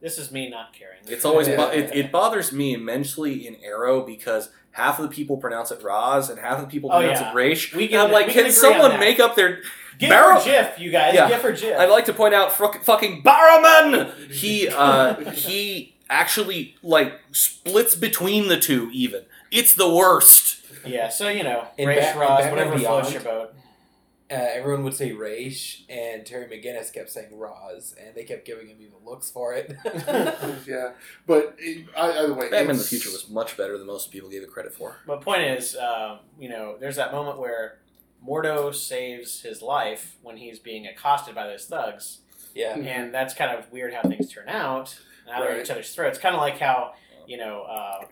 [SPEAKER 2] this is me not caring.
[SPEAKER 1] It's always bo-
[SPEAKER 3] Yeah.
[SPEAKER 1] it, it bothers me immensely in Arrow because half of the people pronounce it Raz and half of the people
[SPEAKER 2] Oh,
[SPEAKER 1] pronounce
[SPEAKER 2] yeah.
[SPEAKER 1] it Raish.
[SPEAKER 2] We
[SPEAKER 1] And I'm like,
[SPEAKER 2] we
[SPEAKER 1] can
[SPEAKER 2] agree on
[SPEAKER 1] someone
[SPEAKER 2] that.
[SPEAKER 1] make up their
[SPEAKER 2] give
[SPEAKER 1] Barrow-
[SPEAKER 2] her GIF, you guys?
[SPEAKER 1] Yeah.
[SPEAKER 2] Give her GIF.
[SPEAKER 1] I'd like to point out fuck- fucking Barrowman. He uh, he actually like splits between the two. Even it's the worst.
[SPEAKER 2] yeah. So you know,
[SPEAKER 4] In
[SPEAKER 2] race
[SPEAKER 4] Bat- in
[SPEAKER 2] Roz,
[SPEAKER 4] Batman
[SPEAKER 2] whatever floats
[SPEAKER 4] Beyond.
[SPEAKER 2] your boat.
[SPEAKER 4] uh, everyone would say Raish, and Terry McGinnis kept saying Roz, and they kept giving him evil looks for it.
[SPEAKER 3] yeah, but it, I- either way,
[SPEAKER 1] Batman: The
[SPEAKER 3] it's-
[SPEAKER 1] Future was much better than most people gave it credit for.
[SPEAKER 2] My point is, um, you know, there's that moment where Mordo saves his life when he's being accosted by those thugs,
[SPEAKER 4] yeah.
[SPEAKER 2] and that's kind of weird how things turn out. Now they're at
[SPEAKER 3] Right. Oh
[SPEAKER 2] each other's throats. Kind of like how you know, uh,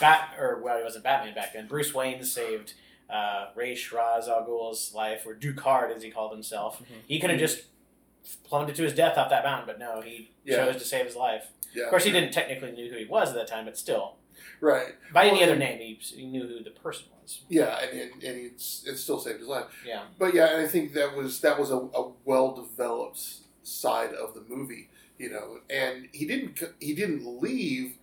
[SPEAKER 2] Bat or well, he wasn't Batman back then. Bruce Wayne saved uh, Raish Raz Al Ghul's life, or Ducard as he called himself.
[SPEAKER 3] Mm-hmm.
[SPEAKER 1] Mhm.
[SPEAKER 2] He could have just plummeted to his death off that mountain, but no, he
[SPEAKER 3] Yeah.
[SPEAKER 2] chose to save his life.
[SPEAKER 3] Yeah,
[SPEAKER 2] Of course, he didn't technically knew who he was at that time, but still,
[SPEAKER 3] Right.
[SPEAKER 2] by any
[SPEAKER 3] Well,
[SPEAKER 2] other
[SPEAKER 3] and-
[SPEAKER 2] name, he, he knew who the person was.
[SPEAKER 3] Yeah, and and, and it's, it still saved his life.
[SPEAKER 2] Yeah.
[SPEAKER 3] But yeah, and I think that was that was a, a well developed side of the movie, you know. And he didn't c- he didn't leave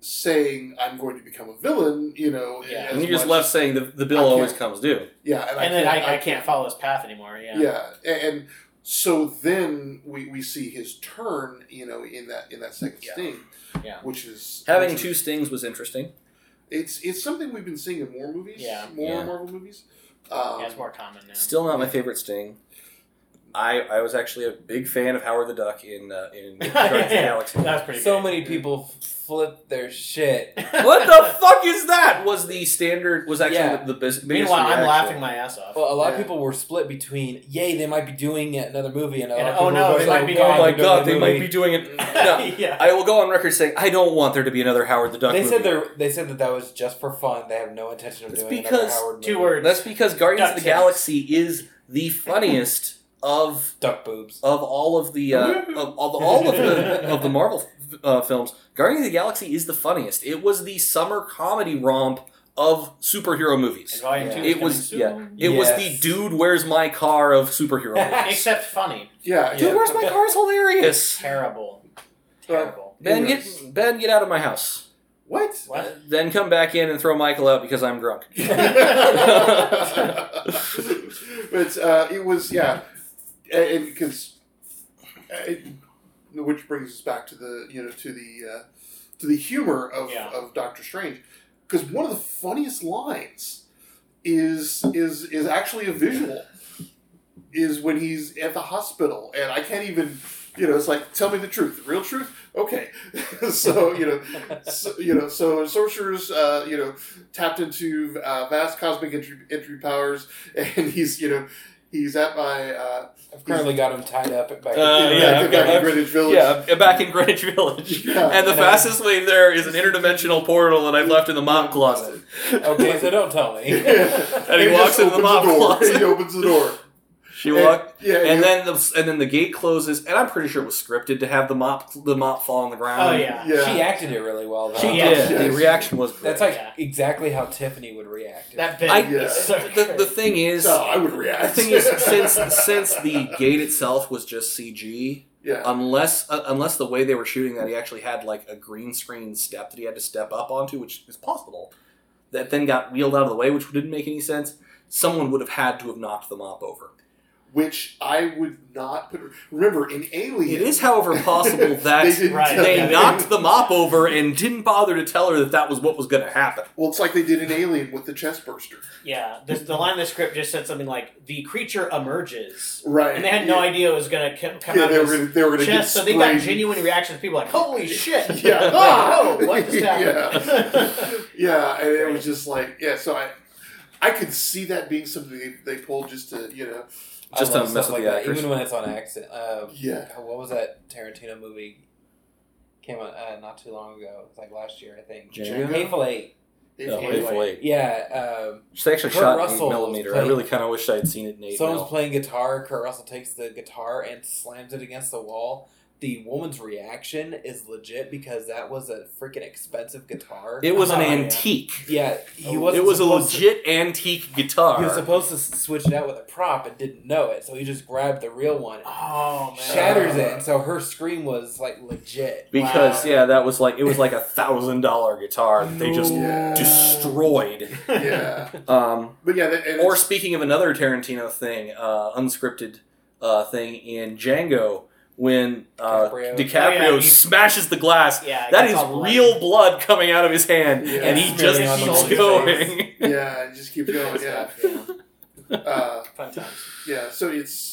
[SPEAKER 3] saying I'm going to become a villain, you know.
[SPEAKER 2] Yeah.
[SPEAKER 1] And
[SPEAKER 3] as
[SPEAKER 1] you just
[SPEAKER 3] much-
[SPEAKER 1] left saying the, the bill
[SPEAKER 3] I can't-
[SPEAKER 1] always comes due.
[SPEAKER 3] Yeah, and,
[SPEAKER 2] and
[SPEAKER 3] I
[SPEAKER 2] then
[SPEAKER 3] can't,
[SPEAKER 2] I, I can't follow his path anymore. Yeah.
[SPEAKER 3] Yeah, a- and so then we, we see his turn, you know, in that in that second
[SPEAKER 2] Yeah.
[SPEAKER 3] sting,
[SPEAKER 2] Yeah.
[SPEAKER 3] which is
[SPEAKER 1] Having
[SPEAKER 3] which is-
[SPEAKER 1] two stings was interesting.
[SPEAKER 3] It's it's something we've been seeing in more movies.
[SPEAKER 2] Yeah.
[SPEAKER 3] more
[SPEAKER 1] Yeah.
[SPEAKER 3] Marvel movies. Um,
[SPEAKER 2] Yeah, it's more common now.
[SPEAKER 1] Still not my favorite sting. I, I was actually a big fan of Howard the Duck in uh, in Guardians of the Galaxy.
[SPEAKER 2] that was pretty.
[SPEAKER 4] So
[SPEAKER 2] good.
[SPEAKER 4] many people f- flip their shit.
[SPEAKER 1] What the fuck is that? Was the standard was actually
[SPEAKER 4] Yeah.
[SPEAKER 1] the, the bis- biggest
[SPEAKER 2] Meanwhile, I'm
[SPEAKER 1] reaction.
[SPEAKER 2] laughing my ass off.
[SPEAKER 4] Well, a lot of
[SPEAKER 3] Yeah.
[SPEAKER 4] people were split between, yay, they might be doing another movie, and, a lot
[SPEAKER 2] And,
[SPEAKER 4] of
[SPEAKER 2] oh,
[SPEAKER 4] people
[SPEAKER 2] no,
[SPEAKER 4] were
[SPEAKER 2] they
[SPEAKER 4] just
[SPEAKER 2] might
[SPEAKER 4] like,
[SPEAKER 2] be
[SPEAKER 1] Oh
[SPEAKER 2] doing-
[SPEAKER 4] God,
[SPEAKER 1] my
[SPEAKER 4] they're doing
[SPEAKER 1] god,
[SPEAKER 4] a
[SPEAKER 1] they might
[SPEAKER 4] movie.
[SPEAKER 1] be doing it. No,
[SPEAKER 2] yeah.
[SPEAKER 1] I will go on record saying I don't want there to be another Howard the Duck.
[SPEAKER 4] They
[SPEAKER 1] movie.
[SPEAKER 4] said they are they said that that was just for fun. They have no intention of
[SPEAKER 1] It's
[SPEAKER 4] doing another
[SPEAKER 1] because
[SPEAKER 4] Howard
[SPEAKER 2] Two
[SPEAKER 4] movie.
[SPEAKER 2] words.
[SPEAKER 1] That's because Guardians of the
[SPEAKER 2] DuckTales.
[SPEAKER 1] Galaxy is the funniest of
[SPEAKER 4] duck boobs.
[SPEAKER 1] of all of the uh, of, of all of the of the Marvel uh, films. Guardians of the Galaxy is the funniest. It was the summer comedy romp of superhero
[SPEAKER 2] And
[SPEAKER 1] movies.
[SPEAKER 2] volume
[SPEAKER 4] Yeah.
[SPEAKER 2] two
[SPEAKER 1] It was-
[SPEAKER 2] coming
[SPEAKER 1] yeah.
[SPEAKER 2] soon.
[SPEAKER 1] It was the
[SPEAKER 4] Yes.
[SPEAKER 1] dude, where's my car of superhero movies.
[SPEAKER 2] Except funny.
[SPEAKER 3] yeah,
[SPEAKER 1] Dude,
[SPEAKER 3] yeah.
[SPEAKER 1] where's my car is hilarious.
[SPEAKER 2] Terrible. Terrible.
[SPEAKER 1] Ben,
[SPEAKER 3] Yes.
[SPEAKER 1] get Ben, get out of my house.
[SPEAKER 3] What?
[SPEAKER 2] What?
[SPEAKER 1] Then come back in and throw Michael out because I'm drunk.
[SPEAKER 3] but uh, it was yeah, and uh, because which brings us back to the you know to the uh, to the humor of,
[SPEAKER 2] Yeah.
[SPEAKER 3] of Doctor Strange, because one of the funniest lines is is is actually a visual, is when he's at the hospital and I can't even. You know, it's like, tell me the truth, the real truth. Okay, so you know, so, you know, so sorcerers, uh, you know, tapped into uh, vast cosmic entry, entry powers, and he's you know he's at my uh,
[SPEAKER 4] I've currently got them tied up at back.
[SPEAKER 1] Uh,
[SPEAKER 3] you know,
[SPEAKER 1] yeah, I've
[SPEAKER 3] back- back
[SPEAKER 1] got-
[SPEAKER 3] in
[SPEAKER 1] I've-
[SPEAKER 3] Greenwich Village.
[SPEAKER 1] Yeah, back in Greenwich Village.
[SPEAKER 3] Yeah.
[SPEAKER 1] And the
[SPEAKER 4] And I-
[SPEAKER 1] fastest way there is an interdimensional portal that I've left in the mop closet.
[SPEAKER 4] okay, so don't tell
[SPEAKER 1] And
[SPEAKER 4] me.
[SPEAKER 1] he
[SPEAKER 3] And
[SPEAKER 1] walks
[SPEAKER 3] just
[SPEAKER 1] into the
[SPEAKER 3] opens
[SPEAKER 1] mop
[SPEAKER 3] door.
[SPEAKER 1] closet.
[SPEAKER 3] He opens the door.
[SPEAKER 1] She
[SPEAKER 3] And-
[SPEAKER 1] walked,
[SPEAKER 3] yeah,
[SPEAKER 1] and
[SPEAKER 3] he-
[SPEAKER 1] then the and then the gate closes, and I'm pretty sure it was scripted to have the mop the mop fall on the ground.
[SPEAKER 2] Oh yeah.
[SPEAKER 3] yeah,
[SPEAKER 4] She acted it really well though.
[SPEAKER 1] she
[SPEAKER 2] Yeah.
[SPEAKER 1] did.
[SPEAKER 3] Yeah.
[SPEAKER 1] The reaction was great.
[SPEAKER 4] That's like
[SPEAKER 2] Yeah.
[SPEAKER 4] exactly how Tiffany would react.
[SPEAKER 2] That bit.
[SPEAKER 1] I,
[SPEAKER 3] Yeah.
[SPEAKER 2] is so
[SPEAKER 1] the, the
[SPEAKER 2] good.
[SPEAKER 1] thing is,
[SPEAKER 3] No, I would
[SPEAKER 1] the
[SPEAKER 3] react.
[SPEAKER 1] thing is, since since the gate itself was just CG,
[SPEAKER 3] yeah,
[SPEAKER 1] unless uh, unless the way they were shooting that he actually had like a green screen step that he had to step up onto, which is possible, that then got wheeled out of the way, which didn't make any sense. Someone would have had to have knocked the mop over.
[SPEAKER 3] which I would not put. Remember, in Alien,
[SPEAKER 1] It is, however, possible
[SPEAKER 3] they,
[SPEAKER 1] that
[SPEAKER 3] didn't
[SPEAKER 2] Right.
[SPEAKER 3] tell-
[SPEAKER 1] they knocked the mop over and didn't bother to tell her that that was what was going to happen.
[SPEAKER 3] Well, it's like they did in Alien with the chest burster,
[SPEAKER 2] yeah. The, the line of the script just said something like, "The creature emerges,"
[SPEAKER 3] right?
[SPEAKER 2] and they had no idea it was going to come, come
[SPEAKER 3] Yeah,
[SPEAKER 2] out
[SPEAKER 3] they
[SPEAKER 2] of
[SPEAKER 3] were
[SPEAKER 2] his
[SPEAKER 3] gonna, they were gonna
[SPEAKER 2] chest.
[SPEAKER 3] get
[SPEAKER 2] So they got
[SPEAKER 3] sprayed.
[SPEAKER 2] genuine reactions. People were like, "Holy shit!"
[SPEAKER 3] Yeah.
[SPEAKER 2] Oh, what just
[SPEAKER 3] Yeah.
[SPEAKER 2] happened?
[SPEAKER 3] Yeah, and it
[SPEAKER 2] Right.
[SPEAKER 3] was just like yeah. So I, I could see that being something they, they pulled just to you know
[SPEAKER 4] I
[SPEAKER 1] Just
[SPEAKER 4] love
[SPEAKER 1] to mess
[SPEAKER 4] stuff
[SPEAKER 1] with
[SPEAKER 4] like
[SPEAKER 1] the
[SPEAKER 4] that,
[SPEAKER 1] actors.
[SPEAKER 4] even when it's on accident. Uh,
[SPEAKER 3] yeah
[SPEAKER 4] God, what was that Tarantino movie? Came out uh, not too long ago. It's like last year, I think.
[SPEAKER 1] Django?
[SPEAKER 4] Hateful Eight.
[SPEAKER 1] No,
[SPEAKER 2] Yeah.
[SPEAKER 1] Hateful Eight.
[SPEAKER 4] Yeah. Um,
[SPEAKER 1] She actually
[SPEAKER 4] Kurt
[SPEAKER 1] shot in
[SPEAKER 4] Russell
[SPEAKER 1] eight
[SPEAKER 4] was
[SPEAKER 1] millimeter. I
[SPEAKER 4] playing-
[SPEAKER 1] really kind of wish I had seen it in eight
[SPEAKER 4] Someone's
[SPEAKER 1] mil.
[SPEAKER 4] playing guitar. Kurt Russell takes the guitar and slams it against the wall. The woman's reaction is legit because that was a freaking expensive guitar.
[SPEAKER 1] It was an
[SPEAKER 2] Oh, yeah.
[SPEAKER 1] antique.
[SPEAKER 4] yeah, he
[SPEAKER 3] Oh.
[SPEAKER 4] wasn't
[SPEAKER 1] it was a
[SPEAKER 4] supposed to-
[SPEAKER 1] legit antique guitar.
[SPEAKER 4] he was supposed to s- switch it out with a prop and didn't know it, so he just grabbed the real one,
[SPEAKER 2] Oh man.
[SPEAKER 4] shatters it, and so her scream was like legit.
[SPEAKER 1] because
[SPEAKER 2] Wow.
[SPEAKER 1] yeah, that was like it was like a thousand dollar guitar that they just
[SPEAKER 3] No.
[SPEAKER 1] destroyed.
[SPEAKER 3] yeah.
[SPEAKER 1] Um,
[SPEAKER 3] But yeah, that, and
[SPEAKER 1] or
[SPEAKER 3] it's-
[SPEAKER 1] speaking of another Tarantino thing, uh, unscripted uh, thing in Django when uh, DiCaprio,
[SPEAKER 4] DiCaprio.
[SPEAKER 2] Oh, yeah, he-
[SPEAKER 1] smashes the glass.
[SPEAKER 2] Yeah.
[SPEAKER 1] that
[SPEAKER 2] it's
[SPEAKER 1] is
[SPEAKER 2] all blood.
[SPEAKER 1] real blood coming out of his hand,
[SPEAKER 3] Yeah.
[SPEAKER 1] and he
[SPEAKER 4] Smearing
[SPEAKER 1] just
[SPEAKER 2] on the
[SPEAKER 1] keeps
[SPEAKER 2] whole
[SPEAKER 1] going.
[SPEAKER 4] face.
[SPEAKER 3] yeah, it just keeps going. Yeah,
[SPEAKER 4] Stuff, yeah.
[SPEAKER 3] uh,
[SPEAKER 2] Fun times.
[SPEAKER 3] yeah, so it's.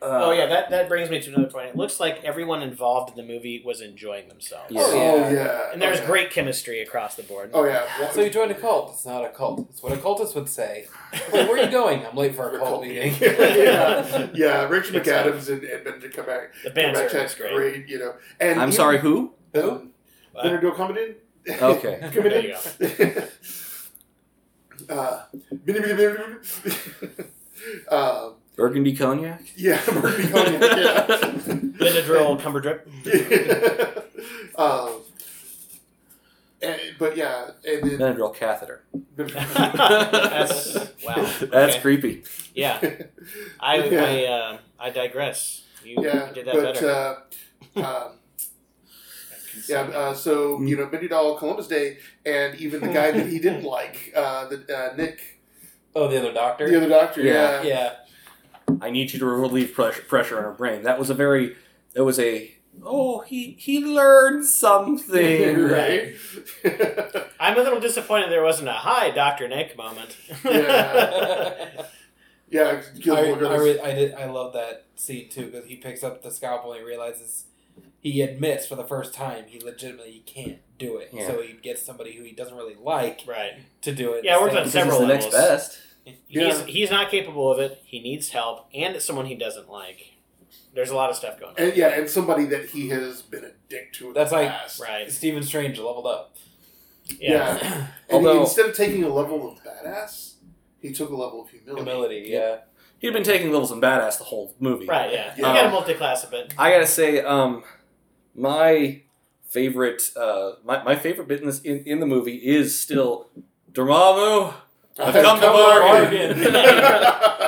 [SPEAKER 3] Uh,
[SPEAKER 2] oh yeah, that, that brings me to another point. It looks like everyone involved in the movie was enjoying themselves.
[SPEAKER 1] Yeah.
[SPEAKER 3] Oh yeah.
[SPEAKER 2] And there's
[SPEAKER 3] oh, yeah.
[SPEAKER 2] great chemistry across the board.
[SPEAKER 3] Oh yeah. Well,
[SPEAKER 4] So you joined a cult. It's not a cult. It's what a cultist would say. Hey, where are you going? I'm late for a cult meeting.
[SPEAKER 3] yeah, yeah. Rich
[SPEAKER 2] Exactly.
[SPEAKER 3] McAdams and, and Benedict Cumberbatch.
[SPEAKER 2] the banter
[SPEAKER 3] Cumberbatch
[SPEAKER 2] was
[SPEAKER 3] had
[SPEAKER 2] great.
[SPEAKER 3] great, you know. And
[SPEAKER 1] I'm
[SPEAKER 3] even-
[SPEAKER 1] sorry, who?
[SPEAKER 3] Who?
[SPEAKER 2] Wow.
[SPEAKER 3] Benedict Cumberbatch.
[SPEAKER 1] Okay.
[SPEAKER 2] There you
[SPEAKER 3] uh, um,
[SPEAKER 1] Burgundy cognac.
[SPEAKER 3] yeah, Murphy Cognac,
[SPEAKER 2] Benadryl, Cumberdrip.
[SPEAKER 3] yeah. um, and, but yeah, and then
[SPEAKER 1] Benadryl catheter.
[SPEAKER 2] That's wow.
[SPEAKER 1] That's
[SPEAKER 2] Oh, okay.
[SPEAKER 1] creepy.
[SPEAKER 2] yeah. I
[SPEAKER 3] Yeah.
[SPEAKER 2] I, uh, I digress. You
[SPEAKER 3] yeah,
[SPEAKER 2] did that
[SPEAKER 3] but
[SPEAKER 2] better.
[SPEAKER 3] uh, um, Yeah, uh, so you know, Mindy Doll, Columbus Day, and even the guy that he didn't like, uh, the, uh, Nick,
[SPEAKER 4] Oh, the other doctor.
[SPEAKER 3] the other doctor.
[SPEAKER 1] Yeah.
[SPEAKER 3] Yeah,
[SPEAKER 4] yeah.
[SPEAKER 1] I need you to relieve pressure, pressure on her brain. That was a very. That was a. Oh, he he learned something.
[SPEAKER 3] right.
[SPEAKER 2] I'm a little disappointed there wasn't a hi, Doctor Nick moment.
[SPEAKER 3] Yeah. yeah,
[SPEAKER 4] I,
[SPEAKER 3] Gilmore
[SPEAKER 4] I,
[SPEAKER 3] Girls.
[SPEAKER 4] re- I did. I love that scene too because he picks up the scalpel and he realizes he admits for the first time he legitimately can't do it.
[SPEAKER 1] Yeah.
[SPEAKER 4] So he gets somebody who he doesn't really like
[SPEAKER 2] right.
[SPEAKER 4] to do it.
[SPEAKER 2] Yeah, we're
[SPEAKER 4] instead.
[SPEAKER 1] Because
[SPEAKER 2] done.
[SPEAKER 1] it's
[SPEAKER 2] Several
[SPEAKER 1] the next
[SPEAKER 2] levels.
[SPEAKER 1] best.
[SPEAKER 2] He's he's not capable of it. He needs help, and it's someone he doesn't like. There's a lot of stuff going on.
[SPEAKER 3] and yeah, and somebody that he has been a dick to. In
[SPEAKER 4] That's
[SPEAKER 3] the
[SPEAKER 4] like-
[SPEAKER 3] past.
[SPEAKER 2] Right.
[SPEAKER 4] Stephen Strange leveled up.
[SPEAKER 2] Yeah.
[SPEAKER 3] And
[SPEAKER 1] Although-
[SPEAKER 3] he, instead of taking a level of badass, he took a level of humility.
[SPEAKER 4] Humility.
[SPEAKER 1] Yeah.
[SPEAKER 4] Yeah.
[SPEAKER 1] He'd been taking levels and badass the whole movie.
[SPEAKER 2] Right. Yeah. You
[SPEAKER 3] Um,
[SPEAKER 2] got a multi-class a bit.
[SPEAKER 1] I gotta say, um, my favorite, uh, my, my favorite bit in, this, in, in the movie is still Dormammu. I've
[SPEAKER 3] I've
[SPEAKER 1] come to
[SPEAKER 3] come
[SPEAKER 1] bargain.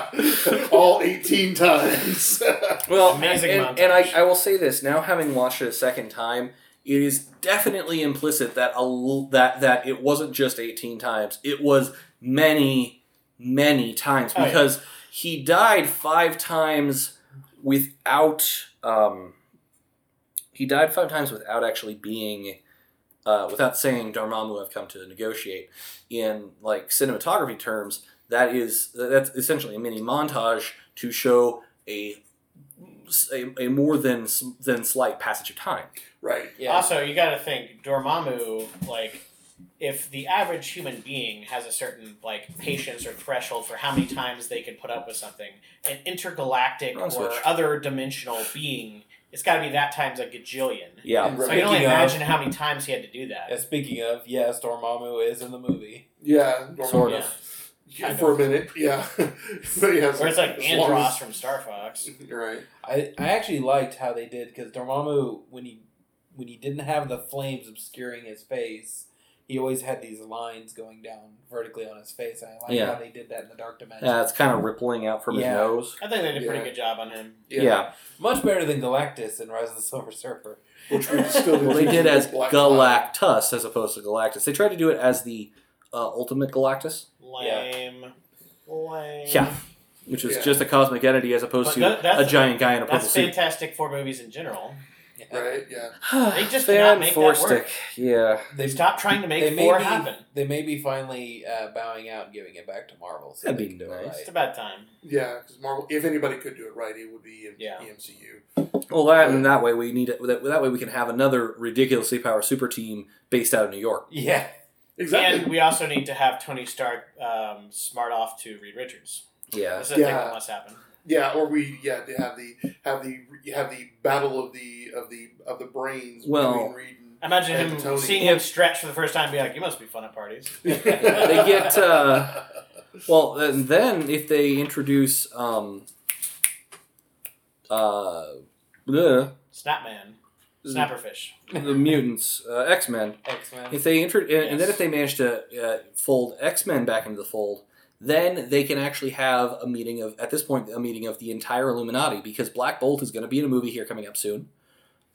[SPEAKER 3] All eighteen times.
[SPEAKER 1] Well,
[SPEAKER 2] Amazing
[SPEAKER 1] and,
[SPEAKER 2] montage.
[SPEAKER 1] and I, I will say this now, having watched it a second time, it is definitely implicit that a, l- that that it wasn't just eighteen times; it was many, many times
[SPEAKER 2] Oh, yeah.
[SPEAKER 1] because he died five times without. Um, he died five times without actually being. Uh, without saying Dormammu, I've come to negotiate. In like cinematography terms, that is that's essentially a mini montage to show a a, a more than than slight passage of time.
[SPEAKER 3] right.
[SPEAKER 4] Yeah.
[SPEAKER 2] Also, you got to think Dormammu. Like, if the average human being has a certain like patience or threshold for how many times they can put up with something, an intergalactic
[SPEAKER 1] Wrong
[SPEAKER 2] or
[SPEAKER 1] switch.
[SPEAKER 2] other dimensional being, it's got to be that times a gajillion.
[SPEAKER 1] Yeah,
[SPEAKER 4] And
[SPEAKER 2] So I can
[SPEAKER 4] speaking
[SPEAKER 2] only
[SPEAKER 4] of-
[SPEAKER 2] imagine how many times he had to do
[SPEAKER 4] Yeah,
[SPEAKER 2] that.
[SPEAKER 4] speaking of, yes, Dormammu is in the movie.
[SPEAKER 3] Yeah.
[SPEAKER 1] Sort
[SPEAKER 2] of.
[SPEAKER 3] Yeah, for a minute, yeah. but yeah,
[SPEAKER 2] Or it's like
[SPEAKER 3] as long
[SPEAKER 2] Andros
[SPEAKER 3] as-
[SPEAKER 2] from Star Fox.
[SPEAKER 3] You're right.
[SPEAKER 4] I, I actually liked how they did because Dormammu when he when he didn't have the flames obscuring his face, he always had these lines going down vertically on his face. And I like
[SPEAKER 1] Yeah.
[SPEAKER 4] how they did that in the dark dimension.
[SPEAKER 1] yeah, it's kind of rippling out from
[SPEAKER 4] Yeah.
[SPEAKER 1] his nose.
[SPEAKER 2] I think they did a pretty
[SPEAKER 3] Yeah.
[SPEAKER 2] good job on him.
[SPEAKER 1] Yeah,
[SPEAKER 4] Much better than Galactus in Rise of the Silver Surfer.
[SPEAKER 3] Which we still
[SPEAKER 1] well, they
[SPEAKER 3] do
[SPEAKER 1] did
[SPEAKER 3] with
[SPEAKER 1] as
[SPEAKER 3] Black Flag.
[SPEAKER 1] Galactus as opposed to Galactus. They tried to do it as the uh, ultimate Galactus,
[SPEAKER 2] Lame. Lame.
[SPEAKER 1] Yeah. which was
[SPEAKER 3] Yeah.
[SPEAKER 1] just a cosmic entity as opposed
[SPEAKER 2] But
[SPEAKER 1] to
[SPEAKER 2] that- that's-
[SPEAKER 1] a giant guy in a purple
[SPEAKER 2] That's
[SPEAKER 1] suit.
[SPEAKER 2] Fantastic Four movies in general.
[SPEAKER 4] Yeah.
[SPEAKER 3] Right. Yeah.
[SPEAKER 2] They just did not make that work.
[SPEAKER 1] Fantastic. Yeah,
[SPEAKER 4] They
[SPEAKER 2] Stop trying to make
[SPEAKER 4] they may
[SPEAKER 2] four
[SPEAKER 4] be-
[SPEAKER 2] happen.
[SPEAKER 4] They may be finally uh, bowing out and giving it back to Marvel. So
[SPEAKER 1] That'd
[SPEAKER 4] they
[SPEAKER 1] be
[SPEAKER 4] can go
[SPEAKER 1] nice.
[SPEAKER 2] It's
[SPEAKER 4] right.
[SPEAKER 2] about time.
[SPEAKER 3] Yeah. Because Marvel, if anybody could do it right, it would be E
[SPEAKER 2] Yeah.
[SPEAKER 3] EMCU.
[SPEAKER 1] well, that and that way we need it. That, that way we can have another ridiculously powered super team based out of New York.
[SPEAKER 4] Yeah,
[SPEAKER 3] Exactly.
[SPEAKER 2] And we also need to have Tony Stark um, smart off to Reed Richards.
[SPEAKER 1] Yeah,
[SPEAKER 2] That's the thing
[SPEAKER 3] Yeah.
[SPEAKER 2] that must happen.
[SPEAKER 3] yeah. Or we yeah to have the have the have the battle of the of the of the brains
[SPEAKER 1] Well-
[SPEAKER 3] between Reed and.
[SPEAKER 2] Imagine
[SPEAKER 3] And
[SPEAKER 2] him
[SPEAKER 3] Tony.
[SPEAKER 2] seeing him stretch for the first time, and be like, "You must be fun at parties."
[SPEAKER 1] they get. Uh, Well, and then if they introduce um, uh, bleh,
[SPEAKER 2] Snapman, Snapperfish.
[SPEAKER 1] the mutants, uh, X Men.
[SPEAKER 4] X Men.
[SPEAKER 1] If they intro- and, and then
[SPEAKER 2] Yes.
[SPEAKER 1] if they manage to uh, fold X Men back into the fold, then they can actually have a meeting of at this point a meeting of the entire Illuminati because Black Bolt is going to be in a movie here coming up soon.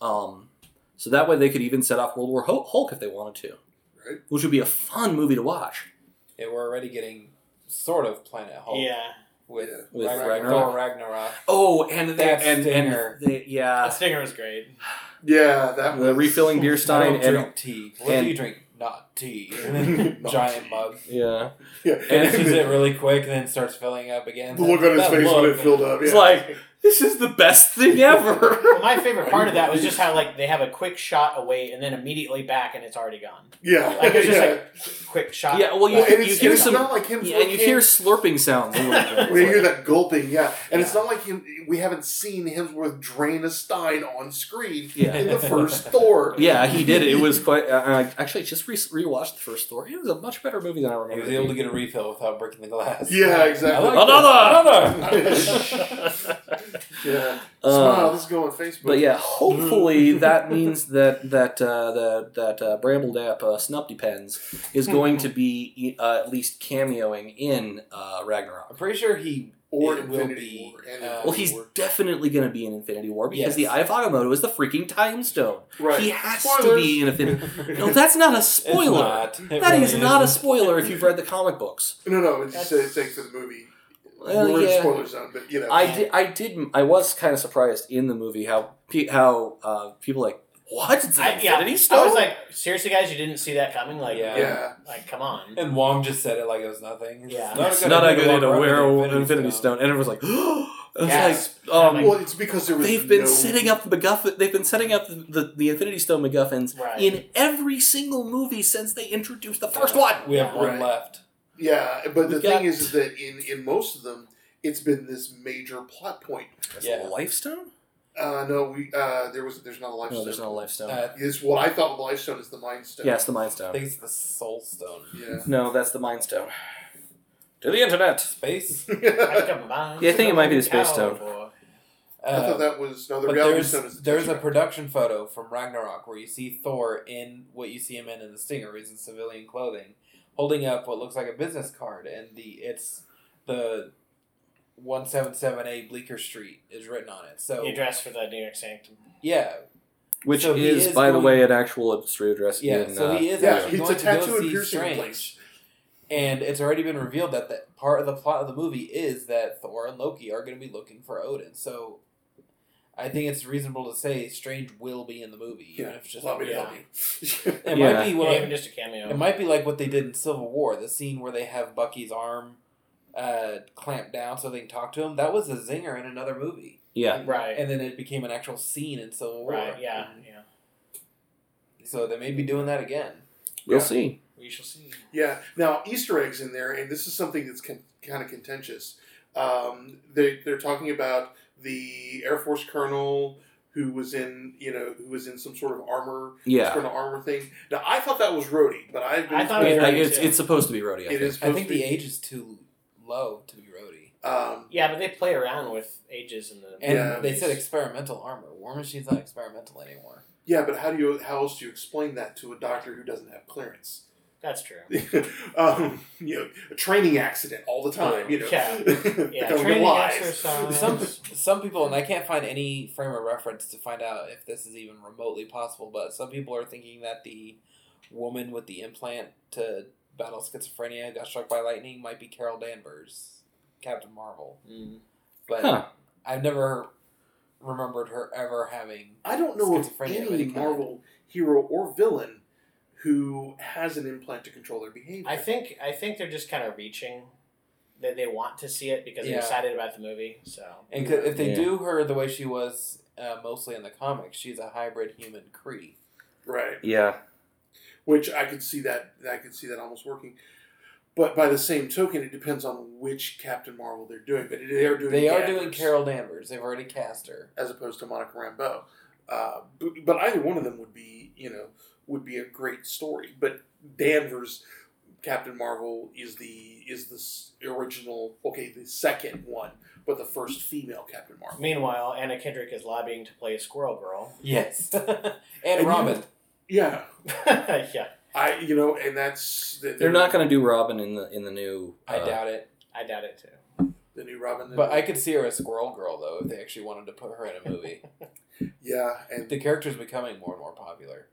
[SPEAKER 1] Um, so that way they could even set off World War Hul- Hulk if they wanted to,
[SPEAKER 3] Right.
[SPEAKER 1] which would be a fun movie to watch.
[SPEAKER 4] Yeah, we're already getting sort of Planet Hulk
[SPEAKER 2] Yeah,
[SPEAKER 4] with,
[SPEAKER 3] Yeah.
[SPEAKER 1] With
[SPEAKER 4] Ragnarok.
[SPEAKER 1] Ragnarok.
[SPEAKER 4] Thor Ragnarok.
[SPEAKER 1] Oh, and they,
[SPEAKER 4] That
[SPEAKER 1] and,
[SPEAKER 4] stinger.
[SPEAKER 1] and they, yeah.
[SPEAKER 2] that stinger was great.
[SPEAKER 3] yeah. That
[SPEAKER 1] The
[SPEAKER 3] was-
[SPEAKER 1] refilling beer
[SPEAKER 4] I
[SPEAKER 1] stein
[SPEAKER 4] don't
[SPEAKER 1] and
[SPEAKER 4] drink tea. What
[SPEAKER 1] and-
[SPEAKER 4] do you drink? Not tea. And then giant mug.
[SPEAKER 1] Yeah.
[SPEAKER 3] Yeah.
[SPEAKER 4] Empties it really quick and then starts filling up again.
[SPEAKER 3] The look on his
[SPEAKER 4] That
[SPEAKER 3] face when
[SPEAKER 4] look.
[SPEAKER 3] it filled up.
[SPEAKER 1] It's
[SPEAKER 3] yeah.
[SPEAKER 1] like- This is the best thing ever.
[SPEAKER 2] Well, my favorite part of that was just how like they have a quick shot away and then immediately back and it's already gone.
[SPEAKER 3] yeah,
[SPEAKER 2] Like it's just
[SPEAKER 3] yeah.
[SPEAKER 2] like quick shot.
[SPEAKER 1] Yeah, well, you-
[SPEAKER 3] Well, and it's,
[SPEAKER 1] hear
[SPEAKER 3] and it's
[SPEAKER 1] some-
[SPEAKER 3] not like him.
[SPEAKER 1] Yeah, and you hear slurping sounds a little bit. It's
[SPEAKER 3] We
[SPEAKER 1] like-
[SPEAKER 3] hear that gulping, yeah, and it's not like him, we haven't seen Hemsworth drain a stein on screen
[SPEAKER 1] Yeah.
[SPEAKER 3] in the first Thor.
[SPEAKER 1] Yeah, he did. it. It was quite. Uh, actually, I just re- rewatched the first Thor. It was a much better movie than I
[SPEAKER 4] He
[SPEAKER 1] remember.
[SPEAKER 4] was able to get a refill without breaking the glass.
[SPEAKER 3] Yeah, exactly.
[SPEAKER 4] I like this. Another.
[SPEAKER 1] Another.
[SPEAKER 3] yeah. Smile.
[SPEAKER 1] Uh,
[SPEAKER 3] This is going on Facebook.
[SPEAKER 1] but yeah, hopefully that means that that uh, that that uh, Brambledap uh, Snupty Pens
[SPEAKER 4] Hmm.
[SPEAKER 1] is going to be uh, at least cameoing in uh,
[SPEAKER 4] I'm
[SPEAKER 1] Ragnarok.
[SPEAKER 4] pretty sure he.
[SPEAKER 3] or
[SPEAKER 4] It will
[SPEAKER 3] Infinity
[SPEAKER 4] be,
[SPEAKER 3] War. And
[SPEAKER 4] uh,
[SPEAKER 3] Infinity
[SPEAKER 1] Well, he's
[SPEAKER 3] War.
[SPEAKER 1] definitely going to be in Infinity War because
[SPEAKER 4] Yes.
[SPEAKER 1] the Eye of Agamotto is the freaking Time Stone.
[SPEAKER 3] right.
[SPEAKER 1] He has to
[SPEAKER 3] Spoilers.
[SPEAKER 1] be in Infinity. No, that's not a spoiler.
[SPEAKER 4] It's not. It
[SPEAKER 1] That
[SPEAKER 4] really
[SPEAKER 1] is not a
[SPEAKER 4] isn't.
[SPEAKER 1] spoiler if you've read the comic books.
[SPEAKER 3] No, no, it's just a thing for the movie.
[SPEAKER 1] Well,
[SPEAKER 3] We're in
[SPEAKER 1] yeah.
[SPEAKER 3] spoiler zone, but you know,
[SPEAKER 1] I did, I did, I was kind of surprised in the movie how pe- how uh, people like what? It's an
[SPEAKER 2] I, yeah,
[SPEAKER 1] Infinity
[SPEAKER 2] I
[SPEAKER 1] Stone.
[SPEAKER 2] was like, seriously, guys, you didn't see that coming. Like,
[SPEAKER 4] Yeah.
[SPEAKER 3] yeah,
[SPEAKER 2] like come on.
[SPEAKER 4] And Wong just said it like it was nothing. It's
[SPEAKER 2] Yeah.
[SPEAKER 1] it's not a good
[SPEAKER 4] idea
[SPEAKER 1] idea to
[SPEAKER 4] walk
[SPEAKER 1] wear
[SPEAKER 4] around
[SPEAKER 1] an
[SPEAKER 4] with
[SPEAKER 1] Infinity, Stone. and everyone's like, it's
[SPEAKER 2] Yes.
[SPEAKER 1] like um,
[SPEAKER 2] Like,
[SPEAKER 3] well, it's because there was
[SPEAKER 1] they've been
[SPEAKER 3] no-
[SPEAKER 1] setting up the MacGuffin. They've been setting up the, the, the Infinity Stone MacGuffins
[SPEAKER 2] Right.
[SPEAKER 1] in every single movie since they introduced the first one.
[SPEAKER 4] We have one
[SPEAKER 3] Right.
[SPEAKER 4] left.
[SPEAKER 3] Yeah, but the
[SPEAKER 1] We got-
[SPEAKER 3] thing is, is that in in most of them, it's been this major plot point.
[SPEAKER 4] Yeah.
[SPEAKER 1] Lifestone?
[SPEAKER 3] Uh, no, we uh, there was there's not a life
[SPEAKER 1] No,
[SPEAKER 3] stone.
[SPEAKER 1] there's not a Lifestone.
[SPEAKER 4] Uh,
[SPEAKER 3] It's what I thought life stone is the mind stone.
[SPEAKER 1] yeah, it's the Mind
[SPEAKER 4] I
[SPEAKER 1] Stone.
[SPEAKER 4] think it's the Soul Stone.
[SPEAKER 3] Yeah.
[SPEAKER 1] No, that's the Mind Stone. To the internet.
[SPEAKER 4] Space.
[SPEAKER 2] Like, come on.
[SPEAKER 1] Yeah, I think it might be the Space
[SPEAKER 2] Cowboy.
[SPEAKER 3] I
[SPEAKER 4] Uh,
[SPEAKER 3] thought that was no. The
[SPEAKER 4] but
[SPEAKER 3] reality
[SPEAKER 4] there's,
[SPEAKER 3] stone is the
[SPEAKER 4] there's a
[SPEAKER 3] picture.
[SPEAKER 4] production photo from Ragnarok where you see Thor in what you see him in in the Stinger. He's in civilian clothing, holding up what looks like a business card, and the it's the one seven seven eight Bleecker Street is written on it. So
[SPEAKER 2] The address for the New York Sanctum.
[SPEAKER 4] yeah,
[SPEAKER 1] Which
[SPEAKER 4] So he
[SPEAKER 1] is,
[SPEAKER 4] is
[SPEAKER 1] by the
[SPEAKER 4] going-
[SPEAKER 1] way, an actual street address.
[SPEAKER 4] yeah.
[SPEAKER 1] in,
[SPEAKER 4] so
[SPEAKER 1] uh,
[SPEAKER 4] he is
[SPEAKER 3] yeah,
[SPEAKER 4] actually
[SPEAKER 3] it's
[SPEAKER 4] going
[SPEAKER 3] a
[SPEAKER 4] to go
[SPEAKER 3] tattoo and
[SPEAKER 4] see
[SPEAKER 3] piercing
[SPEAKER 4] Strange.
[SPEAKER 3] place.
[SPEAKER 4] And it's already been revealed that the part of the plot of the movie is that Thor and Loki are going to be looking for Odin. So I think it's reasonable to say Strange will be in the movie, even
[SPEAKER 3] Yeah.
[SPEAKER 4] if it's just
[SPEAKER 3] Allow me to
[SPEAKER 2] yeah.
[SPEAKER 3] help you.
[SPEAKER 4] It
[SPEAKER 1] Yeah.
[SPEAKER 4] might be
[SPEAKER 2] Yeah, even
[SPEAKER 4] what
[SPEAKER 2] just a cameo.
[SPEAKER 4] it might be like what they did in Civil War, the scene where they have Bucky's arm uh, clamped down so they can talk to him. That was a zinger in another movie,
[SPEAKER 1] yeah,
[SPEAKER 2] right.
[SPEAKER 4] and then it became an actual scene in Civil War. Mm-hmm.
[SPEAKER 2] right. Yeah. Yeah.
[SPEAKER 4] So they may be doing that again.
[SPEAKER 1] we'll
[SPEAKER 3] Yeah.
[SPEAKER 1] see.
[SPEAKER 2] We shall see.
[SPEAKER 3] Yeah. Now Easter eggs in there, and this is something that's con- kind of contentious. Um, they they're talking about the Air Force colonel who was in you know who was in some sort of armor
[SPEAKER 1] Yeah,
[SPEAKER 3] colonel armor thing. Now I thought that was Rhodey, but I've been
[SPEAKER 2] I thought
[SPEAKER 1] I- I-
[SPEAKER 2] it was
[SPEAKER 3] told-
[SPEAKER 2] Rhodey,
[SPEAKER 1] it's
[SPEAKER 2] too.
[SPEAKER 1] it's supposed to be Rhodey. I
[SPEAKER 3] it
[SPEAKER 1] think.
[SPEAKER 3] is.
[SPEAKER 4] I think the
[SPEAKER 3] supposed
[SPEAKER 4] age is too low to be Rhodey.
[SPEAKER 3] to be- um,
[SPEAKER 2] Yeah, but they play around with ages in the.
[SPEAKER 4] And
[SPEAKER 3] Yeah.
[SPEAKER 4] they said experimental armor. War Machine's not experimental anymore.
[SPEAKER 3] yeah, but how do you how else do you explain that to a doctor who doesn't have clearance?
[SPEAKER 2] That's true.
[SPEAKER 3] um, you know, a training accident all the time. You know,
[SPEAKER 2] Yeah. Yeah,
[SPEAKER 3] Becoming
[SPEAKER 2] training
[SPEAKER 3] alive.
[SPEAKER 2] exercise.
[SPEAKER 4] Some some people, and I can't find any frame of reference to find out if this is even remotely possible. But some people are thinking that the woman with the implant to battle schizophrenia got struck by lightning might be Carol Danvers, Captain Marvel.
[SPEAKER 2] Mm.
[SPEAKER 4] But
[SPEAKER 1] Huh.
[SPEAKER 4] I've never remembered her ever having.
[SPEAKER 3] I don't know of
[SPEAKER 4] Schizophrenia of any
[SPEAKER 3] any
[SPEAKER 4] kind.
[SPEAKER 3] Marvel hero or villain who has an implant to control their behavior.
[SPEAKER 2] I think I think they're just kind of reaching that they want to see it because
[SPEAKER 4] Yeah.
[SPEAKER 2] they're excited about the movie. So
[SPEAKER 4] And 'cause if they
[SPEAKER 1] Yeah.
[SPEAKER 4] do her the way she was uh, mostly in the comics, she's a hybrid human Cree.
[SPEAKER 3] right,
[SPEAKER 1] Yeah,
[SPEAKER 3] which I could see that I could see that almost working. But by the same token, it depends on which Captain Marvel they're doing. But they are doing
[SPEAKER 4] They are
[SPEAKER 3] Danvers
[SPEAKER 4] doing Carol Danvers. They've already cast her.
[SPEAKER 3] as opposed to Monica Rambeau. Uh, but, but either one of them would be you know would be a great story. But Danvers Captain Marvel is the is the s- original okay the second one, but the first female Captain Marvel.
[SPEAKER 2] meanwhile, Anna Kendrick is lobbying to play Squirrel Girl.
[SPEAKER 4] Yes. and,
[SPEAKER 3] you-
[SPEAKER 4] Robin.
[SPEAKER 3] Yeah,
[SPEAKER 2] yeah,
[SPEAKER 3] I you know, and that's the,
[SPEAKER 1] they're not going to do Robin in the in the new.
[SPEAKER 4] I
[SPEAKER 1] uh,
[SPEAKER 4] doubt it.
[SPEAKER 2] I doubt it too.
[SPEAKER 3] the new Robin.
[SPEAKER 4] But I could see her as Squirrel Girl though, if they actually wanted to put her in a movie.
[SPEAKER 3] yeah, and
[SPEAKER 4] the character's becoming more and more popular.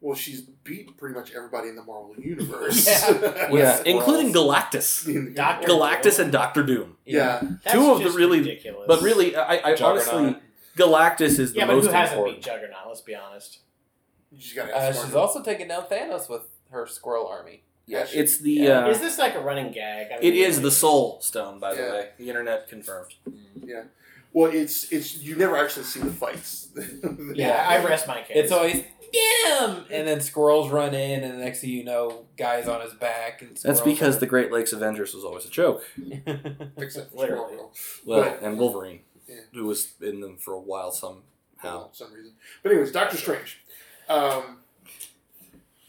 [SPEAKER 3] well, she's beat pretty much everybody in the Marvel universe.
[SPEAKER 4] Yeah.
[SPEAKER 3] yeah.
[SPEAKER 4] With
[SPEAKER 1] Yeah,
[SPEAKER 4] squirrels.
[SPEAKER 1] including Galactus,
[SPEAKER 2] Doctor
[SPEAKER 1] Galactus, and Doctor Doom.
[SPEAKER 2] That's
[SPEAKER 1] Two of the
[SPEAKER 2] just
[SPEAKER 1] really-
[SPEAKER 2] ridiculous.
[SPEAKER 1] But really, I, I honestly,
[SPEAKER 4] Juggernaut.
[SPEAKER 1] Galactus is the
[SPEAKER 2] yeah, but
[SPEAKER 1] most
[SPEAKER 2] who hasn't
[SPEAKER 1] important.
[SPEAKER 2] beat Juggernaut? Let's be honest.
[SPEAKER 3] You just gotta
[SPEAKER 4] Uh,
[SPEAKER 3] ask
[SPEAKER 4] she's
[SPEAKER 3] Marvel.
[SPEAKER 4] also taking down Thanos with her squirrel army.
[SPEAKER 1] Yeah,
[SPEAKER 3] Yes.
[SPEAKER 1] it's the.
[SPEAKER 4] Yeah.
[SPEAKER 1] Uh,
[SPEAKER 2] Is this like a running gag? I
[SPEAKER 1] it
[SPEAKER 2] mean,
[SPEAKER 1] is the Soul Stone, by the
[SPEAKER 3] Yeah.
[SPEAKER 1] way. The internet confirmed.
[SPEAKER 3] Well, it's it's you never actually see the fights.
[SPEAKER 2] Yeah,
[SPEAKER 4] Yeah.
[SPEAKER 2] I rest my case.
[SPEAKER 4] It's always damn, and then squirrels run in, and the next thing you know, guys on his back. And
[SPEAKER 1] That's because the Great Lakes Avengers was always a joke.
[SPEAKER 4] the
[SPEAKER 3] Except for
[SPEAKER 2] Literally.
[SPEAKER 3] Marvel.
[SPEAKER 1] Well,
[SPEAKER 3] Right.
[SPEAKER 1] and Wolverine,
[SPEAKER 3] Yeah.
[SPEAKER 1] who was in them for a while somehow.
[SPEAKER 3] for some reason. But anyways, Doctor Strange. Um,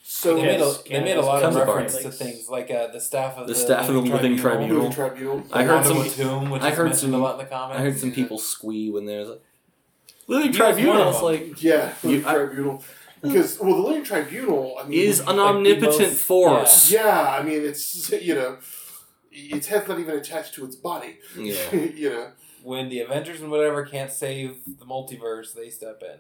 [SPEAKER 3] so
[SPEAKER 4] they
[SPEAKER 2] Yes.
[SPEAKER 4] made a, they made a lot of
[SPEAKER 1] Comes apart.
[SPEAKER 4] reference to things like uh, the staff of
[SPEAKER 1] The
[SPEAKER 4] the,
[SPEAKER 1] staff of the Living Tribunal.
[SPEAKER 3] Moving tribunal.
[SPEAKER 1] I heard
[SPEAKER 4] Honorable
[SPEAKER 1] some-
[SPEAKER 4] Tomb, which
[SPEAKER 1] I
[SPEAKER 4] is
[SPEAKER 1] heard some-
[SPEAKER 4] mentioned a lot in the comments.
[SPEAKER 1] I heard some
[SPEAKER 4] Yeah.
[SPEAKER 1] people squee when there's like, Living
[SPEAKER 4] He was one
[SPEAKER 1] Tribunal.
[SPEAKER 4] of
[SPEAKER 1] It's
[SPEAKER 4] them.
[SPEAKER 1] like
[SPEAKER 3] Yeah,
[SPEAKER 1] You-
[SPEAKER 3] Living
[SPEAKER 1] I-
[SPEAKER 3] tribunal. Because well, the Living Tribunal. I mean,
[SPEAKER 1] is an
[SPEAKER 4] the
[SPEAKER 1] omnipotent
[SPEAKER 4] most-
[SPEAKER 1] force.
[SPEAKER 3] yeah. I mean, it's you know, its head's not even attached to its body.
[SPEAKER 1] Yeah.
[SPEAKER 3] you know.
[SPEAKER 4] when the Avengers and whatever can't save the multiverse, they step in.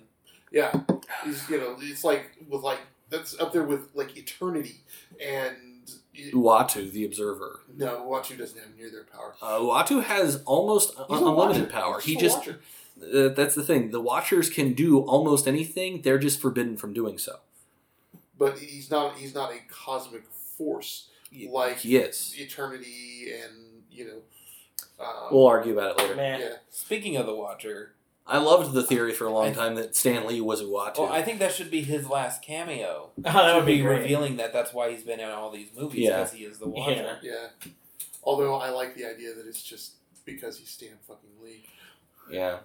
[SPEAKER 3] Yeah, it's, you know, it's like with like that's up there with like eternity and it,
[SPEAKER 1] Uatu, the Observer.
[SPEAKER 3] no, Watu doesn't have near their power.
[SPEAKER 1] Uh, Uatu has almost un-
[SPEAKER 3] He's a
[SPEAKER 1] unlimited
[SPEAKER 3] watcher.
[SPEAKER 1] power.
[SPEAKER 3] He's
[SPEAKER 1] He
[SPEAKER 3] a
[SPEAKER 1] just
[SPEAKER 3] watcher.
[SPEAKER 1] uh, that's the thing. The Watchers can do almost anything. They're just forbidden from doing so.
[SPEAKER 3] but he's not he's not a cosmic force
[SPEAKER 1] Y-
[SPEAKER 3] like
[SPEAKER 1] He is.
[SPEAKER 3] eternity and you know. Um,
[SPEAKER 1] We'll argue about it later.
[SPEAKER 2] Meh.
[SPEAKER 3] yeah,
[SPEAKER 4] Speaking of the Watcher,
[SPEAKER 1] I loved the theory for a long
[SPEAKER 4] I-
[SPEAKER 1] time that Stan Lee was Uatu.
[SPEAKER 4] well, Oh, I think that should be his last cameo.
[SPEAKER 2] Oh, that
[SPEAKER 4] should
[SPEAKER 2] would
[SPEAKER 4] be
[SPEAKER 2] be great.
[SPEAKER 4] revealing that that's why he's been in all these movies
[SPEAKER 1] Yeah.
[SPEAKER 4] because he is the Watcher.
[SPEAKER 2] Yeah.
[SPEAKER 3] yeah. Although I like the idea that it's just because he's Stan fucking Lee.
[SPEAKER 1] yeah.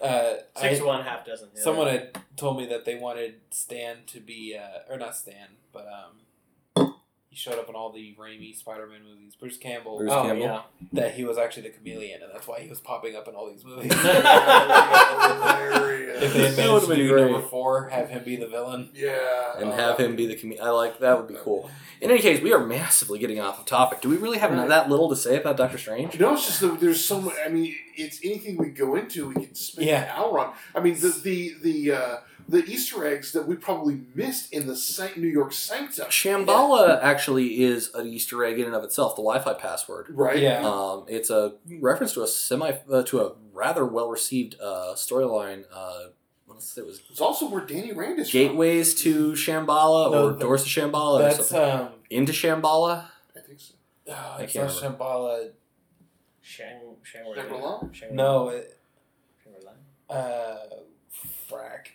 [SPEAKER 4] Uh,
[SPEAKER 2] Six
[SPEAKER 4] I-
[SPEAKER 2] of one, half dozen. the other.
[SPEAKER 4] someone had told me that they wanted Stan to be, uh, or not Stan, but um, he showed up in all the Raimi Spider-Man movies. Bruce Campbell, um,
[SPEAKER 1] Bruce
[SPEAKER 2] Oh
[SPEAKER 1] Campbell.
[SPEAKER 2] yeah.
[SPEAKER 4] that he was actually the chameleon, and that's why he was popping up in all these movies. if they
[SPEAKER 3] Hilarious.
[SPEAKER 4] had
[SPEAKER 1] That would've
[SPEAKER 4] managed to
[SPEAKER 1] been
[SPEAKER 4] do number
[SPEAKER 1] great.
[SPEAKER 4] four, have him be the villain.
[SPEAKER 3] yeah,
[SPEAKER 1] And
[SPEAKER 3] uh,
[SPEAKER 1] have him be the comedian. I like that would be cool. In any case, we are massively getting off of topic. Do we really have
[SPEAKER 3] Right.
[SPEAKER 1] that little to say about Doctor Strange?
[SPEAKER 3] No, it's just that there's so much. I mean, it's anything we go into, we can spend an
[SPEAKER 4] Yeah.
[SPEAKER 3] hour on. I mean, the the the uh, the Easter eggs that we probably missed in the San- New York Sanctum,
[SPEAKER 1] Shambhala actually is an Easter egg in and of itself. The Wi-Fi password.
[SPEAKER 3] right?
[SPEAKER 4] Yeah.
[SPEAKER 1] Um, it's a reference to a semi uh, to a rather well received uh, storyline. Uh, what else it was
[SPEAKER 3] It's also where Danny Rand is
[SPEAKER 1] gateways to Shambhala
[SPEAKER 4] No,
[SPEAKER 1] or
[SPEAKER 4] the-
[SPEAKER 1] doors to Shambhala or
[SPEAKER 4] That's
[SPEAKER 1] something.
[SPEAKER 4] um,
[SPEAKER 1] Into Shambhala.
[SPEAKER 3] From. I think so.
[SPEAKER 4] oh,
[SPEAKER 1] I
[SPEAKER 4] it's
[SPEAKER 1] can't
[SPEAKER 4] not Shambhala.
[SPEAKER 2] Shang Shang
[SPEAKER 3] Shangri-La?
[SPEAKER 2] Shang
[SPEAKER 4] No, it,
[SPEAKER 2] Shangri-La.
[SPEAKER 4] uh, frack.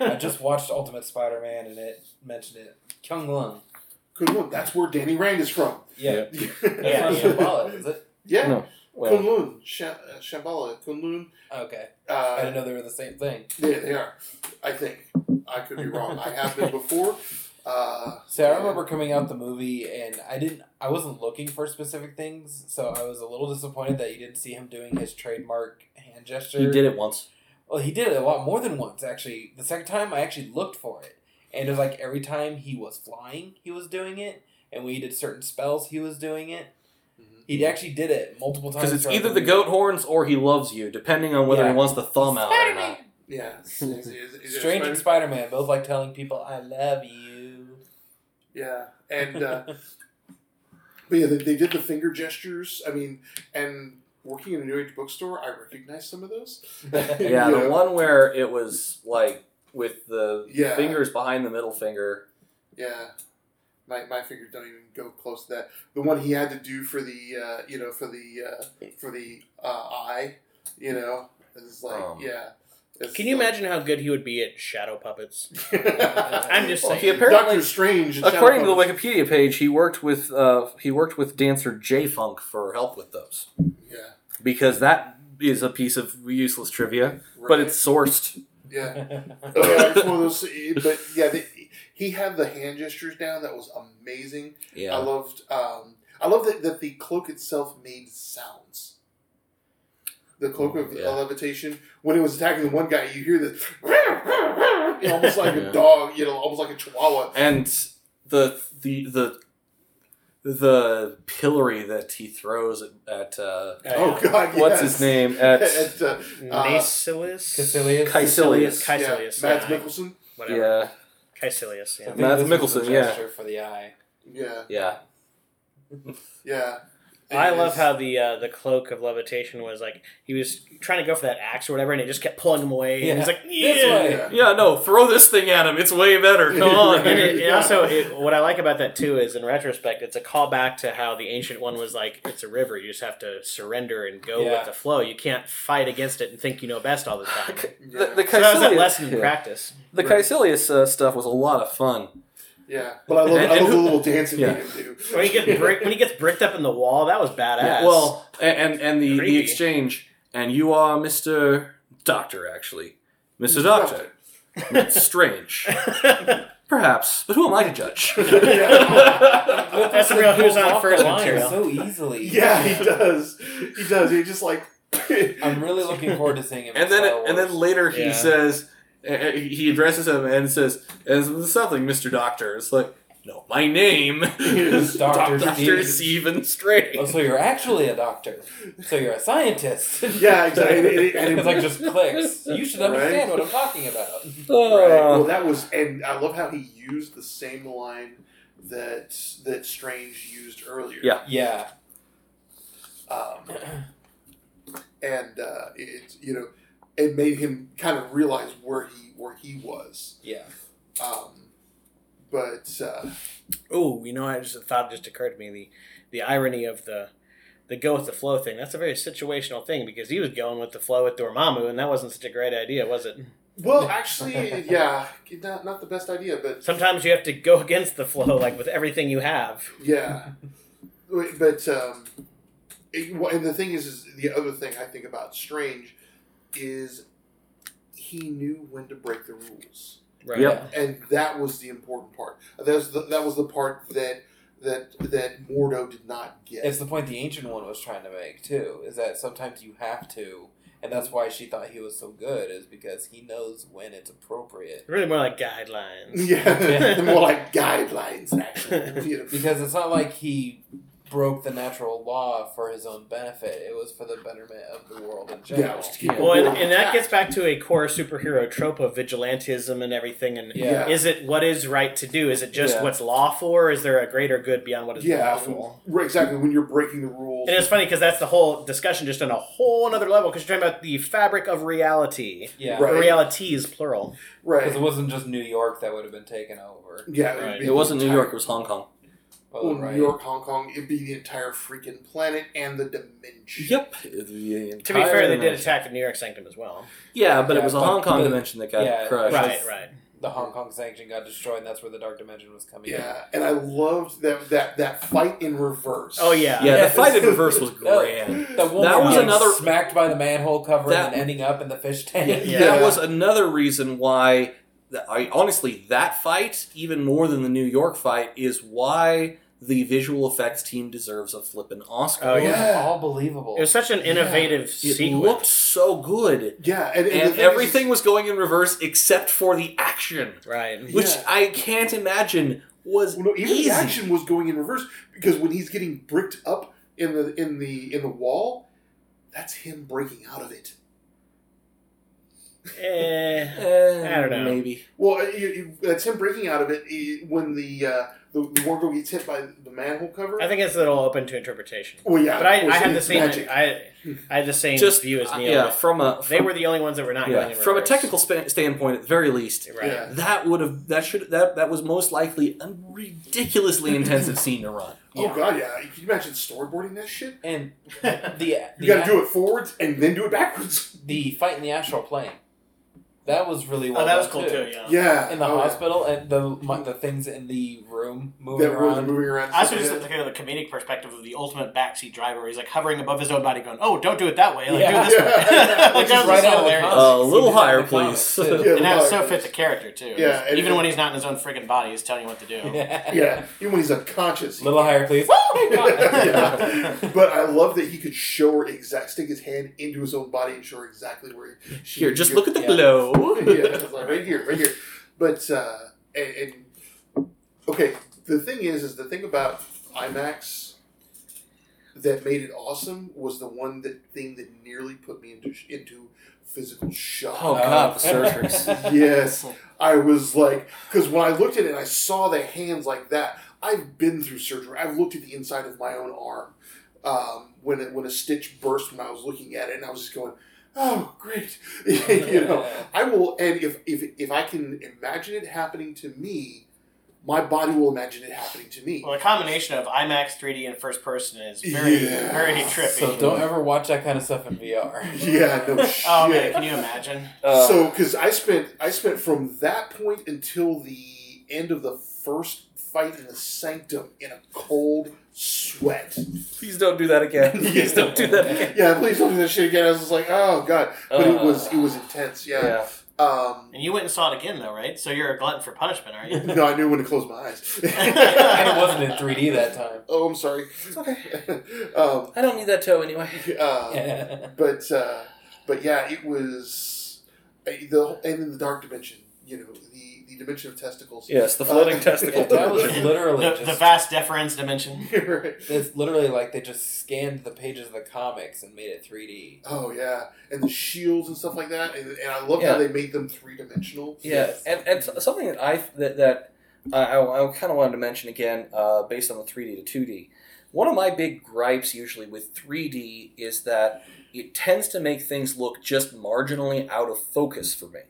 [SPEAKER 4] I just watched Ultimate Spider-Man and it mentioned it. Kyung Lung.
[SPEAKER 3] Kun Lun. That's where Danny Rand is from.
[SPEAKER 4] Yeah,
[SPEAKER 2] Yeah.
[SPEAKER 4] that's not Shambhala, is it?
[SPEAKER 3] yeah.
[SPEAKER 1] No.
[SPEAKER 3] Kun Lun, Sha- uh, Shambhala, Kun Lun.
[SPEAKER 4] Okay, I didn't
[SPEAKER 3] Uh,
[SPEAKER 4] know they were the same thing.
[SPEAKER 3] yeah, they are. I think I could be wrong. I have been before. Uh,
[SPEAKER 4] So I remember coming out the movie and I didn't. I wasn't looking for specific things, so I was a little disappointed that you didn't see him doing his trademark hand gesture.
[SPEAKER 1] he did it once.
[SPEAKER 4] Well, he did it a lot more than once, actually. The second time, I actually looked for it. And it was like every time he was flying, he was doing it. And when he did certain spells, he was doing it.
[SPEAKER 3] Mhm.
[SPEAKER 4] He actually did it multiple times.
[SPEAKER 1] Because it's
[SPEAKER 4] throughout
[SPEAKER 1] either the
[SPEAKER 4] movie.
[SPEAKER 1] goat horns or he loves you, depending on whether
[SPEAKER 4] Yeah.
[SPEAKER 1] he wants the thumb out or not.
[SPEAKER 3] Yeah. Is- is- is- is it
[SPEAKER 4] Strange and
[SPEAKER 3] Spider-
[SPEAKER 4] Spider Man both like telling people, I love you.
[SPEAKER 3] Yeah, and uh, but yeah, they, they did the finger gestures. I mean, and working in a New Age bookstore, I recognize some of those.
[SPEAKER 1] Yeah,
[SPEAKER 3] Yeah.
[SPEAKER 1] the one where it was like with the
[SPEAKER 3] Yeah.
[SPEAKER 1] fingers behind the middle finger.
[SPEAKER 3] Yeah, my, my fingers don't even go close to that. The one he had to do for the uh, you know for the uh, for the uh, eye, you know, it's like
[SPEAKER 1] Um,
[SPEAKER 3] yeah. It's
[SPEAKER 2] Can you
[SPEAKER 3] like-
[SPEAKER 2] imagine how good he would be at shadow puppets?
[SPEAKER 3] I'm
[SPEAKER 2] just
[SPEAKER 1] saying. he apparently-
[SPEAKER 3] Doctor Strange. and
[SPEAKER 1] According to
[SPEAKER 3] Shadow
[SPEAKER 1] the
[SPEAKER 3] Puppet-
[SPEAKER 1] Wikipedia page, he worked with uh, he worked with dancer J Funk for help with those
[SPEAKER 3] yeah,
[SPEAKER 1] because that is a piece of useless trivia, but
[SPEAKER 3] right.
[SPEAKER 1] it's sourced.
[SPEAKER 3] yeah.
[SPEAKER 4] yeah,
[SPEAKER 3] Oh, yeah, it's one of those. But yeah, the, he had the hand gestures down. That was amazing. I
[SPEAKER 1] Yeah,
[SPEAKER 3] loved. Um, I love that, that the cloak itself made sounds. The cloak of
[SPEAKER 1] Oh, Yeah.
[SPEAKER 3] levitation. When it was attacking the one guy, you hear this, you know, almost like
[SPEAKER 1] Yeah.
[SPEAKER 3] a dog. You know, almost like a chihuahua.
[SPEAKER 1] and the the the the pillory that he throws at, at uh,
[SPEAKER 3] Oh God!
[SPEAKER 1] what's
[SPEAKER 3] yes.
[SPEAKER 1] his name at
[SPEAKER 3] At, uh,
[SPEAKER 2] Nacilis?
[SPEAKER 1] Caecilius.
[SPEAKER 2] Caecilius.
[SPEAKER 3] yeah, Mads
[SPEAKER 2] yeah,
[SPEAKER 3] Mikkelsen.
[SPEAKER 2] Whatever.
[SPEAKER 1] Yeah,
[SPEAKER 2] Caecilius, yeah.
[SPEAKER 1] Mads Mikkelsen, yeah.
[SPEAKER 4] For the eye.
[SPEAKER 3] Yeah,
[SPEAKER 1] yeah.
[SPEAKER 3] yeah.
[SPEAKER 2] I
[SPEAKER 3] It
[SPEAKER 2] love
[SPEAKER 3] is-
[SPEAKER 2] how the uh, the cloak of levitation was like he was trying to go for that axe or whatever, and it just kept pulling him away. And he's
[SPEAKER 4] Yeah.
[SPEAKER 2] like,
[SPEAKER 4] This
[SPEAKER 2] "Yeah."
[SPEAKER 4] way.
[SPEAKER 1] Yeah, no, throw this thing at him. It's way better. Come on.
[SPEAKER 2] And
[SPEAKER 3] Right.
[SPEAKER 2] it, it also, it, what I like about that too is, in retrospect, it's a callback to how the ancient one was like, "It's a river. You just have to surrender and go
[SPEAKER 4] Yeah.
[SPEAKER 2] with the flow. You can't fight against it and think you know best all the time." so
[SPEAKER 1] The, the
[SPEAKER 2] that was that
[SPEAKER 1] Caecilius-
[SPEAKER 2] lesson in
[SPEAKER 1] yeah.
[SPEAKER 2] practice.
[SPEAKER 1] The Caecilius uh, stuff was a lot of fun.
[SPEAKER 3] Yeah, but I love,
[SPEAKER 1] And-
[SPEAKER 3] I
[SPEAKER 1] and
[SPEAKER 3] love the
[SPEAKER 1] who-
[SPEAKER 3] little dancing
[SPEAKER 1] Yeah.
[SPEAKER 3] he can do.
[SPEAKER 2] When he gets brick, when he gets bricked up in the wall, that was badass.
[SPEAKER 1] Well, a- and and the, the
[SPEAKER 2] Creepy.
[SPEAKER 1] exchange, and you are Mister Doctor, actually, Mister Doctor. Strange, perhaps, but who am I to judge?
[SPEAKER 3] Yeah.
[SPEAKER 2] that's the real who's on first
[SPEAKER 4] Line
[SPEAKER 2] material.
[SPEAKER 4] so easily.
[SPEAKER 3] yeah, he does. He does. He just like.
[SPEAKER 4] I'm really looking forward to seeing him. in
[SPEAKER 1] and then
[SPEAKER 4] Star
[SPEAKER 1] and then
[SPEAKER 4] Wars.
[SPEAKER 1] later he
[SPEAKER 2] Yeah.
[SPEAKER 1] says uh, uh, he addresses him and says and something Mr. Doctor it's like no my name is Dr.
[SPEAKER 4] Dr.
[SPEAKER 1] Dr.
[SPEAKER 4] Steve.
[SPEAKER 1] Stephen Strange
[SPEAKER 4] Oh, so you're actually a doctor. So you're a scientist.
[SPEAKER 3] Yeah, exactly. And it- and it-
[SPEAKER 4] it's like just clicks. You should understand what I'm talking about.
[SPEAKER 3] Right. Well,
[SPEAKER 1] Uh,
[SPEAKER 3] that was, and I love how he used the same line that that Strange used earlier.
[SPEAKER 1] Yeah.
[SPEAKER 4] Yeah.
[SPEAKER 3] Um, and uh, it, you know, it made him kind of realize where he where he was.
[SPEAKER 4] Yeah.
[SPEAKER 3] Um, but uh,
[SPEAKER 2] Oh, you know, I just a thought just occurred to me the the irony of the the go with the flow thing. That's a very situational thing because he was going with the flow with Dormammu, and that wasn't such a great idea, was it?
[SPEAKER 3] well, actually, yeah, not not the best idea, but
[SPEAKER 2] Sometimes you have to go against the flow, like with everything you have.
[SPEAKER 3] yeah, Wait, but um, it, well, and the thing is, is the other thing I think about Strange is he knew when to break the rules.
[SPEAKER 2] Right.
[SPEAKER 4] Uh-huh.
[SPEAKER 1] Yep.
[SPEAKER 3] and that was the important part. That was the, that was the part that that that Mordo did not get.
[SPEAKER 4] It's the point the ancient one was trying to make too, is that sometimes you have to and that's why she thought he was so good, is because he knows when it's appropriate.
[SPEAKER 2] Really more like guidelines.
[SPEAKER 3] yeah, more like guidelines, actually. You know.
[SPEAKER 4] Because it's not like he broke the natural law for his own benefit. It was for the betterment of the world in general.
[SPEAKER 3] Yeah, it was to keep the
[SPEAKER 2] Well, and,
[SPEAKER 3] world
[SPEAKER 2] and that
[SPEAKER 3] intact.
[SPEAKER 2] gets back to a core superhero trope of vigilantism and everything. And
[SPEAKER 4] Yeah.
[SPEAKER 2] is it what is right to do? Is it just
[SPEAKER 4] Yeah.
[SPEAKER 2] what's lawful, or is there a greater good beyond what is
[SPEAKER 3] yeah,
[SPEAKER 2] lawful?
[SPEAKER 3] right, exactly. When you're breaking the rules,
[SPEAKER 2] And it's funny because that's the whole discussion, just on a whole another level. Because you're talking about the fabric of reality.
[SPEAKER 4] Yeah.
[SPEAKER 3] Right.
[SPEAKER 2] Or Realities, plural.
[SPEAKER 4] Because it
[SPEAKER 3] right?
[SPEAKER 4] wasn't just New York that would have been taken over.
[SPEAKER 3] Yeah, would
[SPEAKER 2] Right.
[SPEAKER 3] be
[SPEAKER 1] it wasn't
[SPEAKER 3] the
[SPEAKER 1] New York it
[SPEAKER 3] entire-
[SPEAKER 1] was Hong Kong
[SPEAKER 4] Oh,
[SPEAKER 3] well,
[SPEAKER 4] right.
[SPEAKER 3] New York, Hong Kong. It'd be the entire freaking planet and the dimension.
[SPEAKER 1] yep to
[SPEAKER 2] To be fair, they did attack the New York Sanctum as well.
[SPEAKER 1] yeah but it
[SPEAKER 4] Yeah,
[SPEAKER 1] was a
[SPEAKER 4] but
[SPEAKER 1] Hong Kong
[SPEAKER 4] the-
[SPEAKER 1] dimension that got
[SPEAKER 4] yeah,
[SPEAKER 1] crushed
[SPEAKER 4] Right.
[SPEAKER 2] Right,
[SPEAKER 4] Just-
[SPEAKER 2] right.
[SPEAKER 4] The Hong Kong sanction got destroyed, and that's where the Dark Dimension was coming in.
[SPEAKER 3] Yeah, and I loved that that that fight in reverse.
[SPEAKER 2] Oh yeah.
[SPEAKER 1] yeah the
[SPEAKER 4] Yes.
[SPEAKER 1] fight in reverse was
[SPEAKER 4] No.
[SPEAKER 1] grand
[SPEAKER 4] The woman
[SPEAKER 1] That was
[SPEAKER 4] getting
[SPEAKER 1] another-
[SPEAKER 4] smacked by the manhole cover
[SPEAKER 1] That-
[SPEAKER 4] and then ending up in the fish
[SPEAKER 1] Yeah,
[SPEAKER 4] tank.
[SPEAKER 2] Yeah.
[SPEAKER 1] that was another reason why th- I honestly that fight even more than the New York fight is why the visual effects team deserves a flippin' Oscar.
[SPEAKER 2] Oh, yeah.
[SPEAKER 4] all believable.
[SPEAKER 2] It was such an innovative
[SPEAKER 1] It
[SPEAKER 2] sequence.
[SPEAKER 1] looked so good.
[SPEAKER 3] yeah, and, and, the
[SPEAKER 1] And
[SPEAKER 3] thing is-
[SPEAKER 1] everything was going in reverse except for the action,
[SPEAKER 2] right.
[SPEAKER 1] which
[SPEAKER 3] Yeah.
[SPEAKER 1] I can't imagine was
[SPEAKER 3] Well, no, even
[SPEAKER 1] easy.
[SPEAKER 3] the action was going in reverse because when he's getting bricked up in the in the in the wall, that's him breaking out of it.
[SPEAKER 2] Eh,
[SPEAKER 1] Eh,
[SPEAKER 2] I don't know.
[SPEAKER 1] Maybe.
[SPEAKER 3] Well, it- it- that's him breaking out of it eh, when the uh, the, the Mordo gets hit by the manhole cover.
[SPEAKER 2] I think it's a little open to interpretation.
[SPEAKER 3] Well, yeah,
[SPEAKER 2] But I,
[SPEAKER 3] of course,
[SPEAKER 2] I had the
[SPEAKER 3] it's
[SPEAKER 2] same
[SPEAKER 3] magic.
[SPEAKER 2] I I had the same
[SPEAKER 1] Just
[SPEAKER 2] view as
[SPEAKER 1] uh,
[SPEAKER 2] Neil.
[SPEAKER 1] yeah, from a
[SPEAKER 2] They
[SPEAKER 1] from-
[SPEAKER 2] were the only ones that were not
[SPEAKER 1] yeah,
[SPEAKER 2] going in
[SPEAKER 1] from a
[SPEAKER 2] reverse.
[SPEAKER 1] technical span standpoint, at the very least,
[SPEAKER 2] right.
[SPEAKER 3] Yeah.
[SPEAKER 1] that would have that should that that was most likely a ridiculously intensive scene to run.
[SPEAKER 3] oh god, yeah. Can you imagine storyboarding that shit?
[SPEAKER 4] and the
[SPEAKER 3] You got to do it forwards and then do it backwards.
[SPEAKER 4] the fight in the astral plane. That was really well
[SPEAKER 2] Oh, that was
[SPEAKER 4] done,
[SPEAKER 2] cool too. Yeah.
[SPEAKER 3] Yeah,
[SPEAKER 4] In the
[SPEAKER 3] oh, yeah.
[SPEAKER 4] hospital and the my- the things in the room moving
[SPEAKER 3] That was
[SPEAKER 4] around.
[SPEAKER 3] moving around.
[SPEAKER 2] I also just like the kind of the comedic perspective of the ultimate backseat driver. where He's like hovering above his own body, going, "Oh, don't do it that way. Like
[SPEAKER 4] Yeah.
[SPEAKER 2] do this way."
[SPEAKER 3] Yeah.
[SPEAKER 2] like, that
[SPEAKER 4] Which is
[SPEAKER 2] was
[SPEAKER 4] right
[SPEAKER 2] so
[SPEAKER 4] out of the
[SPEAKER 2] hilarious.
[SPEAKER 1] Uh, a
[SPEAKER 4] comics.
[SPEAKER 1] little
[SPEAKER 4] He did that in
[SPEAKER 1] higher,
[SPEAKER 4] the comics,
[SPEAKER 1] please.
[SPEAKER 4] too.
[SPEAKER 3] Yeah.
[SPEAKER 2] and that was so
[SPEAKER 3] Right.
[SPEAKER 2] fit the character too.
[SPEAKER 3] Yeah, and-
[SPEAKER 2] even when he's not in his own freaking body, he's telling you what to do.
[SPEAKER 3] yeah, even when he's unconscious, he
[SPEAKER 4] Little higher, please. Oh my god.
[SPEAKER 3] Yeah. But I love that he could show her exact, stick his hand into his own body and show her exactly where he, she.
[SPEAKER 1] Here, just look at the
[SPEAKER 4] Yeah.
[SPEAKER 1] glow.
[SPEAKER 3] yeah, it's like right here, right here. But uh, and, and okay, the thing is, is the thing about IMAX that made it awesome was the one that thing that nearly put me into sh- into physical shock.
[SPEAKER 1] Oh god, the surgeries.
[SPEAKER 3] Yes, I was like, because when I looked at it, and I saw the hands like that. I've been through surgery. I've looked at the inside of my own arm. um, when it, when a stitch burst when I was looking at it, and I was just going, "Oh, great!" you know, I will, and if if if I can imagine it happening to me, my body will imagine it happening to me.
[SPEAKER 2] Well, the combination of IMAX 3D and first person is very,
[SPEAKER 3] Yeah.
[SPEAKER 2] very trippy.
[SPEAKER 4] So don't ever watch that kind of stuff in VR.
[SPEAKER 3] Yeah, no shit.
[SPEAKER 2] oh man, can you imagine?
[SPEAKER 1] Uh,
[SPEAKER 3] so because I spent I spent from that point until the end of the first fight in the sanctum in a cold sweat.
[SPEAKER 1] please don't do that again. Please don't do that again.
[SPEAKER 3] Yeah, please don't do that shit again. I was just like, oh god, but it was it was intense. Yeah.
[SPEAKER 1] Yeah.
[SPEAKER 3] Um,
[SPEAKER 2] And you went and saw it again, though, right? So you're a glutton for punishment, aren't you?
[SPEAKER 3] no, I knew when to close my eyes.
[SPEAKER 4] and it wasn't in 3D that time.
[SPEAKER 3] oh, I'm sorry.
[SPEAKER 1] It's okay.
[SPEAKER 3] um,
[SPEAKER 1] I don't need that toe anyway.
[SPEAKER 3] uh, but uh, but yeah, it was I- the and in the dark dimension. You know, the the dimension of testicles.
[SPEAKER 1] Yes, the floating
[SPEAKER 3] Uh,
[SPEAKER 1] testicle.
[SPEAKER 4] that was
[SPEAKER 1] dimension.
[SPEAKER 4] literally
[SPEAKER 2] the,
[SPEAKER 4] just
[SPEAKER 2] the vast deference dimension.
[SPEAKER 3] Right.
[SPEAKER 4] It's literally like they just scanned the pages of the comics and made it 3D.
[SPEAKER 3] Oh yeah, and the shields and stuff like that, and, and I love
[SPEAKER 1] Yeah.
[SPEAKER 3] how they made them three dimensional.
[SPEAKER 1] Yeah, and, and so- something that I that, that I, I, kind of wanted to mention again, uh, based on the 3D to 2D. One of my big gripes usually with 3D is that it tends to make things look just marginally out of focus for me.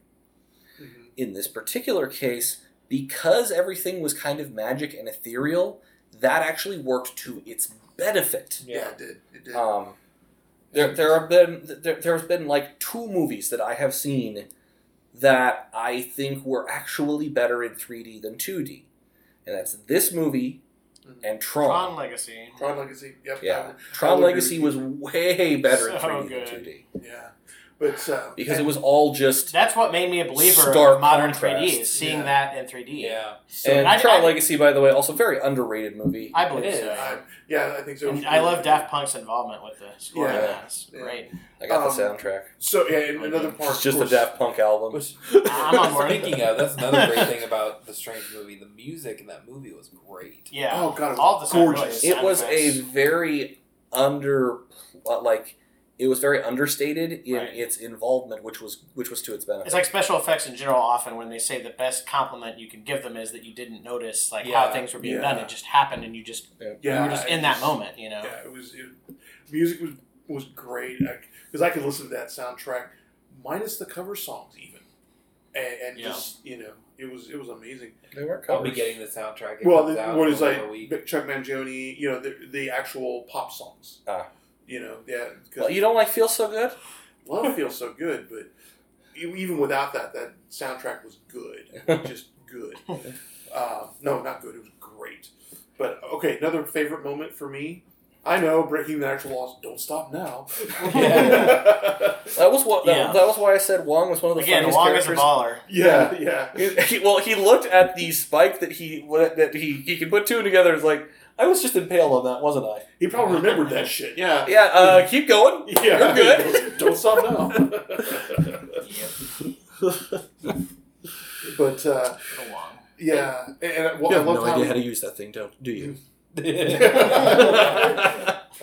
[SPEAKER 2] Mm-hmm.
[SPEAKER 1] In this particular case, because everything was kind of magic and ethereal, that actually worked to its benefit.
[SPEAKER 3] Yeah, it did. It did.
[SPEAKER 1] Um, there, there have been there, there has been like two movies that I have seen that I think were actually better in 3D than 2D, and that's this movie
[SPEAKER 3] Mhm.
[SPEAKER 1] and
[SPEAKER 2] Tron
[SPEAKER 1] Tron.
[SPEAKER 2] Legacy.
[SPEAKER 3] Tron Legacy. Yep. that
[SPEAKER 1] Yeah,
[SPEAKER 3] one. I
[SPEAKER 1] Tron
[SPEAKER 3] would agree
[SPEAKER 1] Legacy
[SPEAKER 3] with
[SPEAKER 1] was way better in
[SPEAKER 2] So
[SPEAKER 1] 3D
[SPEAKER 2] good.
[SPEAKER 1] than 2D
[SPEAKER 3] Yeah, but uh,
[SPEAKER 1] because it
[SPEAKER 3] and-
[SPEAKER 1] was all just.
[SPEAKER 2] That's what made me a believer
[SPEAKER 1] Stark
[SPEAKER 2] of modern
[SPEAKER 1] contrast.
[SPEAKER 2] 3D is seeing
[SPEAKER 3] Yeah.
[SPEAKER 2] that in 3D.
[SPEAKER 4] Yeah.
[SPEAKER 3] so-
[SPEAKER 1] And
[SPEAKER 2] I-
[SPEAKER 1] Tron
[SPEAKER 2] I-
[SPEAKER 1] Legacy, by the way, also very underrated movie.
[SPEAKER 2] I believe
[SPEAKER 4] It is.
[SPEAKER 2] so.
[SPEAKER 3] I, yeah, I think so.
[SPEAKER 2] And I love Daft Punk's involvement with the score.
[SPEAKER 3] Yeah.
[SPEAKER 2] in that. It's
[SPEAKER 3] Yeah.
[SPEAKER 2] Great.
[SPEAKER 1] I got the
[SPEAKER 3] Um,
[SPEAKER 1] soundtrack.
[SPEAKER 3] So yeah, and another part.
[SPEAKER 1] It's just a
[SPEAKER 3] of
[SPEAKER 1] Daft Punk album.
[SPEAKER 4] Which,
[SPEAKER 2] I'm on board.
[SPEAKER 4] speaking of, that's another great thing about the Strange movie. The music in that movie was great.
[SPEAKER 2] Yeah.
[SPEAKER 3] Oh god, it was
[SPEAKER 2] All the sound
[SPEAKER 3] gorgeous.
[SPEAKER 2] really
[SPEAKER 1] it was
[SPEAKER 2] effects.
[SPEAKER 1] a very under uh, like it was very understated in
[SPEAKER 2] Right.
[SPEAKER 1] its involvement which was which was to its benefit
[SPEAKER 2] It's like special effects in general. Often, when they say the best compliment you can give them is that you didn't notice like how
[SPEAKER 4] Yeah.
[SPEAKER 2] things were being
[SPEAKER 3] Yeah.
[SPEAKER 2] done. It just happened, and you just
[SPEAKER 3] Yeah,
[SPEAKER 2] you were just
[SPEAKER 3] I
[SPEAKER 2] in that
[SPEAKER 3] just-
[SPEAKER 2] moment. You know,
[SPEAKER 3] Yeah, it was. It, music was was great because I, could listen to that soundtrack minus the cover songs even, and, and
[SPEAKER 2] Yeah.
[SPEAKER 3] just you know it was it was amazing.
[SPEAKER 1] they weren't
[SPEAKER 4] I'll be getting the soundtrack. It
[SPEAKER 3] well,
[SPEAKER 4] comes
[SPEAKER 3] the,
[SPEAKER 4] out
[SPEAKER 3] what
[SPEAKER 4] in
[SPEAKER 3] is
[SPEAKER 4] a
[SPEAKER 3] like
[SPEAKER 4] week.
[SPEAKER 3] Big Chuck Mangione? You know, the, the actual pop songs.
[SPEAKER 1] Ah.
[SPEAKER 3] You know, yeah. 'cause
[SPEAKER 1] well, you don't like feel so good
[SPEAKER 3] love feels so good, but e- even without that, that soundtrack was good, just good. Uh, no, not good. It was great. But okay, another favorite moment for me. I know breaking the actual laws. Don't stop now. yeah,
[SPEAKER 4] Yeah.
[SPEAKER 1] that was what that,
[SPEAKER 2] Yeah.
[SPEAKER 1] that was why i said wong was one of the
[SPEAKER 2] again,
[SPEAKER 1] funniest
[SPEAKER 2] Wong is a
[SPEAKER 1] characters
[SPEAKER 2] baller.
[SPEAKER 3] yeah, yeah.
[SPEAKER 1] He- well he looked at the spike that he that he he could put two and together and was like i was just impaled on that wasn't i
[SPEAKER 3] He probably remembered that shit. Yeah,
[SPEAKER 1] yeah uh keep going
[SPEAKER 3] yeah.
[SPEAKER 1] You're good.
[SPEAKER 3] Don't stop now. but uh,
[SPEAKER 2] Little Wong.
[SPEAKER 3] yeah, and, and well, I love how.
[SPEAKER 1] to use that thing don't do you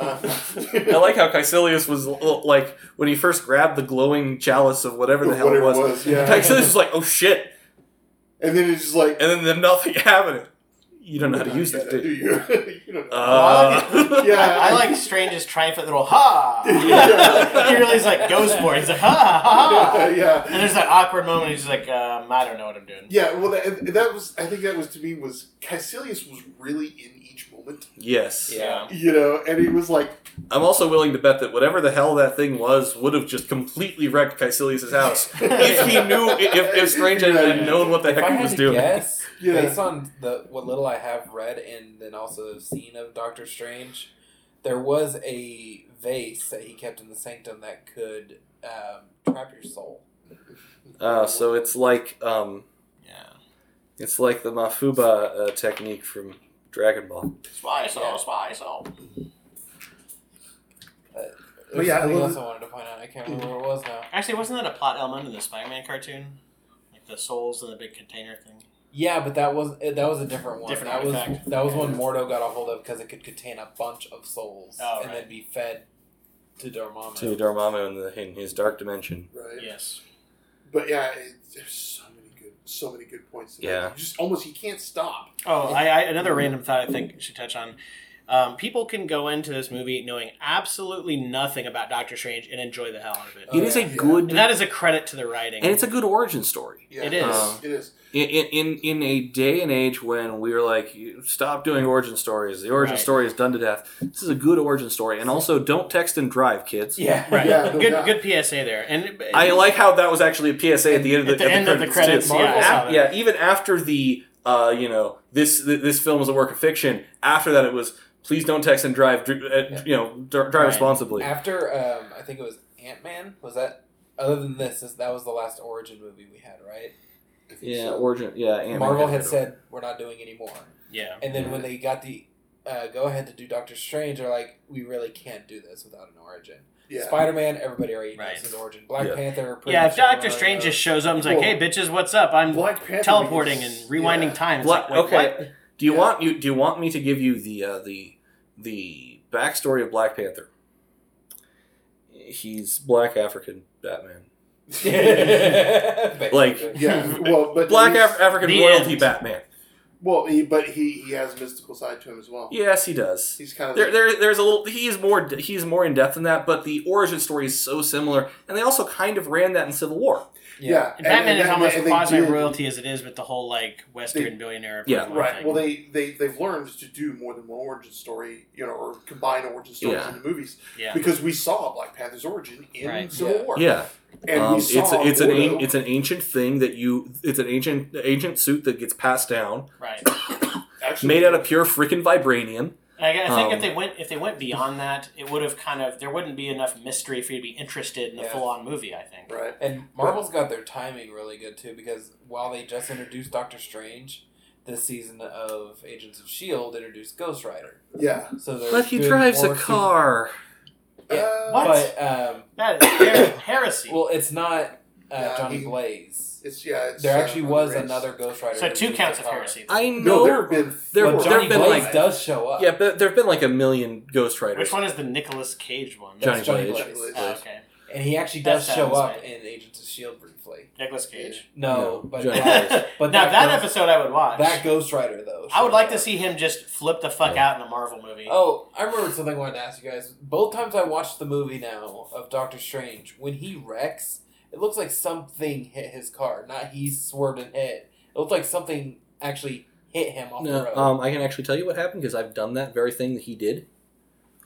[SPEAKER 1] I
[SPEAKER 3] uh,
[SPEAKER 1] like how Caecilius was l- like when he first grabbed the glowing chalice of whatever the hell
[SPEAKER 3] Whatever
[SPEAKER 1] it was.
[SPEAKER 3] yeah.
[SPEAKER 1] Caecilius was like, "Oh shit!"
[SPEAKER 3] And then it's just like,
[SPEAKER 1] and then there's nothing happening. You don't know how to use that,
[SPEAKER 3] do
[SPEAKER 1] do you?
[SPEAKER 3] you? you don't know.
[SPEAKER 1] Uh,
[SPEAKER 3] yeah,
[SPEAKER 2] I, I like Strange's triumphant little ha.
[SPEAKER 3] Yeah.
[SPEAKER 2] he really is like goes for it. He's like ha ha
[SPEAKER 3] yeah,
[SPEAKER 2] ha.
[SPEAKER 3] yeah,
[SPEAKER 2] And there's that awkward moment. He's like, um, I don't know what I'm doing.
[SPEAKER 3] yeah. Well, that, and that was. I think that was to me was Caecilius was really in each moment,
[SPEAKER 1] Yes.
[SPEAKER 4] Yeah.
[SPEAKER 3] you know, and he was like,
[SPEAKER 1] I'm also willing to bet that whatever the hell that thing was would have just completely wrecked Caecilius' house if he knew, if, if Strange had
[SPEAKER 3] Yeah.
[SPEAKER 1] known what the
[SPEAKER 4] If I
[SPEAKER 1] heck he
[SPEAKER 4] had
[SPEAKER 1] was
[SPEAKER 4] to
[SPEAKER 1] doing.
[SPEAKER 4] guess,
[SPEAKER 3] Yeah.
[SPEAKER 4] based on the what little I have read and then also seen of Doctor Strange, there was a vase that he kept in the sanctum that could um, trap your soul.
[SPEAKER 1] Uh, so it's like, um,
[SPEAKER 2] Yeah.
[SPEAKER 1] it's like the Mafuba uh, technique from Dragon Ball.
[SPEAKER 2] Spy soul,
[SPEAKER 4] Yeah.
[SPEAKER 2] spy soul.
[SPEAKER 3] But
[SPEAKER 4] There's
[SPEAKER 3] yeah, I
[SPEAKER 4] something
[SPEAKER 3] love
[SPEAKER 4] else
[SPEAKER 3] it.
[SPEAKER 4] I wanted to point out. I can't remember what it was now.
[SPEAKER 2] Actually, wasn't that a plot element in the Spider-Man cartoon? Like the souls in the big container thing.
[SPEAKER 4] Yeah, but that was eh, that was a different one.
[SPEAKER 2] Different
[SPEAKER 4] that was
[SPEAKER 2] artifact.
[SPEAKER 4] that was one Mordo got a hold of because it could contain a bunch of souls
[SPEAKER 2] Oh,
[SPEAKER 4] and
[SPEAKER 2] right.
[SPEAKER 4] then be fed to Dormammu.
[SPEAKER 1] To Dormammu in, the, in his dark dimension.
[SPEAKER 3] right,
[SPEAKER 2] Yes.
[SPEAKER 3] but yeah, it, there's so many good, so many good points. to that.
[SPEAKER 1] Yeah.
[SPEAKER 3] You just almost he can't stop.
[SPEAKER 2] Oh, I, I another random thought I think we should touch on. Um, people can go into this movie knowing absolutely nothing about Doctor Strange and enjoy the hell out of it.
[SPEAKER 4] Oh,
[SPEAKER 1] It is
[SPEAKER 4] yeah,
[SPEAKER 1] a
[SPEAKER 3] yeah.
[SPEAKER 1] good,
[SPEAKER 2] And that is a credit to the writing.
[SPEAKER 1] and it's a good origin story.
[SPEAKER 3] Yeah,
[SPEAKER 2] It is.
[SPEAKER 1] Uh,
[SPEAKER 3] it is.
[SPEAKER 1] in, in in a day and age when we are like, "You stop doing origin stories. The origin
[SPEAKER 2] Right.
[SPEAKER 1] story is done to death. This is a good origin story, and also don't text and drive, kids.
[SPEAKER 4] Yeah.
[SPEAKER 2] right.
[SPEAKER 3] Yeah, no
[SPEAKER 2] good
[SPEAKER 3] doubt.
[SPEAKER 2] good PSA there. And
[SPEAKER 1] I like how that was actually a PSA at the end of the,
[SPEAKER 2] At the end of the credits,
[SPEAKER 1] too.
[SPEAKER 2] yeah, I saw
[SPEAKER 1] Af-
[SPEAKER 2] that.
[SPEAKER 1] yeah, even after the uh, you know this th- this film is a work of fiction. After that, it was please don't text and drive. dr- Uh,
[SPEAKER 4] Yeah.
[SPEAKER 1] You know, dr- drive
[SPEAKER 2] Right.
[SPEAKER 1] responsibly.
[SPEAKER 4] After um, I think it was Ant Man. Was that other than this? this- That was the last origin movie we had, right?
[SPEAKER 3] I think
[SPEAKER 1] Yeah,
[SPEAKER 3] so.
[SPEAKER 1] origin. Yeah, Ant-Man
[SPEAKER 4] Marvel had
[SPEAKER 1] it.
[SPEAKER 4] said we're not doing anymore,
[SPEAKER 2] yeah.
[SPEAKER 4] and then when they got the uh, go ahead to do Doctor Strange, they're like, we really can't do this without an origin.
[SPEAKER 3] yeah.
[SPEAKER 4] Spider Man, everybody already
[SPEAKER 2] Right.
[SPEAKER 4] knows his origin. Black
[SPEAKER 1] Yeah.
[SPEAKER 4] Panther. pretty
[SPEAKER 2] Yeah,
[SPEAKER 4] much
[SPEAKER 2] if Doctor
[SPEAKER 4] everyone
[SPEAKER 2] Strange
[SPEAKER 4] knows.
[SPEAKER 2] just shows up and's like,
[SPEAKER 3] Well,
[SPEAKER 2] "Hey, bitches, what's up? I'm
[SPEAKER 3] Black Panther
[SPEAKER 2] teleporting and
[SPEAKER 3] because-
[SPEAKER 2] rewinding
[SPEAKER 3] yeah.
[SPEAKER 2] time." It's
[SPEAKER 1] Bla-
[SPEAKER 2] like, wait,
[SPEAKER 1] okay.
[SPEAKER 2] what?
[SPEAKER 1] Do you
[SPEAKER 3] Yeah.
[SPEAKER 1] want you do you want me to give you the uh, the the backstory of Black Panther? He's black African Batman,
[SPEAKER 4] Basically.
[SPEAKER 3] Yeah, well, but
[SPEAKER 1] black
[SPEAKER 3] he's-
[SPEAKER 1] Af- African
[SPEAKER 2] The
[SPEAKER 1] royalty
[SPEAKER 2] end.
[SPEAKER 1] Batman.
[SPEAKER 3] Well, he, but he he has a mystical side to him as well.
[SPEAKER 1] Yes, he does.
[SPEAKER 3] He's kind of
[SPEAKER 1] There, there, there's a little. He's more he's more in depth than that, but the origin story is so similar, and they also kind of ran that in Civil War.
[SPEAKER 3] yeah. yeah.
[SPEAKER 2] And Batman
[SPEAKER 3] and-
[SPEAKER 2] is
[SPEAKER 3] and-
[SPEAKER 2] almost
[SPEAKER 3] and they
[SPEAKER 2] quasi
[SPEAKER 3] did-
[SPEAKER 2] royalty as it is with the whole like Western
[SPEAKER 3] They-
[SPEAKER 2] billionaire.
[SPEAKER 1] Yeah.
[SPEAKER 2] Thing.
[SPEAKER 3] Right. Well, they they they've learned to do more than one origin story, you know, or combine origin stories
[SPEAKER 1] Yeah.
[SPEAKER 3] in the movies
[SPEAKER 2] yeah.
[SPEAKER 3] because we saw Black Panther's origin in
[SPEAKER 2] Right.
[SPEAKER 3] Civil
[SPEAKER 4] Yeah.
[SPEAKER 3] War.
[SPEAKER 1] Yeah,
[SPEAKER 3] and
[SPEAKER 1] um,
[SPEAKER 3] we
[SPEAKER 1] it's
[SPEAKER 3] saw
[SPEAKER 1] it's an
[SPEAKER 3] Gordo.
[SPEAKER 1] an, it's an ancient thing that you it's an ancient ancient suit that gets passed down,
[SPEAKER 2] Right.
[SPEAKER 3] actually,
[SPEAKER 1] made out of pure freaking vibranium.
[SPEAKER 2] I, I think
[SPEAKER 1] Um,
[SPEAKER 2] if they went if they went beyond that, it would have kind of there wouldn't be enough mystery for you to be interested in the
[SPEAKER 4] Yeah.
[SPEAKER 2] full on movie. I think.
[SPEAKER 3] right.
[SPEAKER 4] And Marvel's got their timing really good too because while they just introduced Doctor Strange, this season of Agents of Shield E introduced Ghost Rider.
[SPEAKER 3] Yeah.
[SPEAKER 4] So they're
[SPEAKER 1] But he
[SPEAKER 4] doing
[SPEAKER 1] drives a
[SPEAKER 4] more-
[SPEAKER 1] car.
[SPEAKER 4] Yeah.
[SPEAKER 3] Uh,
[SPEAKER 2] What?
[SPEAKER 4] But um,
[SPEAKER 2] That is her- heresy.
[SPEAKER 4] well, it's not uh,
[SPEAKER 3] Yeah,
[SPEAKER 4] Johnny
[SPEAKER 3] he-
[SPEAKER 4] Blaze.
[SPEAKER 3] It's yeah. It's,
[SPEAKER 4] There
[SPEAKER 3] uh,
[SPEAKER 4] actually was
[SPEAKER 3] race.
[SPEAKER 4] another Ghost Rider.
[SPEAKER 2] so
[SPEAKER 4] who
[SPEAKER 2] two
[SPEAKER 4] used
[SPEAKER 2] counts
[SPEAKER 4] a
[SPEAKER 2] of
[SPEAKER 4] car.
[SPEAKER 2] heresy.
[SPEAKER 1] I
[SPEAKER 3] No,
[SPEAKER 1] know.
[SPEAKER 3] there have been.
[SPEAKER 1] there-
[SPEAKER 4] But
[SPEAKER 3] four.
[SPEAKER 4] Johnny
[SPEAKER 1] there've been,
[SPEAKER 4] Blaze
[SPEAKER 1] like-
[SPEAKER 4] does show up.
[SPEAKER 1] Yeah, but there've been like a million Ghost Riders.
[SPEAKER 2] Which one is the Nicolas Cage one?
[SPEAKER 1] Johnny
[SPEAKER 4] That's Johnny
[SPEAKER 1] Blaze.
[SPEAKER 4] Blaze.
[SPEAKER 3] Blaze.
[SPEAKER 2] Oh, okay.
[SPEAKER 4] And he actually
[SPEAKER 2] That
[SPEAKER 4] does show
[SPEAKER 2] sounds
[SPEAKER 4] up
[SPEAKER 2] right.
[SPEAKER 4] in Agents of Shield E briefly.
[SPEAKER 2] Nicolas Cage.
[SPEAKER 4] No,
[SPEAKER 1] No,
[SPEAKER 4] but
[SPEAKER 1] Johnny
[SPEAKER 4] that, but
[SPEAKER 2] now that
[SPEAKER 4] Ghost-
[SPEAKER 2] episode I would watch.
[SPEAKER 4] that Ghost Rider though.
[SPEAKER 2] I would
[SPEAKER 4] shows
[SPEAKER 2] like
[SPEAKER 4] up.
[SPEAKER 2] to see him just flip the fuck out in a Marvel movie.
[SPEAKER 4] Oh, I remember something I wanted to ask you guys. Both times I watched the movie now of Doctor Strange, when he wrecks, it looks like something hit his car. Not he swerved and hit. It looked like something actually hit him off the
[SPEAKER 1] No,
[SPEAKER 4] road.
[SPEAKER 1] um, I can actually tell you what happened because I've done that very thing that he did.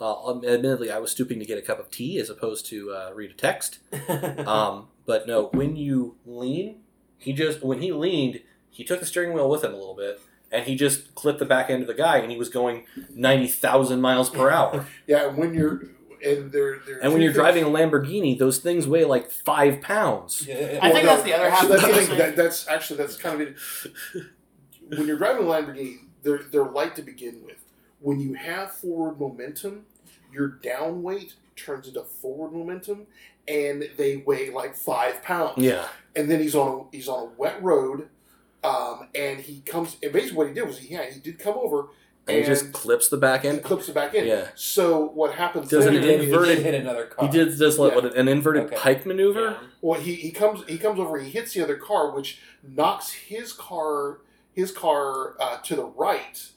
[SPEAKER 1] Uh, um, admittedly, I was stooping to get a cup of tea as opposed to uh, read a text. Um, but no, when you lean, he just when he leaned, he took the steering wheel with him a little bit, and he just clipped the back end of the guy, and he was going ninety thousand miles per hour.
[SPEAKER 3] Yeah, and when you're and there, there are
[SPEAKER 1] and when
[SPEAKER 3] two
[SPEAKER 1] you're
[SPEAKER 3] things-
[SPEAKER 1] driving a Lamborghini, those things weigh like five pounds.
[SPEAKER 4] Yeah.
[SPEAKER 2] I think
[SPEAKER 3] Well,
[SPEAKER 2] that's the other half
[SPEAKER 3] actually,
[SPEAKER 2] of
[SPEAKER 3] That's,
[SPEAKER 2] the
[SPEAKER 3] thing.
[SPEAKER 2] thing.
[SPEAKER 3] That, that's actually that's kind of it. When you're driving a Lamborghini, they're they're light to begin with. When you have forward momentum, your down weight turns into forward momentum, and they weigh like five pounds.
[SPEAKER 1] Yeah,
[SPEAKER 3] And then he's on a, he's on a wet road, um, and he comes. And basically, what he did was he yeah, he did come over
[SPEAKER 1] and, he just clips the back
[SPEAKER 3] and
[SPEAKER 1] end.
[SPEAKER 3] clips it back in.
[SPEAKER 1] Yeah.
[SPEAKER 3] So what happens?
[SPEAKER 1] Does
[SPEAKER 4] So
[SPEAKER 1] an
[SPEAKER 4] he
[SPEAKER 3] then
[SPEAKER 4] did,
[SPEAKER 3] is-
[SPEAKER 4] he
[SPEAKER 1] inverted-
[SPEAKER 4] did hit another car.
[SPEAKER 1] He did this like
[SPEAKER 3] Yeah.
[SPEAKER 1] what, an inverted
[SPEAKER 4] Okay.
[SPEAKER 1] pike maneuver.
[SPEAKER 2] Yeah.
[SPEAKER 3] Well, he, he comes he comes over. He hits the other car, which knocks his car his car uh, to the right,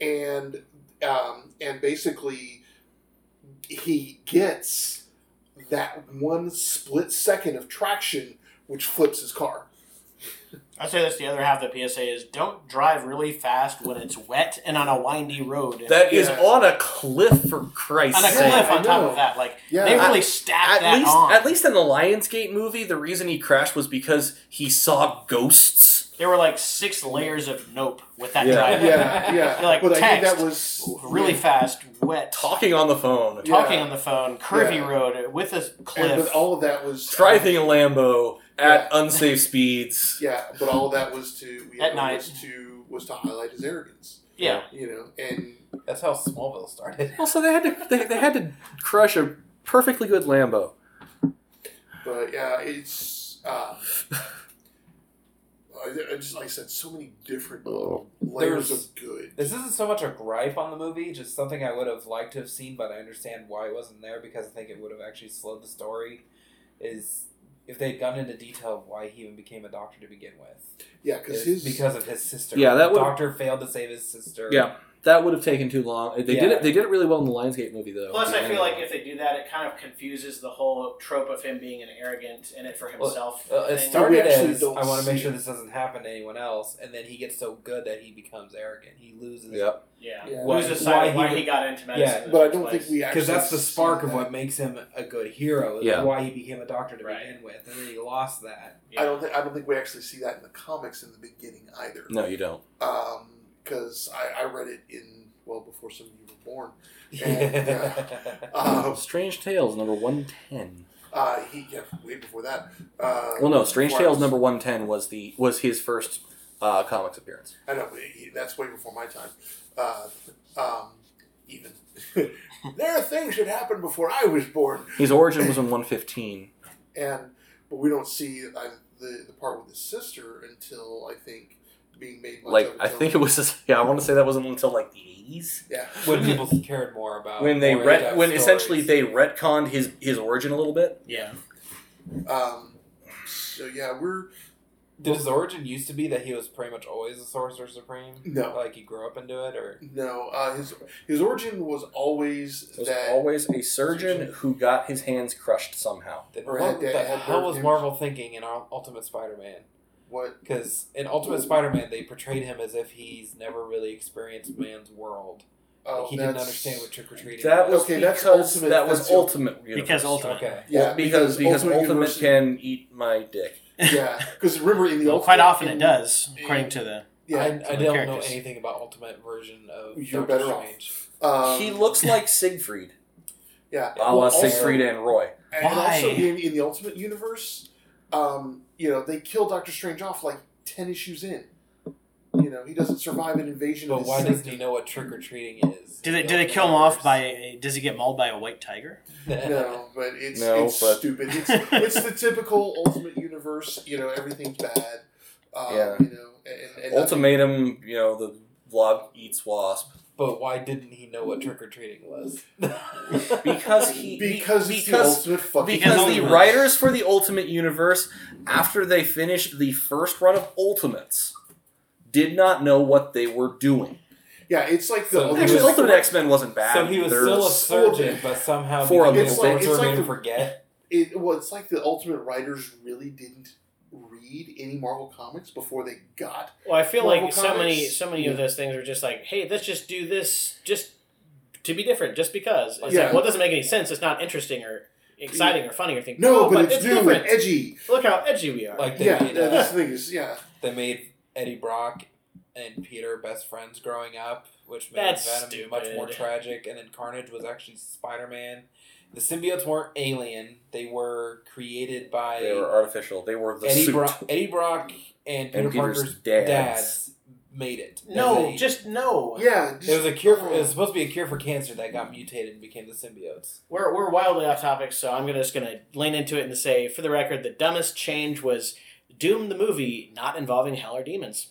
[SPEAKER 3] and um, and basically he gets that one split second of traction, which flips his car.
[SPEAKER 2] I say that's the other half of the PSA is don't drive really fast when it's wet and on a windy road.
[SPEAKER 1] That is
[SPEAKER 3] Yeah.
[SPEAKER 1] on a cliff for Christ's
[SPEAKER 2] on a
[SPEAKER 1] sake.
[SPEAKER 2] cliff
[SPEAKER 3] I
[SPEAKER 2] on top
[SPEAKER 3] know.
[SPEAKER 2] of that. Like
[SPEAKER 3] Yeah,
[SPEAKER 2] they
[SPEAKER 1] I-
[SPEAKER 2] really
[SPEAKER 1] At
[SPEAKER 2] stacked that
[SPEAKER 1] least,
[SPEAKER 2] on.
[SPEAKER 1] at least in the Lionsgate movie, the reason he crashed was because he saw ghosts.
[SPEAKER 2] there were like six layers of nope with that
[SPEAKER 1] Yeah.
[SPEAKER 2] drive.
[SPEAKER 3] yeah, yeah.
[SPEAKER 2] You're like,
[SPEAKER 3] but I think
[SPEAKER 2] text.
[SPEAKER 3] that was
[SPEAKER 2] Really fast, wet,
[SPEAKER 1] Talking on the phone,
[SPEAKER 3] Yeah.
[SPEAKER 2] talking on the phone, curvy
[SPEAKER 3] Yeah.
[SPEAKER 2] road uh, with a cliff.
[SPEAKER 3] and, but all of that was uh,
[SPEAKER 1] driving a Lambo at unsafe speeds.
[SPEAKER 3] Yeah, but all of that was to you
[SPEAKER 2] At
[SPEAKER 3] know,
[SPEAKER 2] night.
[SPEAKER 3] was to was to highlight his arrogance.
[SPEAKER 2] yeah.
[SPEAKER 3] You know, and
[SPEAKER 4] That's how Smallville started.
[SPEAKER 1] Also, they had to they, they had to crush a perfectly good Lambo.
[SPEAKER 3] But yeah, it's uh, I I just like I said, so many different
[SPEAKER 1] Oh.
[SPEAKER 3] layers
[SPEAKER 4] There's-
[SPEAKER 3] of good.
[SPEAKER 4] This isn't so much a gripe on the movie, just something I would have liked to have seen, but I understand why it wasn't there because I think it would have actually slowed the story. Is if they had gone into detail of why he even became a doctor to begin with.
[SPEAKER 3] Yeah,
[SPEAKER 4] It was
[SPEAKER 3] because his
[SPEAKER 4] because of his sister.
[SPEAKER 1] Yeah, that
[SPEAKER 4] the
[SPEAKER 1] would've-
[SPEAKER 4] doctor failed to save his sister.
[SPEAKER 1] Yeah. That would have taken too long. They did
[SPEAKER 2] Yeah.
[SPEAKER 1] it. They did it really well in the Lionsgate movie, though.
[SPEAKER 2] Plus, I
[SPEAKER 1] Yeah.
[SPEAKER 2] feel like if they do that, it kind of confuses the whole trope of him being an arrogant in it for
[SPEAKER 4] Well,
[SPEAKER 2] himself.
[SPEAKER 4] Well, Uh, it
[SPEAKER 2] thing.
[SPEAKER 3] We
[SPEAKER 4] started
[SPEAKER 3] actually
[SPEAKER 4] as I
[SPEAKER 3] don't
[SPEAKER 4] want to make
[SPEAKER 3] see
[SPEAKER 4] sure
[SPEAKER 3] it.
[SPEAKER 4] this doesn't happen to anyone else, and then he gets so good that he becomes arrogant. He loses.
[SPEAKER 1] Yep.
[SPEAKER 2] yeah.
[SPEAKER 3] Yeah.
[SPEAKER 4] Why-
[SPEAKER 2] Loses sight of
[SPEAKER 4] why
[SPEAKER 2] why
[SPEAKER 4] he-
[SPEAKER 2] he got into medicine.
[SPEAKER 4] Yeah,
[SPEAKER 2] in the
[SPEAKER 3] But I
[SPEAKER 2] first
[SPEAKER 3] don't
[SPEAKER 2] place.
[SPEAKER 3] think we actually
[SPEAKER 4] Because that's the spark
[SPEAKER 3] see
[SPEAKER 4] of
[SPEAKER 3] that.
[SPEAKER 4] what makes him a good hero. is
[SPEAKER 1] Yeah.
[SPEAKER 4] Why he became a doctor to
[SPEAKER 2] Right.
[SPEAKER 4] begin with, and then he lost that.
[SPEAKER 2] Yeah.
[SPEAKER 3] I don't think I don't think we actually see that in the comics in the beginning either.
[SPEAKER 1] No, you don't.
[SPEAKER 3] because I, I read it in well before some of you were born. Yeah. Um,
[SPEAKER 1] Strange Tales number one ten.
[SPEAKER 3] uh, he yeah, way before that. Uh,
[SPEAKER 1] Well, no, Strange
[SPEAKER 3] before I
[SPEAKER 1] Tales
[SPEAKER 3] was-
[SPEAKER 1] number one ten was the was his first uh, comics appearance.
[SPEAKER 3] I know he- that's way before my time. Uh, um, even there are things that happened before I was born,
[SPEAKER 1] His origin was in one fifteen.
[SPEAKER 3] and but we don't see uh, the the part with his sister until I think being made much
[SPEAKER 1] Like
[SPEAKER 3] of
[SPEAKER 1] I
[SPEAKER 3] until-
[SPEAKER 1] think it was. Yeah, I want to say that wasn't until like the eighties
[SPEAKER 3] yeah
[SPEAKER 4] when people cared more
[SPEAKER 3] Oh,
[SPEAKER 4] about
[SPEAKER 1] when they
[SPEAKER 4] more
[SPEAKER 1] ret-
[SPEAKER 4] in-depth
[SPEAKER 1] when essentially
[SPEAKER 4] stories.
[SPEAKER 1] they retconned his his origin a little bit.
[SPEAKER 2] Yeah.
[SPEAKER 3] um, so yeah we're
[SPEAKER 4] Did his origin used to be that he was pretty much always a sorcerer supreme?
[SPEAKER 3] No.
[SPEAKER 4] like he grew up into it, or
[SPEAKER 3] no uh, his his origin was always
[SPEAKER 1] It was
[SPEAKER 3] that
[SPEAKER 1] always a surgeon who got his hands crushed somehow.
[SPEAKER 3] Or
[SPEAKER 4] what
[SPEAKER 3] had-
[SPEAKER 4] the
[SPEAKER 3] had
[SPEAKER 4] hell
[SPEAKER 3] birth
[SPEAKER 4] was
[SPEAKER 3] image.
[SPEAKER 4] Marvel thinking in Ul- Ultimate Spider-Man?
[SPEAKER 3] what
[SPEAKER 4] Because in Ultimate Spider-Man, they portrayed him as if he's never really experienced man's world.
[SPEAKER 3] oh,
[SPEAKER 4] like he didn't
[SPEAKER 3] that's-
[SPEAKER 4] understand what trick or treating.
[SPEAKER 1] That was
[SPEAKER 3] Okay, that's
[SPEAKER 1] because
[SPEAKER 3] Ultimate-
[SPEAKER 1] that was
[SPEAKER 3] that's
[SPEAKER 1] ultimate.
[SPEAKER 2] Because
[SPEAKER 1] Universe.
[SPEAKER 2] ultimate.
[SPEAKER 4] okay.
[SPEAKER 3] yeah
[SPEAKER 1] because because ultimate,
[SPEAKER 3] Universe-
[SPEAKER 1] can eat my dick.
[SPEAKER 3] yeah because remember in the
[SPEAKER 2] Well,
[SPEAKER 3] ultimate
[SPEAKER 2] quite often it
[SPEAKER 3] in-
[SPEAKER 2] does,
[SPEAKER 3] in-
[SPEAKER 2] according to the.
[SPEAKER 4] I,
[SPEAKER 3] yeah
[SPEAKER 4] I
[SPEAKER 2] the
[SPEAKER 4] don't know
[SPEAKER 2] characters.
[SPEAKER 4] anything about Ultimate version of
[SPEAKER 3] You're
[SPEAKER 4] Doctor
[SPEAKER 3] better off.
[SPEAKER 4] Strange.
[SPEAKER 3] um,
[SPEAKER 1] he looks like Siegfried,
[SPEAKER 3] yeah
[SPEAKER 1] a la
[SPEAKER 3] Well, also-
[SPEAKER 1] Siegfried and Roy.
[SPEAKER 3] And also
[SPEAKER 2] Why?
[SPEAKER 3] in, in the Ultimate Universe, um, you know, they kill Doctor Strange off like ten issues in. You know, he doesn't survive an invasion of
[SPEAKER 4] But
[SPEAKER 3] his
[SPEAKER 4] why
[SPEAKER 3] sanctum.
[SPEAKER 4] doesn't he know what trick or treating is?
[SPEAKER 2] Did it? Did it kill him off by? a- eh, Does he get mauled by a white tiger?
[SPEAKER 3] No, but it's
[SPEAKER 1] No,
[SPEAKER 3] it's
[SPEAKER 1] but-
[SPEAKER 3] stupid. It's, it's the typical Ultimate Universe, you know, everything's bad. Um,
[SPEAKER 1] Yeah.
[SPEAKER 3] you know, and, and
[SPEAKER 1] Ultimatum, you know, the blob eats wasp
[SPEAKER 4] But why didn't he know what trick or treating was?
[SPEAKER 1] because he
[SPEAKER 3] because it's
[SPEAKER 1] because-
[SPEAKER 3] the ultimate fucking
[SPEAKER 1] because the
[SPEAKER 2] Ultimate.
[SPEAKER 1] writers for the Ultimate Universe, after they finished the first run of Ultimates, did not know what they were doing.
[SPEAKER 3] Yeah, it's like the
[SPEAKER 4] So he
[SPEAKER 1] Actually,
[SPEAKER 4] was-
[SPEAKER 1] Ultimate X Men wasn't bad.
[SPEAKER 4] so he was
[SPEAKER 1] either.
[SPEAKER 4] still a
[SPEAKER 1] S-
[SPEAKER 4] surgeon, but somehow
[SPEAKER 1] For a
[SPEAKER 4] became
[SPEAKER 1] little
[SPEAKER 4] sorcerer
[SPEAKER 3] bit. It's like
[SPEAKER 4] made him
[SPEAKER 3] the-
[SPEAKER 4] forget.
[SPEAKER 3] it, well, it's like the Ultimate writers really didn't read any Marvel comics before they got
[SPEAKER 2] Well, I feel
[SPEAKER 3] Marvel
[SPEAKER 2] like so many,
[SPEAKER 3] Comics?
[SPEAKER 2] so many of those things are just like, hey, let's just do this, just to be different, just because. It's
[SPEAKER 3] Yeah.
[SPEAKER 2] like, well, it doesn't make any sense. It's not interesting or exciting or funny or anything.
[SPEAKER 3] no,
[SPEAKER 2] Oh,
[SPEAKER 3] but, it's, new
[SPEAKER 2] different.
[SPEAKER 3] and edgy.
[SPEAKER 2] Look how edgy we are.
[SPEAKER 4] Like they
[SPEAKER 3] Yeah,
[SPEAKER 4] made,
[SPEAKER 3] yeah,
[SPEAKER 4] uh,
[SPEAKER 3] that's the thing is, yeah.
[SPEAKER 4] they made Eddie Brock and Peter best friends growing up, which made
[SPEAKER 2] That's
[SPEAKER 4] Venom much more
[SPEAKER 2] stupid.
[SPEAKER 4] tragic. And then Carnage was actually Spider Man. The symbiotes weren't alien; they were created by
[SPEAKER 1] They were artificial. They were the
[SPEAKER 4] Eddie
[SPEAKER 1] suit.
[SPEAKER 4] Brock. Eddie Brock and Peter
[SPEAKER 1] and Peter's
[SPEAKER 4] Parker's
[SPEAKER 1] dads.
[SPEAKER 4] dads made it.
[SPEAKER 2] no,
[SPEAKER 4] They-
[SPEAKER 2] just no.
[SPEAKER 3] Yeah, just,
[SPEAKER 4] It was a cure. For, it was supposed to be a cure for cancer that
[SPEAKER 2] Mm.
[SPEAKER 4] got mutated and became the symbiotes.
[SPEAKER 2] We're, we're wildly off topic, so I'm gonna, just going to lean into it and say, for the record, the dumbest change was Doom the movie not involving hell or demons.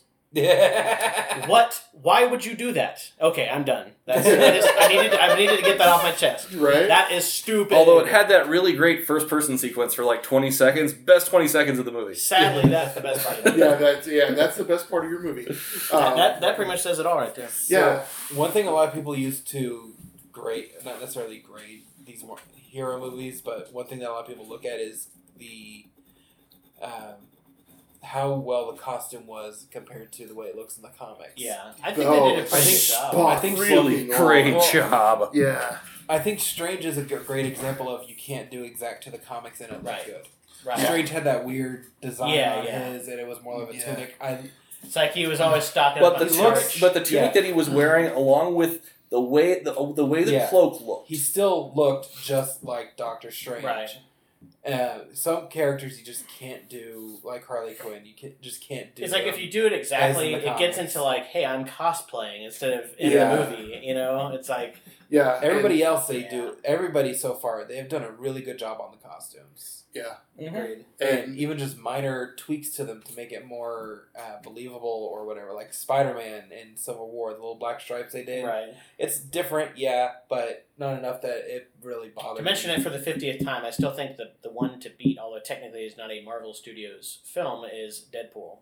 [SPEAKER 4] Yeah.
[SPEAKER 2] What? Why would you do that? Okay, I'm done. That's, I, just, I, needed, I needed to get that off my chest.
[SPEAKER 3] right.
[SPEAKER 2] That is stupid.
[SPEAKER 1] Although it had that really great first person sequence for like 20 seconds, best 20 seconds of the movie.
[SPEAKER 2] Sadly, that's the best part of it.
[SPEAKER 3] yeah, that's yeah, that's the best part of your movie. Um,
[SPEAKER 2] That, that, that pretty much says it all right there.
[SPEAKER 3] yeah,
[SPEAKER 4] One thing a lot of people use to grade, not necessarily grade these more hero movies, but one thing that a lot of people look at is the um, how well the costume was compared to the way it looks in the comics.
[SPEAKER 2] Yeah. I think
[SPEAKER 3] Oh,
[SPEAKER 2] they did a pretty good
[SPEAKER 4] it's
[SPEAKER 2] job.
[SPEAKER 3] spot-
[SPEAKER 4] I think
[SPEAKER 1] Really
[SPEAKER 3] Fucking
[SPEAKER 1] great
[SPEAKER 4] awful.
[SPEAKER 1] job.
[SPEAKER 3] yeah.
[SPEAKER 4] I think Strange is a g- great example of you can't do exact to the comics and it looks
[SPEAKER 2] Right.
[SPEAKER 4] good.
[SPEAKER 2] Right.
[SPEAKER 4] Strange had that weird design
[SPEAKER 2] Yeah,
[SPEAKER 4] on
[SPEAKER 2] yeah.
[SPEAKER 4] his, and it was more of a
[SPEAKER 3] Yeah.
[SPEAKER 4] tunic. I,
[SPEAKER 2] It's like he was always stocking
[SPEAKER 1] But
[SPEAKER 2] up
[SPEAKER 1] the
[SPEAKER 2] on
[SPEAKER 4] he
[SPEAKER 1] tunic,
[SPEAKER 4] looks-
[SPEAKER 2] starch.
[SPEAKER 1] but the tunic
[SPEAKER 4] Yeah.
[SPEAKER 1] that he was wearing, along with the way the, the way the
[SPEAKER 4] Yeah.
[SPEAKER 1] cloak looked,
[SPEAKER 4] he still looked just like Doctor Strange.
[SPEAKER 2] Right.
[SPEAKER 4] Uh, some characters you just can't do, like Harley Quinn. You can, just can't do.
[SPEAKER 2] It's like
[SPEAKER 4] them.
[SPEAKER 2] if you do it exactly,
[SPEAKER 4] As in the
[SPEAKER 2] it gets
[SPEAKER 4] comics.
[SPEAKER 2] into like, hey, I'm cosplaying instead of in
[SPEAKER 3] Yeah.
[SPEAKER 2] the movie. You know, it's like
[SPEAKER 3] Yeah, and-
[SPEAKER 4] everybody else, they
[SPEAKER 2] Yeah.
[SPEAKER 4] do. Everybody so far, they have done a really good job on the costumes.
[SPEAKER 3] yeah,
[SPEAKER 2] Mhm.
[SPEAKER 4] Agreed.
[SPEAKER 3] And-
[SPEAKER 4] And, even just minor tweaks to them to make it more uh, believable or whatever. Like Spider Man in Civil War, the little black stripes they did.
[SPEAKER 2] right.
[SPEAKER 4] It's different, yeah, but not enough that it really bothered.
[SPEAKER 2] To mention
[SPEAKER 4] me.
[SPEAKER 2] it for the fiftieth time, I still think that the one to beat, although technically is not a Marvel Studios film, is Deadpool.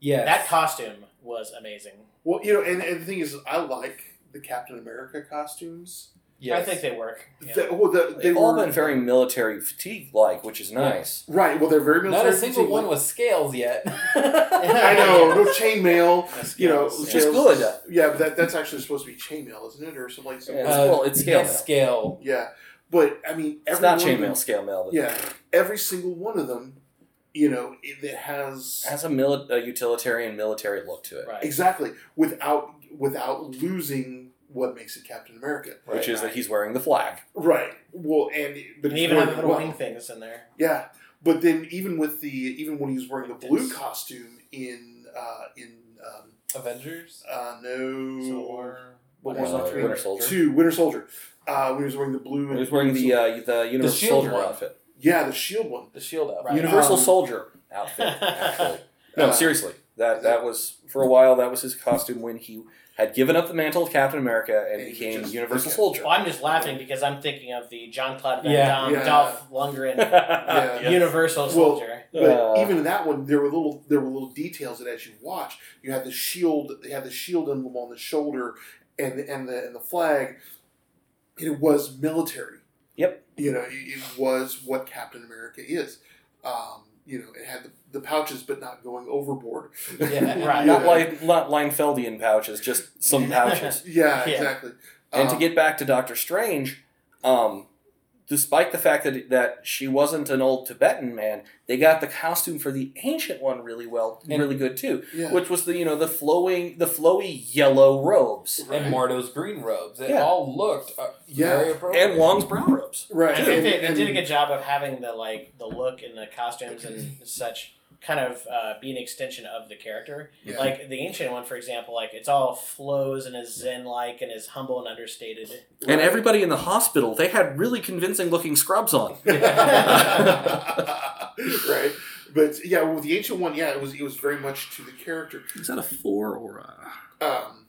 [SPEAKER 4] yes.
[SPEAKER 2] That costume was amazing.
[SPEAKER 3] Well, you know, and, and the thing is, I like the Captain America costumes.
[SPEAKER 2] I think they work. Yeah.
[SPEAKER 3] That- well, the- they
[SPEAKER 1] They've all
[SPEAKER 3] were-
[SPEAKER 1] been very military fatigue like, which is nice.
[SPEAKER 3] right. Well, they're very
[SPEAKER 4] Not a
[SPEAKER 3] military
[SPEAKER 4] single
[SPEAKER 3] fatigue.
[SPEAKER 4] one with scales yet.
[SPEAKER 3] I
[SPEAKER 1] Uh,
[SPEAKER 3] know no chainmail.
[SPEAKER 2] That's
[SPEAKER 3] You know,
[SPEAKER 2] good.
[SPEAKER 1] Which
[SPEAKER 3] Yeah.
[SPEAKER 1] is good.
[SPEAKER 3] Yeah, but that, that's actually supposed to be chainmail, isn't it, or something like something.
[SPEAKER 1] Yeah. well, it's scale
[SPEAKER 4] it's
[SPEAKER 1] now.
[SPEAKER 4] scale.
[SPEAKER 3] yeah, but I mean, every
[SPEAKER 1] It's not
[SPEAKER 3] one of them-
[SPEAKER 1] chainmail scale mail, but
[SPEAKER 3] Yeah, every single one of them, you know, it, it has
[SPEAKER 1] it has a, mili- a utilitarian military look to it,
[SPEAKER 2] Right.
[SPEAKER 3] exactly without without losing what makes it Captain America.
[SPEAKER 1] which is
[SPEAKER 2] right.
[SPEAKER 1] that he's wearing the flag.
[SPEAKER 3] Right. Well, and but
[SPEAKER 2] And
[SPEAKER 3] it's
[SPEAKER 2] even
[SPEAKER 3] more
[SPEAKER 2] have the
[SPEAKER 3] than-
[SPEAKER 2] little
[SPEAKER 3] well,
[SPEAKER 2] wing things in there.
[SPEAKER 3] Yeah, but then even with the even when he was wearing the blue
[SPEAKER 2] Yes.
[SPEAKER 3] costume in uh, in um,
[SPEAKER 4] Avengers.
[SPEAKER 3] uh, no
[SPEAKER 2] Civil War.
[SPEAKER 3] what
[SPEAKER 1] Uh,
[SPEAKER 3] was it?
[SPEAKER 1] Winter Soldier.
[SPEAKER 3] Two Winter Soldier. Uh, when he was wearing the blue.
[SPEAKER 1] He
[SPEAKER 3] and
[SPEAKER 1] was wearing the uh, the Universal
[SPEAKER 4] shield
[SPEAKER 1] Soldier
[SPEAKER 4] one.
[SPEAKER 1] outfit.
[SPEAKER 3] yeah the shield one.
[SPEAKER 4] The shield up.
[SPEAKER 2] Right.
[SPEAKER 1] Universal
[SPEAKER 3] Um,
[SPEAKER 1] Soldier outfit. Actually. No,
[SPEAKER 3] Uh,
[SPEAKER 1] seriously. That that was for a while. That was his costume when he had given up the mantle of Captain America and
[SPEAKER 3] And he
[SPEAKER 1] became
[SPEAKER 3] just-
[SPEAKER 1] Universal
[SPEAKER 3] okay.
[SPEAKER 1] Soldier.
[SPEAKER 2] Well, I'm just laughing because I'm thinking of the John Claude Van
[SPEAKER 4] Yeah.
[SPEAKER 2] Damme,
[SPEAKER 3] Yeah.
[SPEAKER 2] Dolph Lundgren,
[SPEAKER 3] Yeah.
[SPEAKER 2] Universal
[SPEAKER 3] Well,
[SPEAKER 2] Soldier.
[SPEAKER 3] But
[SPEAKER 1] Uh,
[SPEAKER 3] even in that one, there were little there were little details that as you watch, you had the shield, they had the shield emblem on the shoulder, and the, and the and the flag. And it was military.
[SPEAKER 1] Yep.
[SPEAKER 3] You know, it, it was what Captain America is. Um, you know, it had the, the pouches, but not going overboard.
[SPEAKER 4] Yeah.
[SPEAKER 2] Right.
[SPEAKER 1] Not
[SPEAKER 3] Yeah.
[SPEAKER 1] like not Leinfeldian pouches, just some pouches.
[SPEAKER 3] Yeah,
[SPEAKER 2] Yeah.
[SPEAKER 3] exactly.
[SPEAKER 1] and to
[SPEAKER 3] Um,
[SPEAKER 1] get back to Doctor Strange, um, despite the fact that that she wasn't an old Tibetan man, they got the costume for the ancient one really well,
[SPEAKER 4] And-
[SPEAKER 1] really good too,
[SPEAKER 3] yeah.
[SPEAKER 1] which was the you know the flowing the flowy yellow robes
[SPEAKER 3] Right.
[SPEAKER 4] And Mardo's green robes. It
[SPEAKER 1] Yeah.
[SPEAKER 4] all looked uh,
[SPEAKER 3] Yeah.
[SPEAKER 4] very appropriate.
[SPEAKER 1] and Wong's brown robes.
[SPEAKER 3] right.
[SPEAKER 2] I think
[SPEAKER 3] and-
[SPEAKER 2] they, they
[SPEAKER 3] and-
[SPEAKER 2] did a good job of having the like the look and the costumes and such kind of uh, be an extension of the character.
[SPEAKER 3] yeah.
[SPEAKER 2] Like the ancient one, for example, like it's all flows and is zen like and is humble and understated.
[SPEAKER 1] And everybody in the hospital, they had really convincing looking scrubs on.
[SPEAKER 3] right. But yeah, well, the ancient one, yeah, it was it was very much to the character.
[SPEAKER 5] Is that a four or a?
[SPEAKER 3] Um,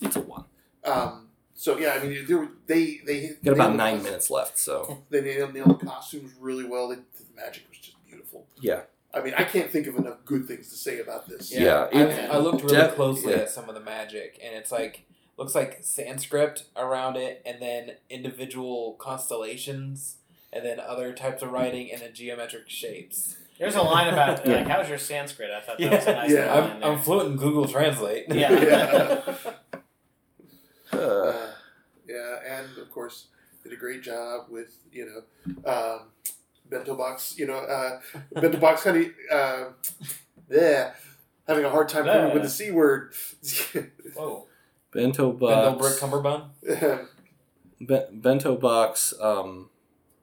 [SPEAKER 5] It's a one.
[SPEAKER 3] um, so yeah, I mean, they were- they they
[SPEAKER 1] Got about
[SPEAKER 3] they-
[SPEAKER 1] nine minutes left, so
[SPEAKER 3] They nailed, nailed the costumes really well. They, the magic was just beautiful.
[SPEAKER 1] Yeah.
[SPEAKER 3] I mean, I can't think of enough good things to say about this.
[SPEAKER 1] yeah.
[SPEAKER 4] I,
[SPEAKER 1] it-
[SPEAKER 4] I looked really
[SPEAKER 1] Def-
[SPEAKER 4] closely
[SPEAKER 1] yeah.
[SPEAKER 4] at some of the magic, and it's like looks like Sanskrit around it, and then individual constellations, and then other types of writing, and then geometric shapes.
[SPEAKER 2] There's a line about
[SPEAKER 1] Yeah.
[SPEAKER 2] like how's your Sanskrit? I thought that was a nice
[SPEAKER 3] Yeah.
[SPEAKER 2] little line
[SPEAKER 4] I'm,
[SPEAKER 2] there.
[SPEAKER 4] I'm fluent in Google Translate.
[SPEAKER 2] Yeah.
[SPEAKER 1] uh,
[SPEAKER 3] Uh, yeah, and of course, did a great job with you know, um, bento box. You know, uh, bento box honey. Uh, yeah, having a hard time coming up with the c word.
[SPEAKER 2] Whoa.
[SPEAKER 1] bento
[SPEAKER 4] Bendel Brick
[SPEAKER 1] box,
[SPEAKER 4] Cumberbund.
[SPEAKER 1] ben- bento box, um,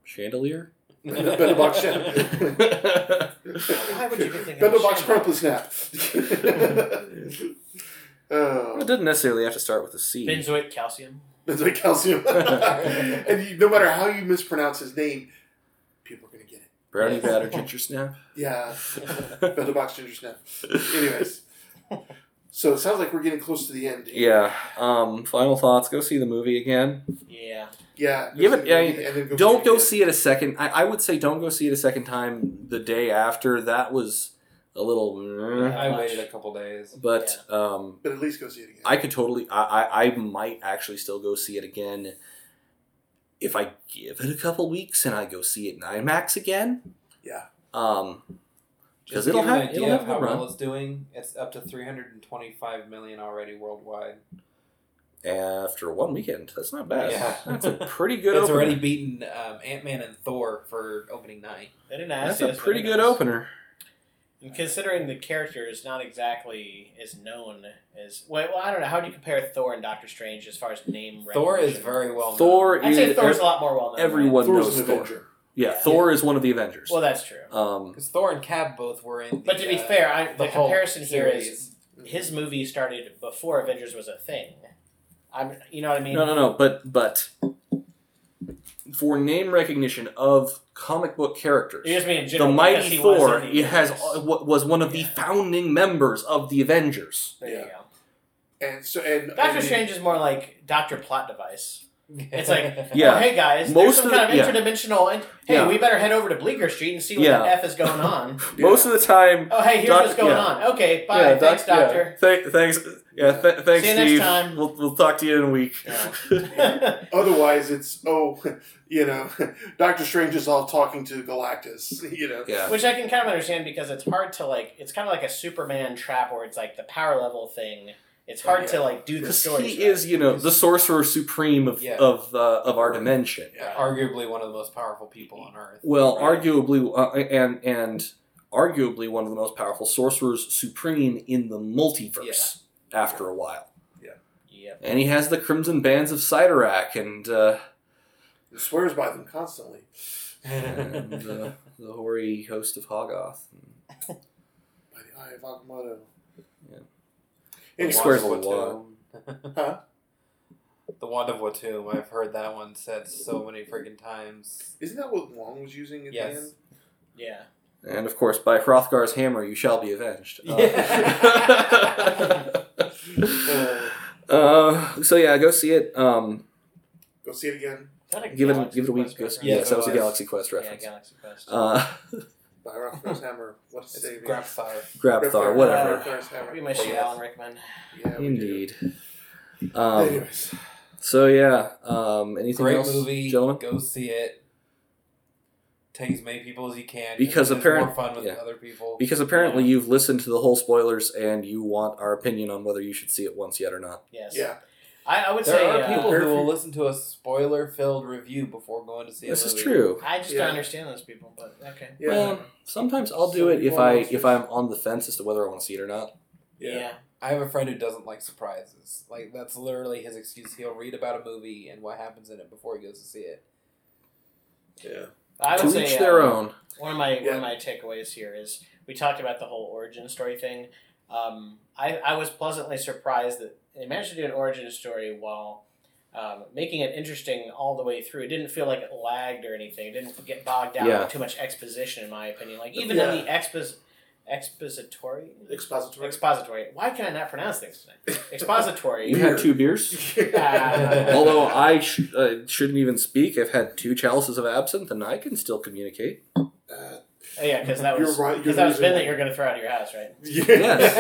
[SPEAKER 1] chandelier.
[SPEAKER 3] bento box snap.
[SPEAKER 2] Why would you be thinking
[SPEAKER 3] bento
[SPEAKER 2] of
[SPEAKER 3] box
[SPEAKER 2] Shanghai?
[SPEAKER 3] crumple snap. oh.
[SPEAKER 1] It doesn't necessarily have to start with a C.
[SPEAKER 2] Benzoate calcium.
[SPEAKER 3] Benzoate calcium. and you, no matter how you mispronounce his name, people are going to get it.
[SPEAKER 1] Brownie batter ginger snap.
[SPEAKER 3] Yeah. Bento box ginger snap. Anyways. So it sounds like we're getting close to the end.
[SPEAKER 1] yeah. Um, final thoughts. Go see the movie again.
[SPEAKER 2] Yeah.
[SPEAKER 3] Yeah.
[SPEAKER 1] You haven't- yeah,
[SPEAKER 3] and then
[SPEAKER 1] Don't go
[SPEAKER 3] again.
[SPEAKER 1] see it a second. I, I would say don't go see it a second time. The day after that was a little, meh,
[SPEAKER 4] I waited a couple days.
[SPEAKER 1] but um,
[SPEAKER 3] But at least go see it again.
[SPEAKER 1] I could totally. I, I I might actually still go see it again if I give it a couple weeks and I go see it in IMAX again.
[SPEAKER 3] Yeah.
[SPEAKER 1] Um, because
[SPEAKER 4] Just
[SPEAKER 1] it'll
[SPEAKER 4] to give you
[SPEAKER 1] have
[SPEAKER 4] an
[SPEAKER 1] it'll
[SPEAKER 4] idea
[SPEAKER 1] have a
[SPEAKER 4] of how
[SPEAKER 1] good
[SPEAKER 4] well
[SPEAKER 1] run.
[SPEAKER 4] it's doing. It's up to 325 million already worldwide.
[SPEAKER 1] After one weekend, that's not bad.
[SPEAKER 4] Yeah.
[SPEAKER 1] That's a pretty good.
[SPEAKER 4] it's
[SPEAKER 1] opener.
[SPEAKER 4] already beaten um, Ant Man and Thor for opening night.
[SPEAKER 2] They didn't ask
[SPEAKER 1] That's
[SPEAKER 2] us,
[SPEAKER 1] a
[SPEAKER 2] but
[SPEAKER 1] pretty
[SPEAKER 2] who
[SPEAKER 1] good
[SPEAKER 2] knows?
[SPEAKER 1] opener.
[SPEAKER 2] And considering the character is not exactly as known as well, well, I don't know. How do you compare Thor and Doctor Strange as far as name?
[SPEAKER 4] Thor is
[SPEAKER 2] recognition?
[SPEAKER 4] very well known.
[SPEAKER 1] Thor
[SPEAKER 2] I'd say
[SPEAKER 1] is
[SPEAKER 2] Thor's a lot more well known.
[SPEAKER 1] everyone
[SPEAKER 3] Thor's
[SPEAKER 1] knows
[SPEAKER 3] an
[SPEAKER 1] Thor.
[SPEAKER 3] Avenger.
[SPEAKER 1] Yeah,
[SPEAKER 2] Yeah.
[SPEAKER 1] Thor is one of the Avengers.
[SPEAKER 2] Well, that's true.
[SPEAKER 1] um,
[SPEAKER 4] Because Thor and Cap both were in. The,
[SPEAKER 2] But to be
[SPEAKER 4] uh,
[SPEAKER 2] fair, I, the,
[SPEAKER 4] the Hulk
[SPEAKER 2] comparison here is
[SPEAKER 4] series.
[SPEAKER 2] his movie started before Avengers was a thing. I'm, you know what I mean?
[SPEAKER 1] no, no, no. But but for name recognition of comic book characters,
[SPEAKER 2] You just mean in
[SPEAKER 1] the
[SPEAKER 2] general. because
[SPEAKER 1] Mighty
[SPEAKER 2] he was
[SPEAKER 1] Thor
[SPEAKER 2] in the
[SPEAKER 1] it has uh,
[SPEAKER 2] Avengers.
[SPEAKER 1] wa- was one of the
[SPEAKER 2] Yeah.
[SPEAKER 1] founding members of the Avengers.
[SPEAKER 2] There you
[SPEAKER 3] And so and
[SPEAKER 2] go. Doctor
[SPEAKER 3] and-
[SPEAKER 2] Strange is more like Doctor Plot Device. It's like,
[SPEAKER 1] Yeah.
[SPEAKER 2] oh, hey guys,
[SPEAKER 1] Most
[SPEAKER 2] there's some
[SPEAKER 1] of the-
[SPEAKER 2] kind of
[SPEAKER 1] yeah.
[SPEAKER 2] interdimensional. And, hey,
[SPEAKER 1] Yeah.
[SPEAKER 2] we better head over to Bleecker Street and see what
[SPEAKER 1] Yeah.
[SPEAKER 2] the f is going on.
[SPEAKER 1] Most of the time.
[SPEAKER 2] Oh, hey, here's
[SPEAKER 1] Doc-
[SPEAKER 2] what's going
[SPEAKER 1] yeah.
[SPEAKER 2] on. Okay, bye.
[SPEAKER 1] yeah, doc-
[SPEAKER 2] Thanks,
[SPEAKER 1] yeah.
[SPEAKER 2] doctor.
[SPEAKER 1] Thank- thanks. Yeah. Th- thanks,
[SPEAKER 2] See you next
[SPEAKER 1] Steve.
[SPEAKER 2] time.
[SPEAKER 1] We'll, we'll talk to you in a week.
[SPEAKER 3] Otherwise, it's oh, you know, Doctor Strange is all talking to Galactus. You know,
[SPEAKER 1] yeah.
[SPEAKER 2] Which I can kind of understand because it's hard to like. It's kind of like a Superman trap where it's like the power level thing. It's hard to like do the
[SPEAKER 1] Because
[SPEAKER 2] story.
[SPEAKER 1] he is, you know, the sorcerer supreme of
[SPEAKER 4] Yeah.
[SPEAKER 1] of uh, of our dimension.
[SPEAKER 4] Arguably one of the most powerful people on Earth.
[SPEAKER 1] Well,
[SPEAKER 2] Right.
[SPEAKER 1] arguably, uh, and and arguably one of the most powerful sorcerers supreme in the multiverse. After a while,
[SPEAKER 2] Yep.
[SPEAKER 1] and he has the crimson bands of Sidorak and uh,
[SPEAKER 3] He swears by them constantly.
[SPEAKER 1] and uh, the hoary host of Hogoth.
[SPEAKER 3] By the eye of Agamotto.
[SPEAKER 1] Yeah. He
[SPEAKER 3] Anyway,
[SPEAKER 1] swears a
[SPEAKER 4] Wand of
[SPEAKER 1] lot.
[SPEAKER 4] Watum.
[SPEAKER 3] Huh?
[SPEAKER 4] The Wand of Watum. I've heard that one said so many freaking times.
[SPEAKER 3] Isn't that what Wong was using at
[SPEAKER 4] Yes.
[SPEAKER 3] the end?
[SPEAKER 2] Yeah.
[SPEAKER 1] And of course, by Hrothgar's hammer, you shall be avenged. Uh,
[SPEAKER 3] Uh,
[SPEAKER 1] uh, so yeah, go see it. Um,
[SPEAKER 3] go see it again.
[SPEAKER 2] Is that a
[SPEAKER 1] give it
[SPEAKER 2] Galaxy
[SPEAKER 1] give it a week.
[SPEAKER 2] Quest
[SPEAKER 1] Go,
[SPEAKER 2] reference?
[SPEAKER 4] Yeah,
[SPEAKER 1] yes, that was a
[SPEAKER 4] otherwise-
[SPEAKER 1] Galaxy Quest
[SPEAKER 2] Yeah,
[SPEAKER 1] reference.
[SPEAKER 2] Galaxy Quest.
[SPEAKER 1] Uh,
[SPEAKER 3] By Rothgar's hammer. What a
[SPEAKER 4] It's
[SPEAKER 3] saving.
[SPEAKER 4] Grapthar.
[SPEAKER 1] Grabthar, whatever.
[SPEAKER 3] Hrothgar's hammer.
[SPEAKER 2] we miss you,
[SPEAKER 4] Yes.
[SPEAKER 2] Alan Rickman.
[SPEAKER 3] Yeah, we do.
[SPEAKER 1] Indeed. Um,
[SPEAKER 3] Anyways,
[SPEAKER 1] so yeah. Um, anything
[SPEAKER 4] Great
[SPEAKER 1] else,
[SPEAKER 4] movie.
[SPEAKER 1] gentlemen?
[SPEAKER 4] Go see it. Take as many people as you can.
[SPEAKER 1] Because
[SPEAKER 4] it's
[SPEAKER 1] apparent-
[SPEAKER 4] more fun with
[SPEAKER 1] yeah.
[SPEAKER 4] other people.
[SPEAKER 1] Because apparently you've listened to the whole spoilers and you want our opinion on whether you should see it once yet or not.
[SPEAKER 2] Yes.
[SPEAKER 3] yeah.
[SPEAKER 2] I, I would
[SPEAKER 4] there
[SPEAKER 2] say
[SPEAKER 4] are
[SPEAKER 2] uh,
[SPEAKER 4] people
[SPEAKER 3] Very
[SPEAKER 4] who will
[SPEAKER 3] few-
[SPEAKER 4] listen to a spoiler-filled review before going to see.
[SPEAKER 1] This
[SPEAKER 4] a
[SPEAKER 1] is
[SPEAKER 4] movie.
[SPEAKER 1] true.
[SPEAKER 2] I just
[SPEAKER 3] Yeah.
[SPEAKER 2] don't understand those people, but okay.
[SPEAKER 3] Yeah.
[SPEAKER 1] Well, sometimes I'll do
[SPEAKER 3] Some
[SPEAKER 1] it if
[SPEAKER 3] people
[SPEAKER 1] I
[SPEAKER 3] want to
[SPEAKER 1] if I'm on the fence as to whether I want to see it or not.
[SPEAKER 2] Yeah.
[SPEAKER 4] I have a friend who doesn't like surprises. Like that's literally his excuse. He'll read about a movie and what happens in it before he goes to see it.
[SPEAKER 3] yeah.
[SPEAKER 2] I would
[SPEAKER 1] to
[SPEAKER 2] say
[SPEAKER 1] each their
[SPEAKER 2] uh,
[SPEAKER 1] own.
[SPEAKER 2] One of my one
[SPEAKER 3] Yeah.
[SPEAKER 2] of my takeaways here is we talked about the whole origin story thing. Um, I I was pleasantly surprised that they managed to do an origin story while um, making it interesting all the way through. It didn't feel like it lagged or anything. It didn't get bogged down
[SPEAKER 1] Yeah.
[SPEAKER 2] with too much exposition, in my opinion. Like even
[SPEAKER 3] Yeah.
[SPEAKER 2] in the expos expository
[SPEAKER 3] Expository.
[SPEAKER 2] expository. Why can I not pronounce things? Tonight? Expository.
[SPEAKER 1] You had two
[SPEAKER 3] Uh,
[SPEAKER 1] beers. Although I sh- uh, shouldn't even speak, I've had two chalices of absinthe, and I can still communicate.
[SPEAKER 3] Uh,
[SPEAKER 2] Oh, yeah, because that
[SPEAKER 3] You're
[SPEAKER 2] was
[SPEAKER 3] right, you're
[SPEAKER 2] because that was Ben
[SPEAKER 3] losing.
[SPEAKER 2] that you're going to throw out of your house, right?
[SPEAKER 3] yes.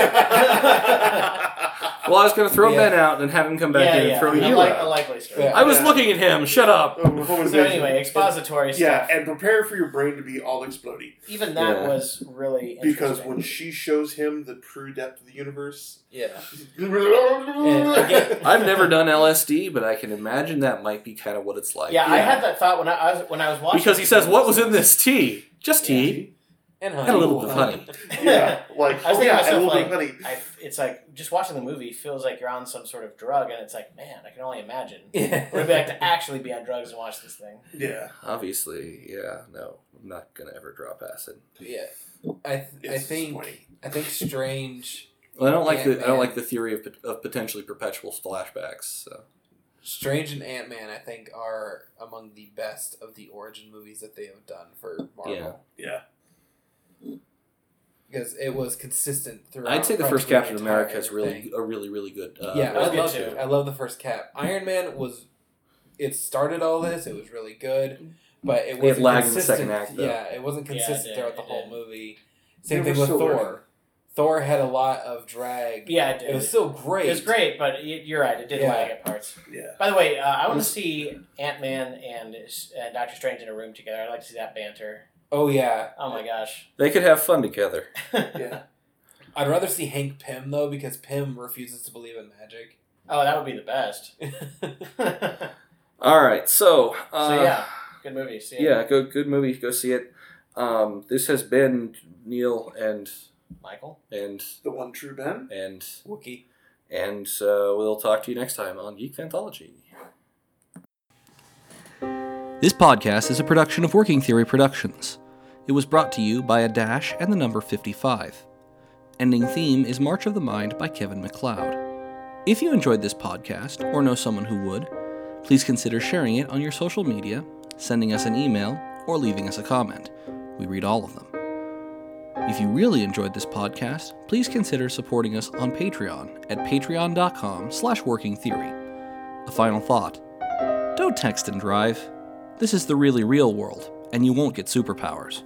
[SPEAKER 1] Well, I was going to throw
[SPEAKER 4] Yeah.
[SPEAKER 1] Ben out and have him come back
[SPEAKER 2] yeah,
[SPEAKER 1] in
[SPEAKER 2] yeah.
[SPEAKER 1] and throw
[SPEAKER 2] a,
[SPEAKER 1] you
[SPEAKER 2] like, a
[SPEAKER 1] out.
[SPEAKER 2] likely story.
[SPEAKER 4] Yeah.
[SPEAKER 1] I was
[SPEAKER 3] Yeah.
[SPEAKER 1] looking at him. Shut up.
[SPEAKER 3] Oh, what was
[SPEAKER 2] So
[SPEAKER 3] that?
[SPEAKER 2] anyway, expository
[SPEAKER 3] Yeah,
[SPEAKER 2] stuff.
[SPEAKER 3] and prepare for your brain to be all exploding
[SPEAKER 2] Even that
[SPEAKER 1] Yeah.
[SPEAKER 2] was really
[SPEAKER 3] because
[SPEAKER 2] interesting.
[SPEAKER 3] when she shows him the true depth of the universe,
[SPEAKER 4] Yeah.
[SPEAKER 3] yeah,
[SPEAKER 1] I've never done LSD, but I can imagine that might be kind of what it's like.
[SPEAKER 2] yeah, I
[SPEAKER 3] Yeah.
[SPEAKER 2] had that thought when I, I was when I was watching
[SPEAKER 1] Because he says, "What was in this tea? Just tea
[SPEAKER 4] And honey.
[SPEAKER 1] and a little bit of honey."
[SPEAKER 2] I was
[SPEAKER 3] like oh
[SPEAKER 2] thinking
[SPEAKER 3] yeah,
[SPEAKER 2] myself,
[SPEAKER 3] a little
[SPEAKER 2] like-
[SPEAKER 3] bit of honey.
[SPEAKER 2] I, it's like just watching the movie feels like you're on some sort of drug, and it's like, man, I can only imagine what it'd be like
[SPEAKER 4] Yeah.
[SPEAKER 2] to actually be on drugs and watch this thing.
[SPEAKER 3] Yeah,
[SPEAKER 1] Obviously, yeah. No, I'm not gonna ever drop acid.
[SPEAKER 4] yeah. I th- I
[SPEAKER 3] It's
[SPEAKER 4] think
[SPEAKER 3] disappointing.
[SPEAKER 4] I think Strange
[SPEAKER 1] Well, I don't like the I don't
[SPEAKER 4] Ant-Man.
[SPEAKER 1] like the theory of, pot- of potentially perpetual flashbacks. So.
[SPEAKER 4] Strange and Ant Man I think are among the best of the origin movies that they have done for Marvel.
[SPEAKER 1] Yeah.
[SPEAKER 3] yeah.
[SPEAKER 4] Because it was consistent throughout.
[SPEAKER 1] I'd say the first Captain
[SPEAKER 4] practically the
[SPEAKER 1] America
[SPEAKER 4] entire
[SPEAKER 1] is really
[SPEAKER 4] thing.
[SPEAKER 1] a really really good. Uh,
[SPEAKER 4] yeah,
[SPEAKER 2] was
[SPEAKER 4] I
[SPEAKER 2] good
[SPEAKER 4] love
[SPEAKER 2] too.
[SPEAKER 4] it. I love the first Cap. Iron Man was it started all this. It was really good, but it was
[SPEAKER 1] lagged in the second act, though.
[SPEAKER 4] Yeah, it wasn't
[SPEAKER 2] Yeah, it
[SPEAKER 4] consistent
[SPEAKER 2] did,
[SPEAKER 4] throughout the
[SPEAKER 2] it
[SPEAKER 4] whole
[SPEAKER 2] did.
[SPEAKER 4] movie. Same
[SPEAKER 3] They
[SPEAKER 4] thing
[SPEAKER 3] were
[SPEAKER 4] with
[SPEAKER 3] so
[SPEAKER 4] Thor.
[SPEAKER 3] worried.
[SPEAKER 4] Thor had a lot of drag.
[SPEAKER 2] Yeah, it did.
[SPEAKER 4] It was still great.
[SPEAKER 2] It was great, but y- you're right. It did
[SPEAKER 4] Yeah.
[SPEAKER 2] lag at parts.
[SPEAKER 3] Yeah.
[SPEAKER 2] By the way, uh, I want to
[SPEAKER 1] This-
[SPEAKER 2] see Ant Man and uh, Doctor Strange in a room together. I'd like to see that banter.
[SPEAKER 4] Oh yeah.
[SPEAKER 2] Oh my gosh.
[SPEAKER 1] They could have fun together.
[SPEAKER 3] Yeah.
[SPEAKER 4] I'd rather see Hank Pym though because Pym refuses to believe in magic.
[SPEAKER 2] Oh, that would be the best.
[SPEAKER 1] All right, so, uh,
[SPEAKER 2] so yeah, good movie. See it.
[SPEAKER 1] yeah, go good movie. Go see it. Um, this has been Neil and
[SPEAKER 2] Michael.
[SPEAKER 1] and
[SPEAKER 3] The one true Ben.
[SPEAKER 1] and
[SPEAKER 4] Wookie.
[SPEAKER 1] and uh, we'll talk to you next time on Geek Anthology.
[SPEAKER 5] This podcast is a production of Working Theory Productions. It was brought to you by a dash and the number 55. Ending theme is March of the Mind by Kevin McLeod. If you enjoyed this podcast, or know someone who would, please consider sharing it on your social media, sending us an email, or leaving us a comment. We read all of them. If you really enjoyed this podcast, please consider supporting us on Patreon at patreon.com slash working theory. A final thought. Don't text and drive. This is the really real world, and you won't get superpowers.